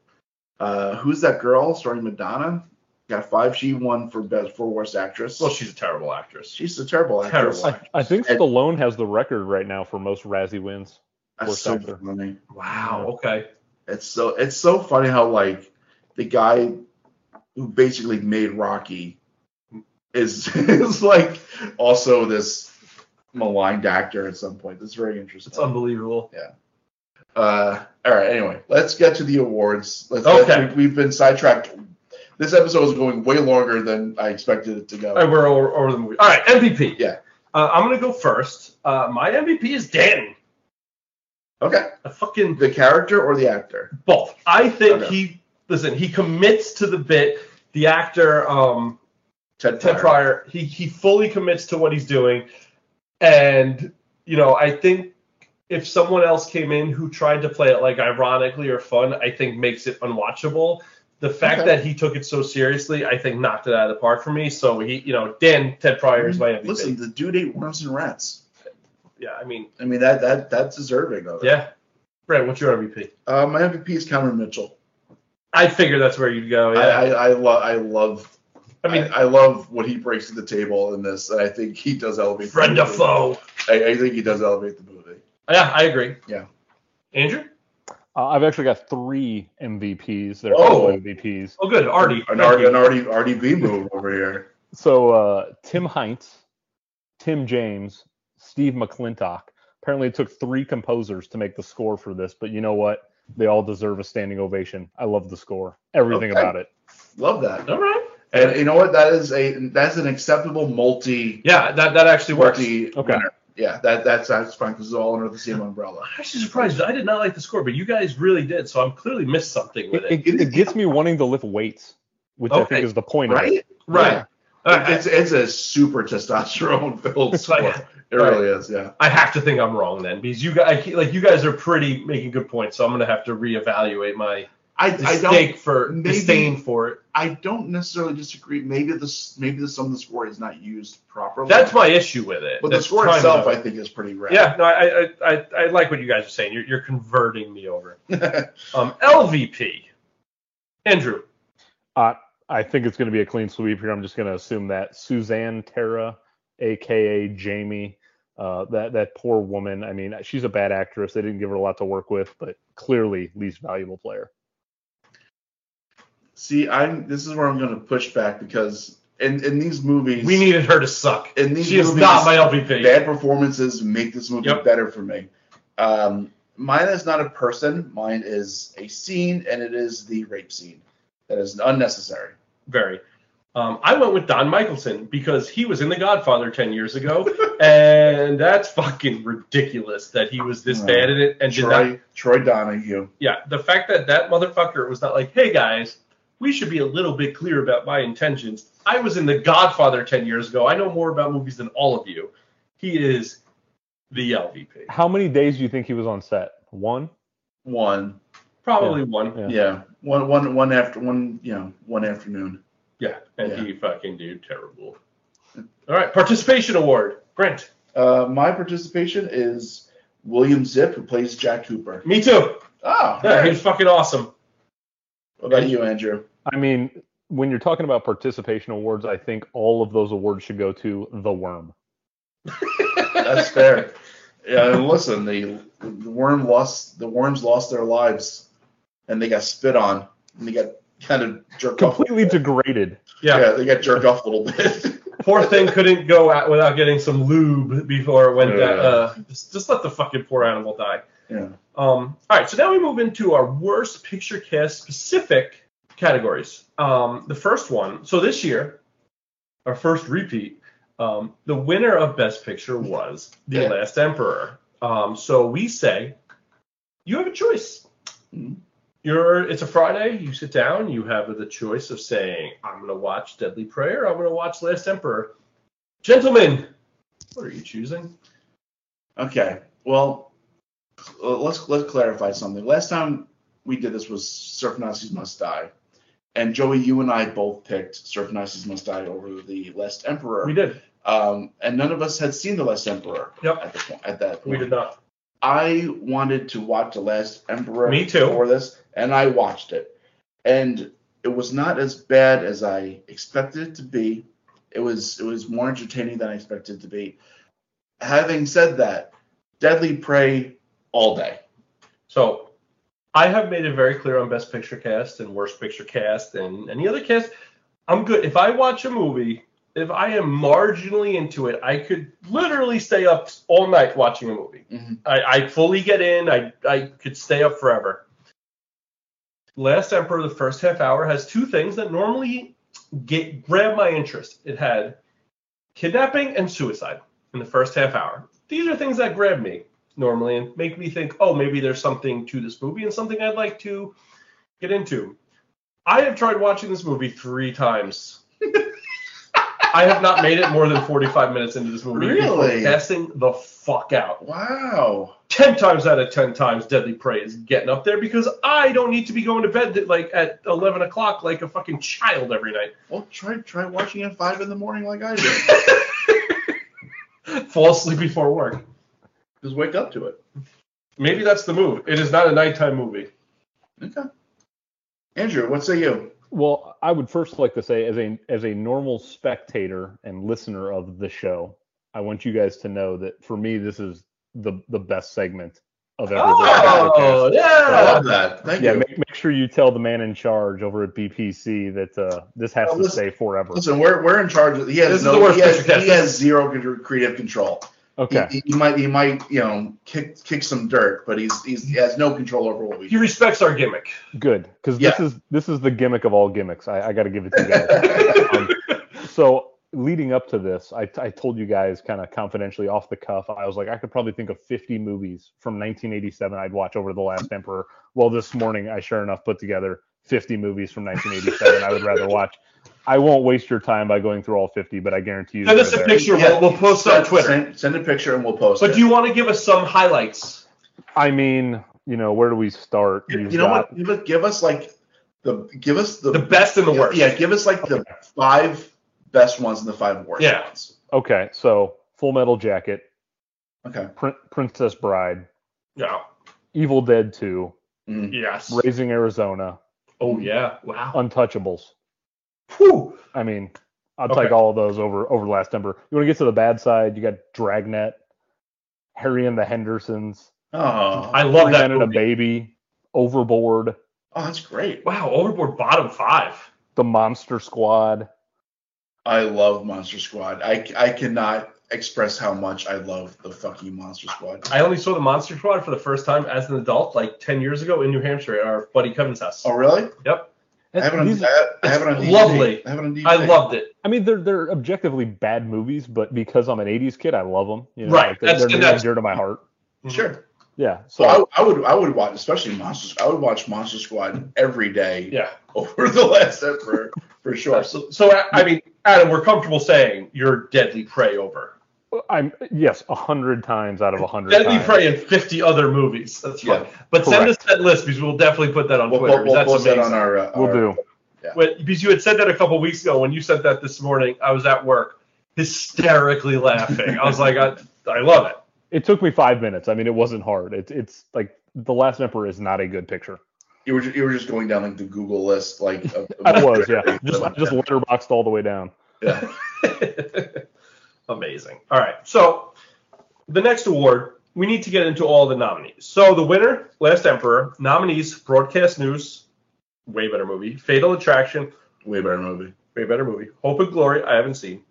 D: Uh, Who's that girl starring Madonna? Got five. She won for best for worst actress.
C: Well, she's a terrible actress.
D: she's a terrible actress.
C: Terrible.
E: I, I think
D: And-
E: Stallone has the record right now for most Razzie wins.
D: That's
E: Worst
D: so
E: actor.
D: funny.
C: Wow. Okay.
D: It's so it's so funny how like the guy who basically made Rocky is is like also this maligned actor at some point. That's very interesting.
C: It's unbelievable.
D: uh, all right. Anyway, let's get to the awards. Let's
C: Okay.
D: we- we've been sidetracked. This episode is going way longer than I expected it to go.
C: All right, Uh, we're over, over the movie. All right, MVP.
D: Yeah.
C: Uh, I'm gonna go first. Uh, my MVP is Dan.
D: Okay.
C: I fucking
D: The character or the actor?
C: both. I think
D: Okay.
C: he listen. He commits to the bit. The actor, um,
D: Ted,
C: Ted
D: Pryor.
C: Pryor, he he fully commits to what he's doing, and you know I think if someone else came in who tried to play it like ironically or fun, I think makes it unwatchable. The fact
D: Okay.
C: that he took it so seriously, I think knocked it out of the park for me. So he, you know, Dan Ted Pryor is my MVP.
D: Listen, the dude ate worms and rats.
C: yeah, I mean,
D: I mean that that that's deserving of it.
C: yeah. Brent, what's your MVP?
D: Uh, my MVP is Cameron Mitchell.
C: I figure that's where you'd go. Oh, Yeah.
D: I I, I, lo- I love.
C: I mean-
D: I, love what he brings to the table in this, and I think he does elevate.
C: Friend
D: the
C: of
D: movie.
C: foe.
D: I, I think he does elevate the movie.
C: Yeah, I agree.
D: Yeah.
C: Andrew?
E: Uh, I've actually got three MVPs. They're
D: Oh.
E: all MVPs.
C: Oh, good. Artie.
D: An,
C: Thank
D: R-
C: you.
D: an already RDB move over here.
E: So uh, Tim Heinz, Tim James, Steve McClintock. Apparently, it took three composers to make the score for this, but you know what? They all deserve a standing ovation. I love the score. Everything
D: Okay.
E: about it.
D: Love that.
C: All right.
D: And you know what? That is a that's an acceptable multi
C: Yeah, that, that actually works.
D: multi
E: Okay.
D: winner. Yeah, that that's that's fine because it's all under the same umbrella.
C: I'm actually surprised. I did not like the score, but you guys really did. So I'm clearly missed something with
E: It,
C: it.
E: it, it gets me wanting to lift weights, which I
C: Okay.
E: think is the point of it.
D: Right?
C: right. All right.
D: It's it's a super testosterone filled
C: So I-
D: sport. It really is, yeah.
C: I have to think I'm wrong then, because you guys, I ke- like, you guys are pretty making good points. So I'm gonna have to reevaluate my
D: I, I don't
C: mistake for
D: maybe-
C: disdain for it.
D: I don't necessarily disagree. Maybe this maybe the sum of the score is not used properly.
C: That's my issue with it.
D: but the
C: That's
D: score
C: kind
D: itself
C: of-
D: I think is pretty rad.
C: yeah, no, I, I, I, I like what you guys are saying. You're, you're converting me over. Um, LVP, Andrew.
E: Uh, I think it's going to be a clean sweep here. I'm just going to assume that Suzanne Tara, aka Jamie, uh, that that poor woman. I mean, she's a bad actress. They didn't give her a lot to work with, but clearly least valuable player.
D: See, I'm this is where I'm gonna push back because in, in these movies
C: We needed her to suck.
D: in these
C: She is
D: movies,
C: not my LVP.
D: bad performances make this movie
C: Yep.
D: better for me. Um, mine is not a person. Mine is a scene, and it is the rape scene. That is unnecessary.
C: Very. Um, I went with Don Michelson because he was in The Godfather ten years ago, and that's fucking ridiculous that he was this
D: Uh,
C: bad in it and did not
D: Troy, Troy Donahue.
C: yeah, the fact that that motherfucker was not like, hey guys, we should be a little bit clear about my intentions. I was in The Godfather 10 years ago. I know more about movies than all of you. He is the LVP.
E: How many days do you think he was on set? One.
D: One.
C: Probably one.
E: Yeah.
D: Yeah. One one one after one, you know, one afternoon.
C: Yeah. And
D: Yeah.
C: he fucking did terrible. All right. Participation award. Brent.
D: Uh, my participation is William Zip, who plays Jack Cooper.
C: Me too.
D: Oh,
C: Yeah, he
D: alright.
C: was fucking awesome.
D: what about you, Andrew?
E: I mean, when you're talking about participation awards, I think all of those awards should go to the worm.
D: That's fair. Yeah, and listen, the the worm lost the worms lost their lives, and they got spit on, and they got kind of jerked off.
E: Completely degraded.
C: Yeah.
D: Yeah, they got jerked off a little bit.
C: Poor thing couldn't go out without getting some lube before it went
D: Yeah.
C: down. Uh, just, just let the fucking poor animal die.
D: yeah.
C: Um, all right, so now we move into our worst picture cast specific categories. Um, the first one, so this year, our first repeat, um, the winner of Best Picture was The
D: Yeah.
C: Last Emperor. Um, so we say, you have a choice.
D: Mhm.
C: You're, it's a Friday, you sit down, you have the choice of saying, I'm going to watch Deadly Prayer, I'm going to watch Last Emperor. Gentlemen, what are you choosing?
D: Okay. Well, l- let's let's clarify something. Last time we did this was Surf Nazis Must Die, and Joey, you and I both picked Surf Nazis Must Die over the Last Emperor.
C: We did.
D: Um, and none of us had seen the Last Emperor.
C: Yep.
D: At the point, at that point.
C: We did not.
D: I wanted to watch The Last Emperor
C: Me too.
D: before this, and I watched it. And it was not as bad as I expected it to be. It was it was more entertaining than I expected it to be. Having said that, Deadly Prey all day.
C: So I have made it very clear on Best Picture Cast and Worst Picture Cast and any other cast. I'm good. If I watch a movie, if I am marginally into it, I could literally stay up all night watching a movie.
D: Mhm.
C: I, I fully get in. I, I could stay up forever. Last Emperor, the first half hour, has two things that normally get grab my interest. It had kidnapping and suicide in the first half hour. These are things that grab me normally and make me think, oh, maybe there's something to this movie and something I'd like to get into. I have tried watching this movie three times. I have not made it more than 45 minutes into this movie. before
D: Really?
C: Passing the fuck out.
D: Wow.
C: 10 times out of 10 times deadly prey is getting up there because i don't need to be going to bed at, like at 11 o'clock like a fucking child every night
D: Well, try try watching it at five in the morning like I did.
C: fall asleep before work
D: Just wake up to it.
C: Maybe that's the move. It is not a nighttime movie.
D: Okay. Andrew, what say you?
E: Well, I would first like to say, as a as a normal spectator and listener of the show, I want you guys to know that for me, this is the the best segment of every.
C: Oh,
D: I
C: yeah.
D: love that. Thank
E: yeah,
D: you.
E: make, make sure you tell the man in charge over at BPC that uh, this has
D: Well,
E: to
D: listen-
E: stay forever.
D: Listen, we're, we're in charge of. He
C: This
D: has
C: is
D: no.
C: the worst
D: he, has,
C: picture
D: he
C: cast.
D: has zero con- creative control. He-
E: okay.
D: He, he might he might you know kick kick some dirt, but he's, he's he has no control over what we.
C: He respects our gimmick.
E: Good, because this is this is the gimmick of all gimmicks. I, I got to give it to you guys. Um,
D: do.
E: so leading up to this, I, I told you guys kind of confidentially off the cuff. I was like, I could probably think of 50 movies from 1987 I'd watch over the Last Emperor. Well, this morning I sure enough put together 50 movies from 1987 I would rather watch. I won't waste your time by going through all 50, but I guarantee you.
C: Send
E: they're
C: us a
E: there.
C: picture.
D: Yeah.
C: We'll, we'll post on Twitter.
D: Send, send a picture and we'll post.
C: But
D: it.
C: do you want to give us some highlights?
E: I mean, you know, where do we start?
D: You,
E: You've
D: you know
E: got-
D: what? Give, us- give us like the give us the,
C: The best and the
D: yeah,
C: worst.
D: Yeah, give us like the five best ones and the five worst
C: Yeah.
D: ones.
E: Okay, so Full Metal Jacket,
D: Okay.
E: Prin- Princess Bride,
C: Yeah.
E: Evil Dead 2,
C: Yes.
E: Raising Arizona,
C: Oh yeah. Wow.
E: Untouchables.
C: Whew.
E: I mean, I'll
C: Okay.
E: take all of those over over last number. You want to get to the bad side? You got Dragnet, Harry and the Hendersons,
D: Oh,
C: I love
E: Three
C: that
E: Men and a
C: movie.
E: Baby, Overboard,
D: oh, that's great.
C: Wow. Overboard bottom five.
E: The Monster Squad.
D: I love Monster Squad. I I cannot express how much I love the fucking Monster Squad.
C: I only saw the Monster Squad for the first time as an adult, like ten years ago in New Hampshire at our buddy Kevin's house.
D: Oh really?
C: Yep.
D: I have it on,
E: These-
D: I, I have it on DVD.
C: lovely.
D: I have it on DVD.
C: I loved it.
E: I mean, they're they're objectively bad movies, but because I'm an '80s kid, I love them. You know,
C: Right,
E: like, they're,
C: that's-
E: they're near
C: that's-
E: and dear to my heart.
D: Sure.
E: Yeah. So
D: So I, I would I would watch especially Monster. I would watch Monster Squad every day
C: Yeah.
D: over the last Emperor for sure.
C: So, so I- I mean, Adam, we're comfortable saying you're Deadly Prey over.
E: I'm yes, a hundred times out of a hundred.
C: Deadly
E: times.
C: Prey and 50 other movies. That's fine.
D: Yeah.
C: But send us that list because we'll definitely put that on
D: We'll,
C: Twitter.
D: we'll, we'll
C: That's
D: post
C: amazing.
D: that on our. Uh,
E: We'll
D: our-
E: do.
C: When- because you had said that a couple weeks ago when you sent that this morning, I was at work hysterically laughing. I was like, I, I love it.
E: It took me five minutes. I mean, it wasn't hard. It's it's like the Last Emperor is not a good picture.
D: You were ju- you were just going down like the Google list like. Of, of-
E: I was, yeah. Just I just letterboxed all the way down.
D: Yeah.
C: Amazing. All right. So the next award, we need to get into all the nominees. So the winner, Last Emperor, nominees, Broadcast News, way better movie, Fatal Attraction,
D: Way better movie.
C: way better movie, Hope and Glory, I haven't seen,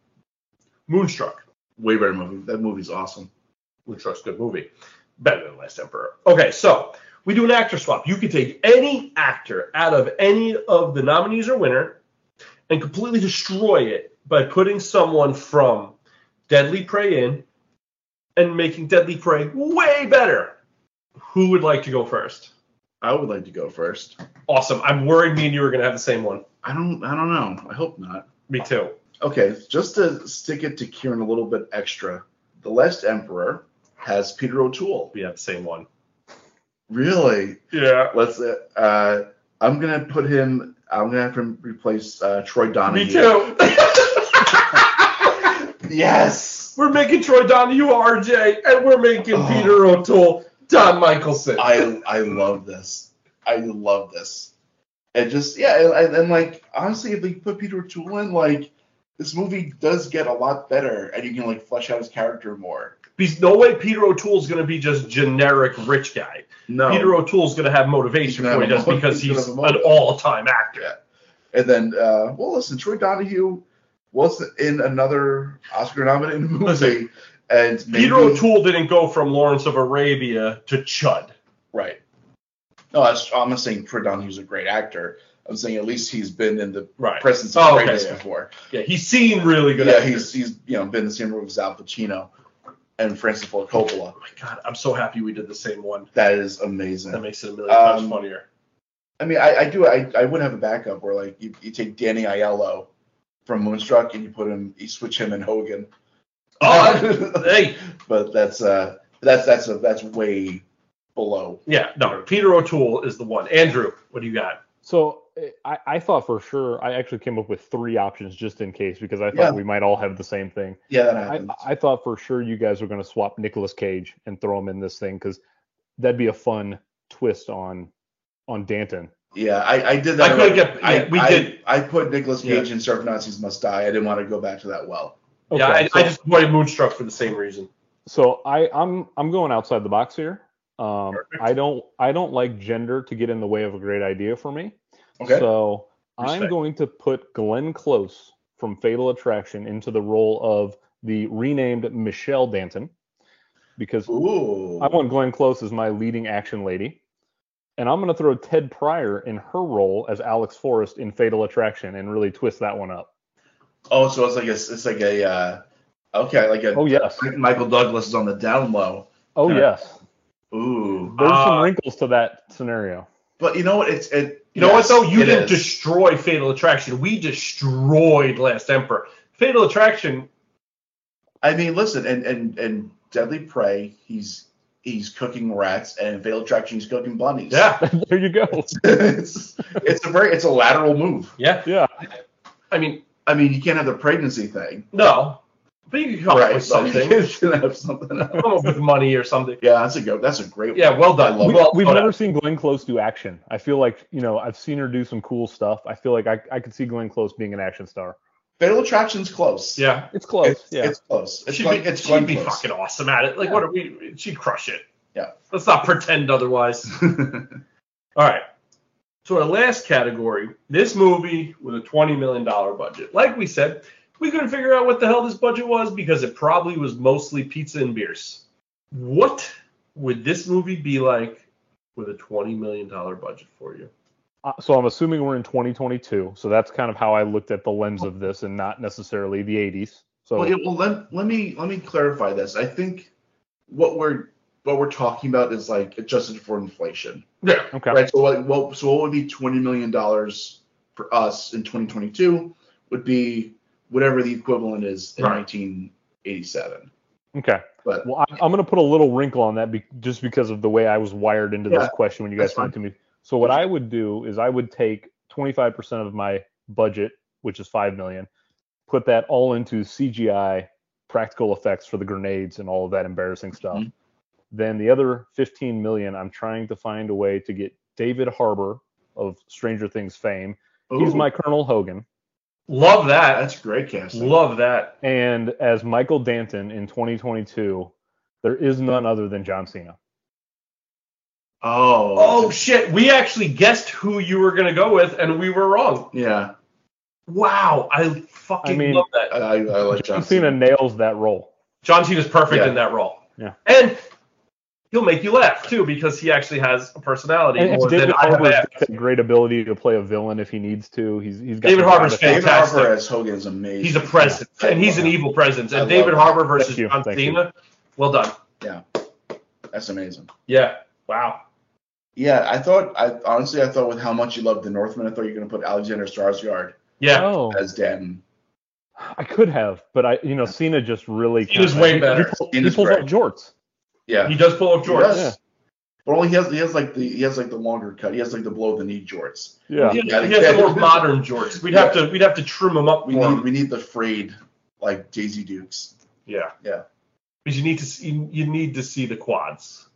C: Moonstruck,
D: Way better movie. That movie's awesome.
C: Moonstruck's a good movie, better than Last Emperor. Okay, so we do an actor swap. You could take any actor out of any of the nominees or winner and completely destroy it by putting someone from Deadly Prey in and making Deadly Prey way better. Who would like to go first?
D: I would like to go first.
C: Awesome. I'm worried me and you are going to have the same one.
D: I don't I don't know. I hope not.
C: Me too.
D: Okay, just to stick it to Kieran a little bit extra. The Last Emperor has Peter O'Toole.
C: We have the same one.
D: Really?
C: Yeah.
D: Let's. Uh, uh, I'm gonna put him. I'm gonna have him replace uh, Troy Donahue.
C: Me too.
D: Yes.
C: We're making Troy Donahue RJ, and we're making
D: Oh.
C: Peter O'Toole Don Michelson.
D: I I love this. I love this. And just yeah, and, and, and like honestly, if they put Peter O'Toole in, like this movie does get a lot better, and you can like flesh out his character more.
C: Because no way Peter O'Toole's going to be just generic rich guy.
D: No.
C: Peter O'Toole's going to have motivation
D: He's gonna
C: for it
D: have a
C: just
D: mo-
C: because
D: he's gonna
C: he's
D: have a
C: an
D: motive.
C: all-time actor.
D: And then, uh, well, listen, Troy Donahue was in another Oscar-nominated movie, and maybe-
C: Peter O'Toole didn't go from Lawrence of Arabia to Chud.
D: Right. No, I was, I'm not saying Troy Donahue's a great actor. I'm saying at least he's been in the
C: Right.
D: presence
C: Oh,
D: of
C: okay,
D: greatness
C: yeah.
D: before.
C: Yeah, he's seen really good.
D: yeah,
C: actors.
D: he's he's you know been in the same room as Al Pacino and Francis Ford Coppola.
C: Oh my God, I'm so happy we did the same one.
D: That is amazing.
C: That makes it a million times
D: Um,
C: funnier.
D: I mean, I, I do. I, I would have a backup where like you, you take Danny Aiello from Moonstruck and you put him, you switch him and Hogan.
C: Oh, I- hey,
D: But that's uh that's that's a, that's way below.
C: yeah, no, Peter O'Toole is the one. Andrew, what do you got?
E: So I, I thought for sure I actually came up with three options just in case because I thought
D: Yeah.
E: we might all have the same thing.
D: Yeah, that
E: I,
D: happens.
E: I thought for sure you guys were going to swap Nicolas Cage and throw him in this thing because that'd be a fun twist on on Danton.
D: yeah, I, I did that.
C: I couldn't get-
D: I,
C: yeah, we
D: I-
C: did.
D: I put Nicolas Cage
C: Yeah.
D: in Surf Nazis Must Die. I didn't want to go back to that well.
C: yeah, I,
E: so,
C: I just avoided Moonstruck for the same reason.
E: so I I'm I'm going outside the box here. Um,
C: Perfect.
E: I don't I don't like gender to get in the way of a great idea for me.
D: Okay.
E: So I'm
C: Respect.
E: going to put Glenn Close from Fatal Attraction into the role of the renamed Michelle Danton because
D: Ooh.
E: I want Glenn Close as my leading action lady. And I'm going to throw Ted Pryor in her role as Alex Forrest in Fatal Attraction and really twist that one up.
D: oh, so it's like a, it's like a, uh, okay, like a
E: Oh, yes.
D: like Michael Douglas is on the down low.
E: Oh,
D: Yeah.
E: yes.
D: Ooh.
E: There's
C: Ah.
E: some wrinkles to that scenario.
D: But you know what? It's it.
C: You know
D: yes,
C: what though? You
D: it
C: didn't
D: is.
C: destroy Fatal Attraction. We destroyed Last Emperor. Fatal Attraction.
D: I mean, listen, and and and Deadly Prey, he's he's cooking rats, and Fatal Attraction, he's cooking bunnies.
C: Yeah,
E: there you go.
D: it's, it's a very it's a lateral move.
C: yeah.
E: Yeah.
C: I mean,
D: I mean, you can't have the pregnancy thing,
C: no, but you could come up with something.
D: You can have something else.
C: come up with money or something.
D: Yeah, that's a go. That's a great.
C: Yeah, well done.
D: I love
E: We,
C: well,
E: we've
C: done.
E: never seen Glenn Close do action. I feel like, you know, I've seen her do some cool stuff. I feel like I, I could see Glenn Close being an action star.
D: Fatal Attraction's close.
C: Yeah,
E: It's close.
D: it's,
E: yeah.
D: it's close. It's
C: she'd
D: like
C: be,
D: it's
C: she'd
D: Glenn
C: be
D: close.
C: fucking awesome at it. Like, what are we? She'd crush it.
D: Yeah.
C: Let's not pretend otherwise. All right. So our last category, this movie with a twenty million dollar budget. Like we said, we couldn't figure out what the hell this budget was because it probably was mostly pizza and beers. What would this movie be like with a twenty million dollar budget for you?
E: Uh, so I'm assuming we're in 2022. So that's kind of how I looked at the lens of this and not necessarily the 80s. So
D: Well, yeah, well, let, let me let me clarify this. I think what we're what we're talking about is like adjusted for inflation,
C: Yeah.
E: okay.
D: right? So what, what so what would be twenty million dollars for us in 2022 would be whatever the equivalent is in
C: Right.
D: 1987.
E: Okay.
D: But
E: Well, I, I'm going to put a little wrinkle on that be, just because of the way I was wired into
D: Yeah,
E: this question when you guys
D: that's
E: sent it to me. So what I would do is I would take 25% of my budget, which is 5 million, put that all into CGI practical effects for the grenades and all of that embarrassing stuff.
D: Mhm.
E: Then the other 15 million, I'm trying to find a way to get David Harbour of Stranger Things fame. He's
D: Ooh,
E: my Colonel Hogan.
C: Love that.
D: That's great casting.
C: Love that.
E: And as Michael Danton in 2022, there is none other than John Cena.
D: Oh.
C: Oh shit, we actually guessed who you were gonna go with and we were wrong.
D: yeah.
C: Wow, I fucking
E: I mean-
C: love that.
D: I, I like
E: John
D: John
E: Cena nails that role.
C: John Cena's perfect
D: Yeah.
C: in that role.
E: Yeah.
C: And he'll make you laugh too because he actually has a personality
E: And
C: more than
E: and David
C: I have
E: Harbour's
C: laugh.
E: got a great ability to play a villain if he needs to. He's he's got
C: David
E: the
C: Harbour's
E: gravitas.
D: David
C: fantastic.
D: Harbour as Hogan is amazing.
C: He's a presence
D: Yeah, I
C: and he's
D: love
C: an
D: it.
C: evil presence.
D: I
C: And
D: love
C: David
D: that.
C: Harbour versus
E: Thank you,
C: John
E: thank you.
C: Cena. Well done.
D: That's amazing.
C: Yeah. Wow.
D: Yeah, I thought I honestly I thought with how much you loved the Northman, I thought you were gonna put Alexander Skarsgård
C: Yeah.
E: Oh,
D: as Danton.
E: I could have, but I you know Cena just really
C: Cena's
E: kinda-
C: way
E: he-
C: better.
E: He, pull- he
D: Cena's
E: pulls out
D: great.
E: jorts. Oh.
D: Yeah.
C: He does pull up George.
D: Yes. But only he has he has like the he has like the longer cut. He has like the below the knee jorts.
E: Yeah.
C: He, he has the more modern George. We'd have to we'd have to trim him up
D: We
C: for
D: need
C: him.
D: we need the frayed like Daisy Dukes.
C: Yeah.
D: Yeah.
C: Because you need to see, you you need to see the quads.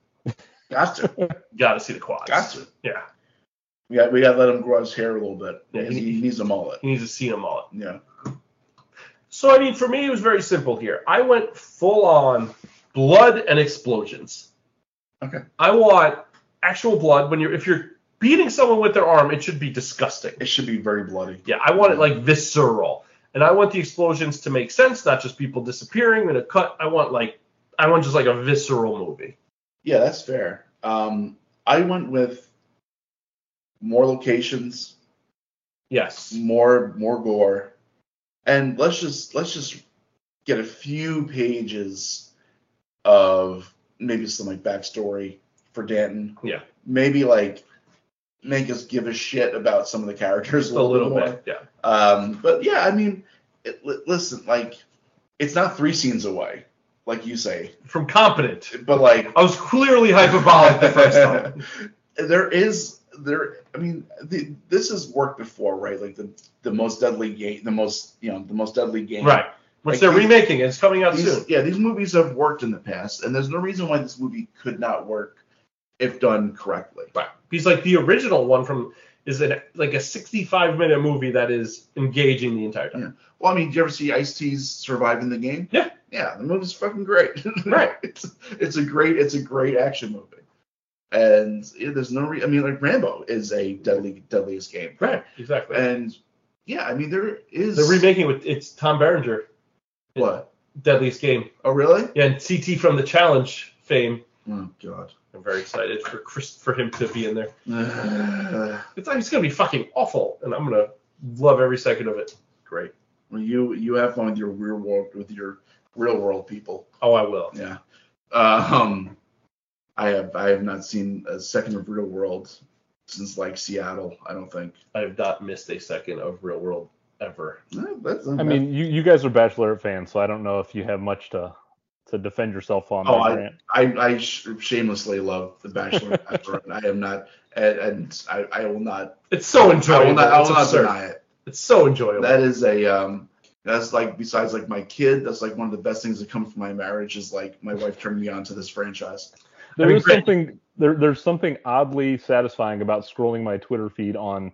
D: Gotcha.
C: You gotta see the quads.
D: Gotcha.
C: Yeah.
D: we got we gotta let him grow his hair a little bit.
C: Yeah,
D: because
C: he-
D: he, he needs a mullet.
C: He needs to see them all.
D: Yeah.
C: So I mean, for me, it was very simple here. I went full on blood and explosions.
D: Okay.
C: I want actual blood. When you're if you're beating someone with their arm, it should be disgusting.
D: It should be very bloody.
C: Yeah, I want it like visceral, and I want the explosions to make sense, not just people disappearing in a cut. I want like I want just like a visceral movie.
D: Yeah, that's fair. Um I went with more locations,
C: Yes.
D: more more gore and let's just let's just get a few pages of maybe some like backstory for danton
C: Yeah.
D: maybe like make us give a shit about some of the characters
C: Just a little bit. Yeah.
D: more. um but yeah i mean it, li- listen like it's not three scenes away like you say
C: From competent.
D: but like
C: I was clearly hyperbolic the first time.
D: there is there. I mean, the, this has worked before, right? Like the the most deadly game, the most you know, the most deadly game.
C: Right. Which
D: Like
C: they're
D: these-
C: remaking. and It's coming out
D: These-
C: soon.
D: yeah, these movies have worked in the past, and there's no reason why this movie could not work if done correctly.
C: Right. He's like the original one from is an like a 65 minute movie that is engaging the entire time.
D: Well, I mean, did you ever see Ice T's surviving the game?
C: Yeah.
D: Yeah, the movie's fucking great.
C: Right.
D: It's, it's a great it's a great action movie. And yeah, there's no re- I mean, like Rambo is a deadly deadliest game.
C: Right. Exactly.
D: And yeah, I mean there is
C: they're remaking with it's Tom Berenger,
D: What?
C: Deadliest Game,
D: Oh really?
C: yeah, and CT from the Challenge fame.
D: Oh god.
C: I'm very excited for Chris for him to be in there.
D: well,
C: It's like it's gonna be fucking awful, and I'm gonna love every second of it. Great.
D: you you have fun with your real world with your real world people.
C: Oh, I will.
D: Yeah. Um, I have I have not seen a second of Real World since like Seattle. I don't think.
C: I have not missed a second of Real World ever.
D: Eh, that's
E: I mean, you, you guys are Bachelorette fans, so I don't know if you have much to to defend yourself on.
D: Oh,
E: there, Grant.
D: I I sh- shamelessly love The Bachelor. and Bachelorette. I am not, and, and I, I will not.
C: It's so
D: I
C: enjoyable.
D: will not. I
C: it's
D: will not
C: absurd.
D: deny it.
C: It's so enjoyable.
D: That is a um. That's like besides like my kid. That's like one of the best things that come from my marriage is like my wife turned me on to this franchise.
E: There
C: I mean,
E: is
C: Grant-
E: something there, there's something oddly satisfying about scrolling my Twitter feed on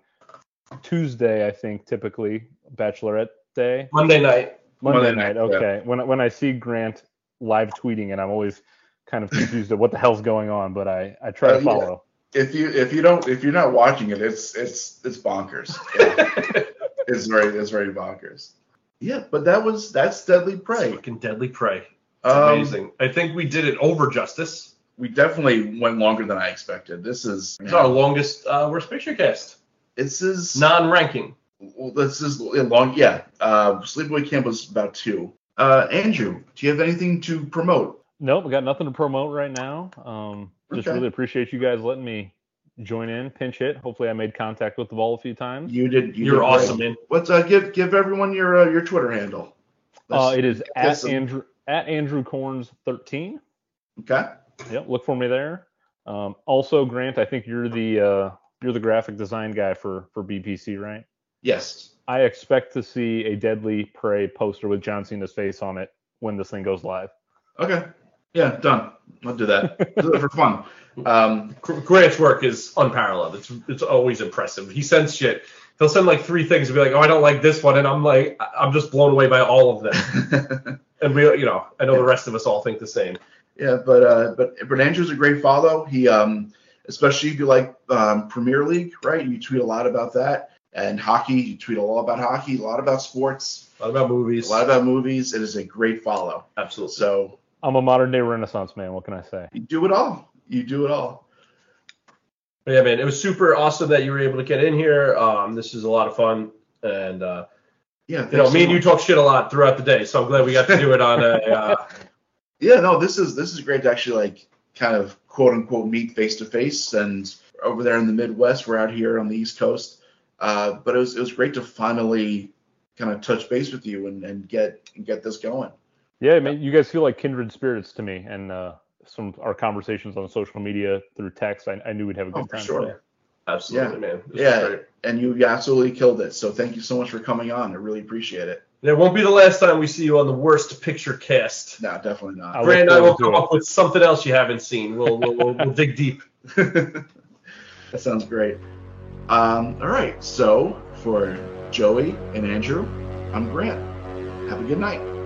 E: Tuesday, I think, typically Bachelorette Day,
C: Monday night.
E: Monday,
D: Monday
E: night.
D: night, yeah.
E: Okay, when I- when I see Grant live tweeting, and I'm always kind of confused at what the hell's going on, but I I
D: Oh,
E: try to
D: yeah.
E: follow.
D: If you if you don't if you're not watching it, it's it's it's bonkers. It's very it's very bonkers. Yeah, but that was that's Deadly
C: It's
D: Prey.
C: Fucking deadly prey. It's
D: Um,
C: amazing. I think we did it over justice.
D: We definitely went longer than I expected. This is
C: It's our longest uh, worst picture cast,
D: this is
C: non-ranking.
D: well, this is long. Yeah, uh, Sleepaway Camp was about two. Uh, Andrew, do you have anything to promote?
E: Nope, we got nothing to promote right now. Um, just
D: Okay.
E: really appreciate you guys letting me join in, pinch hit. Hopefully, I made contact with the ball a few times.
D: You did. You
C: You're
D: did great.
C: awesome, man.
D: What's uh, give give everyone your uh, your Twitter handle?
E: Uh, it is
D: get
E: at
D: some-
E: Andrew at Andrew Corns 13.
D: okay.
E: Yep, look for me there. Um, also, Grant, I think you're the uh, you're the graphic design guy for for BPC, right?
D: Yes.
E: I expect to see a Deadly Prey poster with John Cena's face on it when this thing goes live.
D: Okay. Yeah. Done. I'll do that. do it for fun. Um,
C: Gr- Grant's work is unparalleled. It's it's always impressive. He sends shit. He'll send like three things and be like, "Oh, I don't like this one," and I'm like, I- "I'm just blown away by all of them." And we, you know, I know the rest of us all think the same.
D: Yeah, but uh, but but Andrew's a great follow. He um, especially if you like um, Premier League, right? You tweet a lot about that and hockey. You tweet a lot about hockey, a lot about sports,
C: A lot about movies.
D: a lot about movies. It is a great follow.
C: Absolutely.
D: So
E: I'm a modern day Renaissance man. What can I say?
D: you do it all. You do it all.
C: But yeah, man, it was super awesome that you were able to get in here. Um, this is a lot of fun, and uh,
D: Yeah,
C: you know,
D: thanks
C: me
D: so
C: and you
D: much.
C: talk shit a lot throughout the day, so I'm glad we got to do it on a. Uh,
D: yeah, no, this is this is great to actually like kind of quote unquote meet face to face. And over there in the Midwest, we're out here on the East Coast. Uh, but it was it was great to finally kind of touch base with you and, and get get this going.
E: Yeah, I mean, you guys feel like kindred spirits to me, and uh, some of our conversations on social media through text. I, I knew we'd have a good
D: Oh, for
E: time.
D: sure.
C: absolutely,
D: Yeah.
C: man. This was
D: Yeah.
C: great.
D: and you absolutely killed it. So thank you so much for coming on. I really appreciate it.
C: And it won't be the last time we see you on the worst picture cast.
D: No, definitely not.
E: I look
C: Grant and I will
E: forward to
C: come
E: it.
C: up with something else you haven't seen. We'll we'll, we'll, we'll dig deep.
D: that sounds great. Um, all right. So for Joey and Andrew, I'm Grant. Have a good night.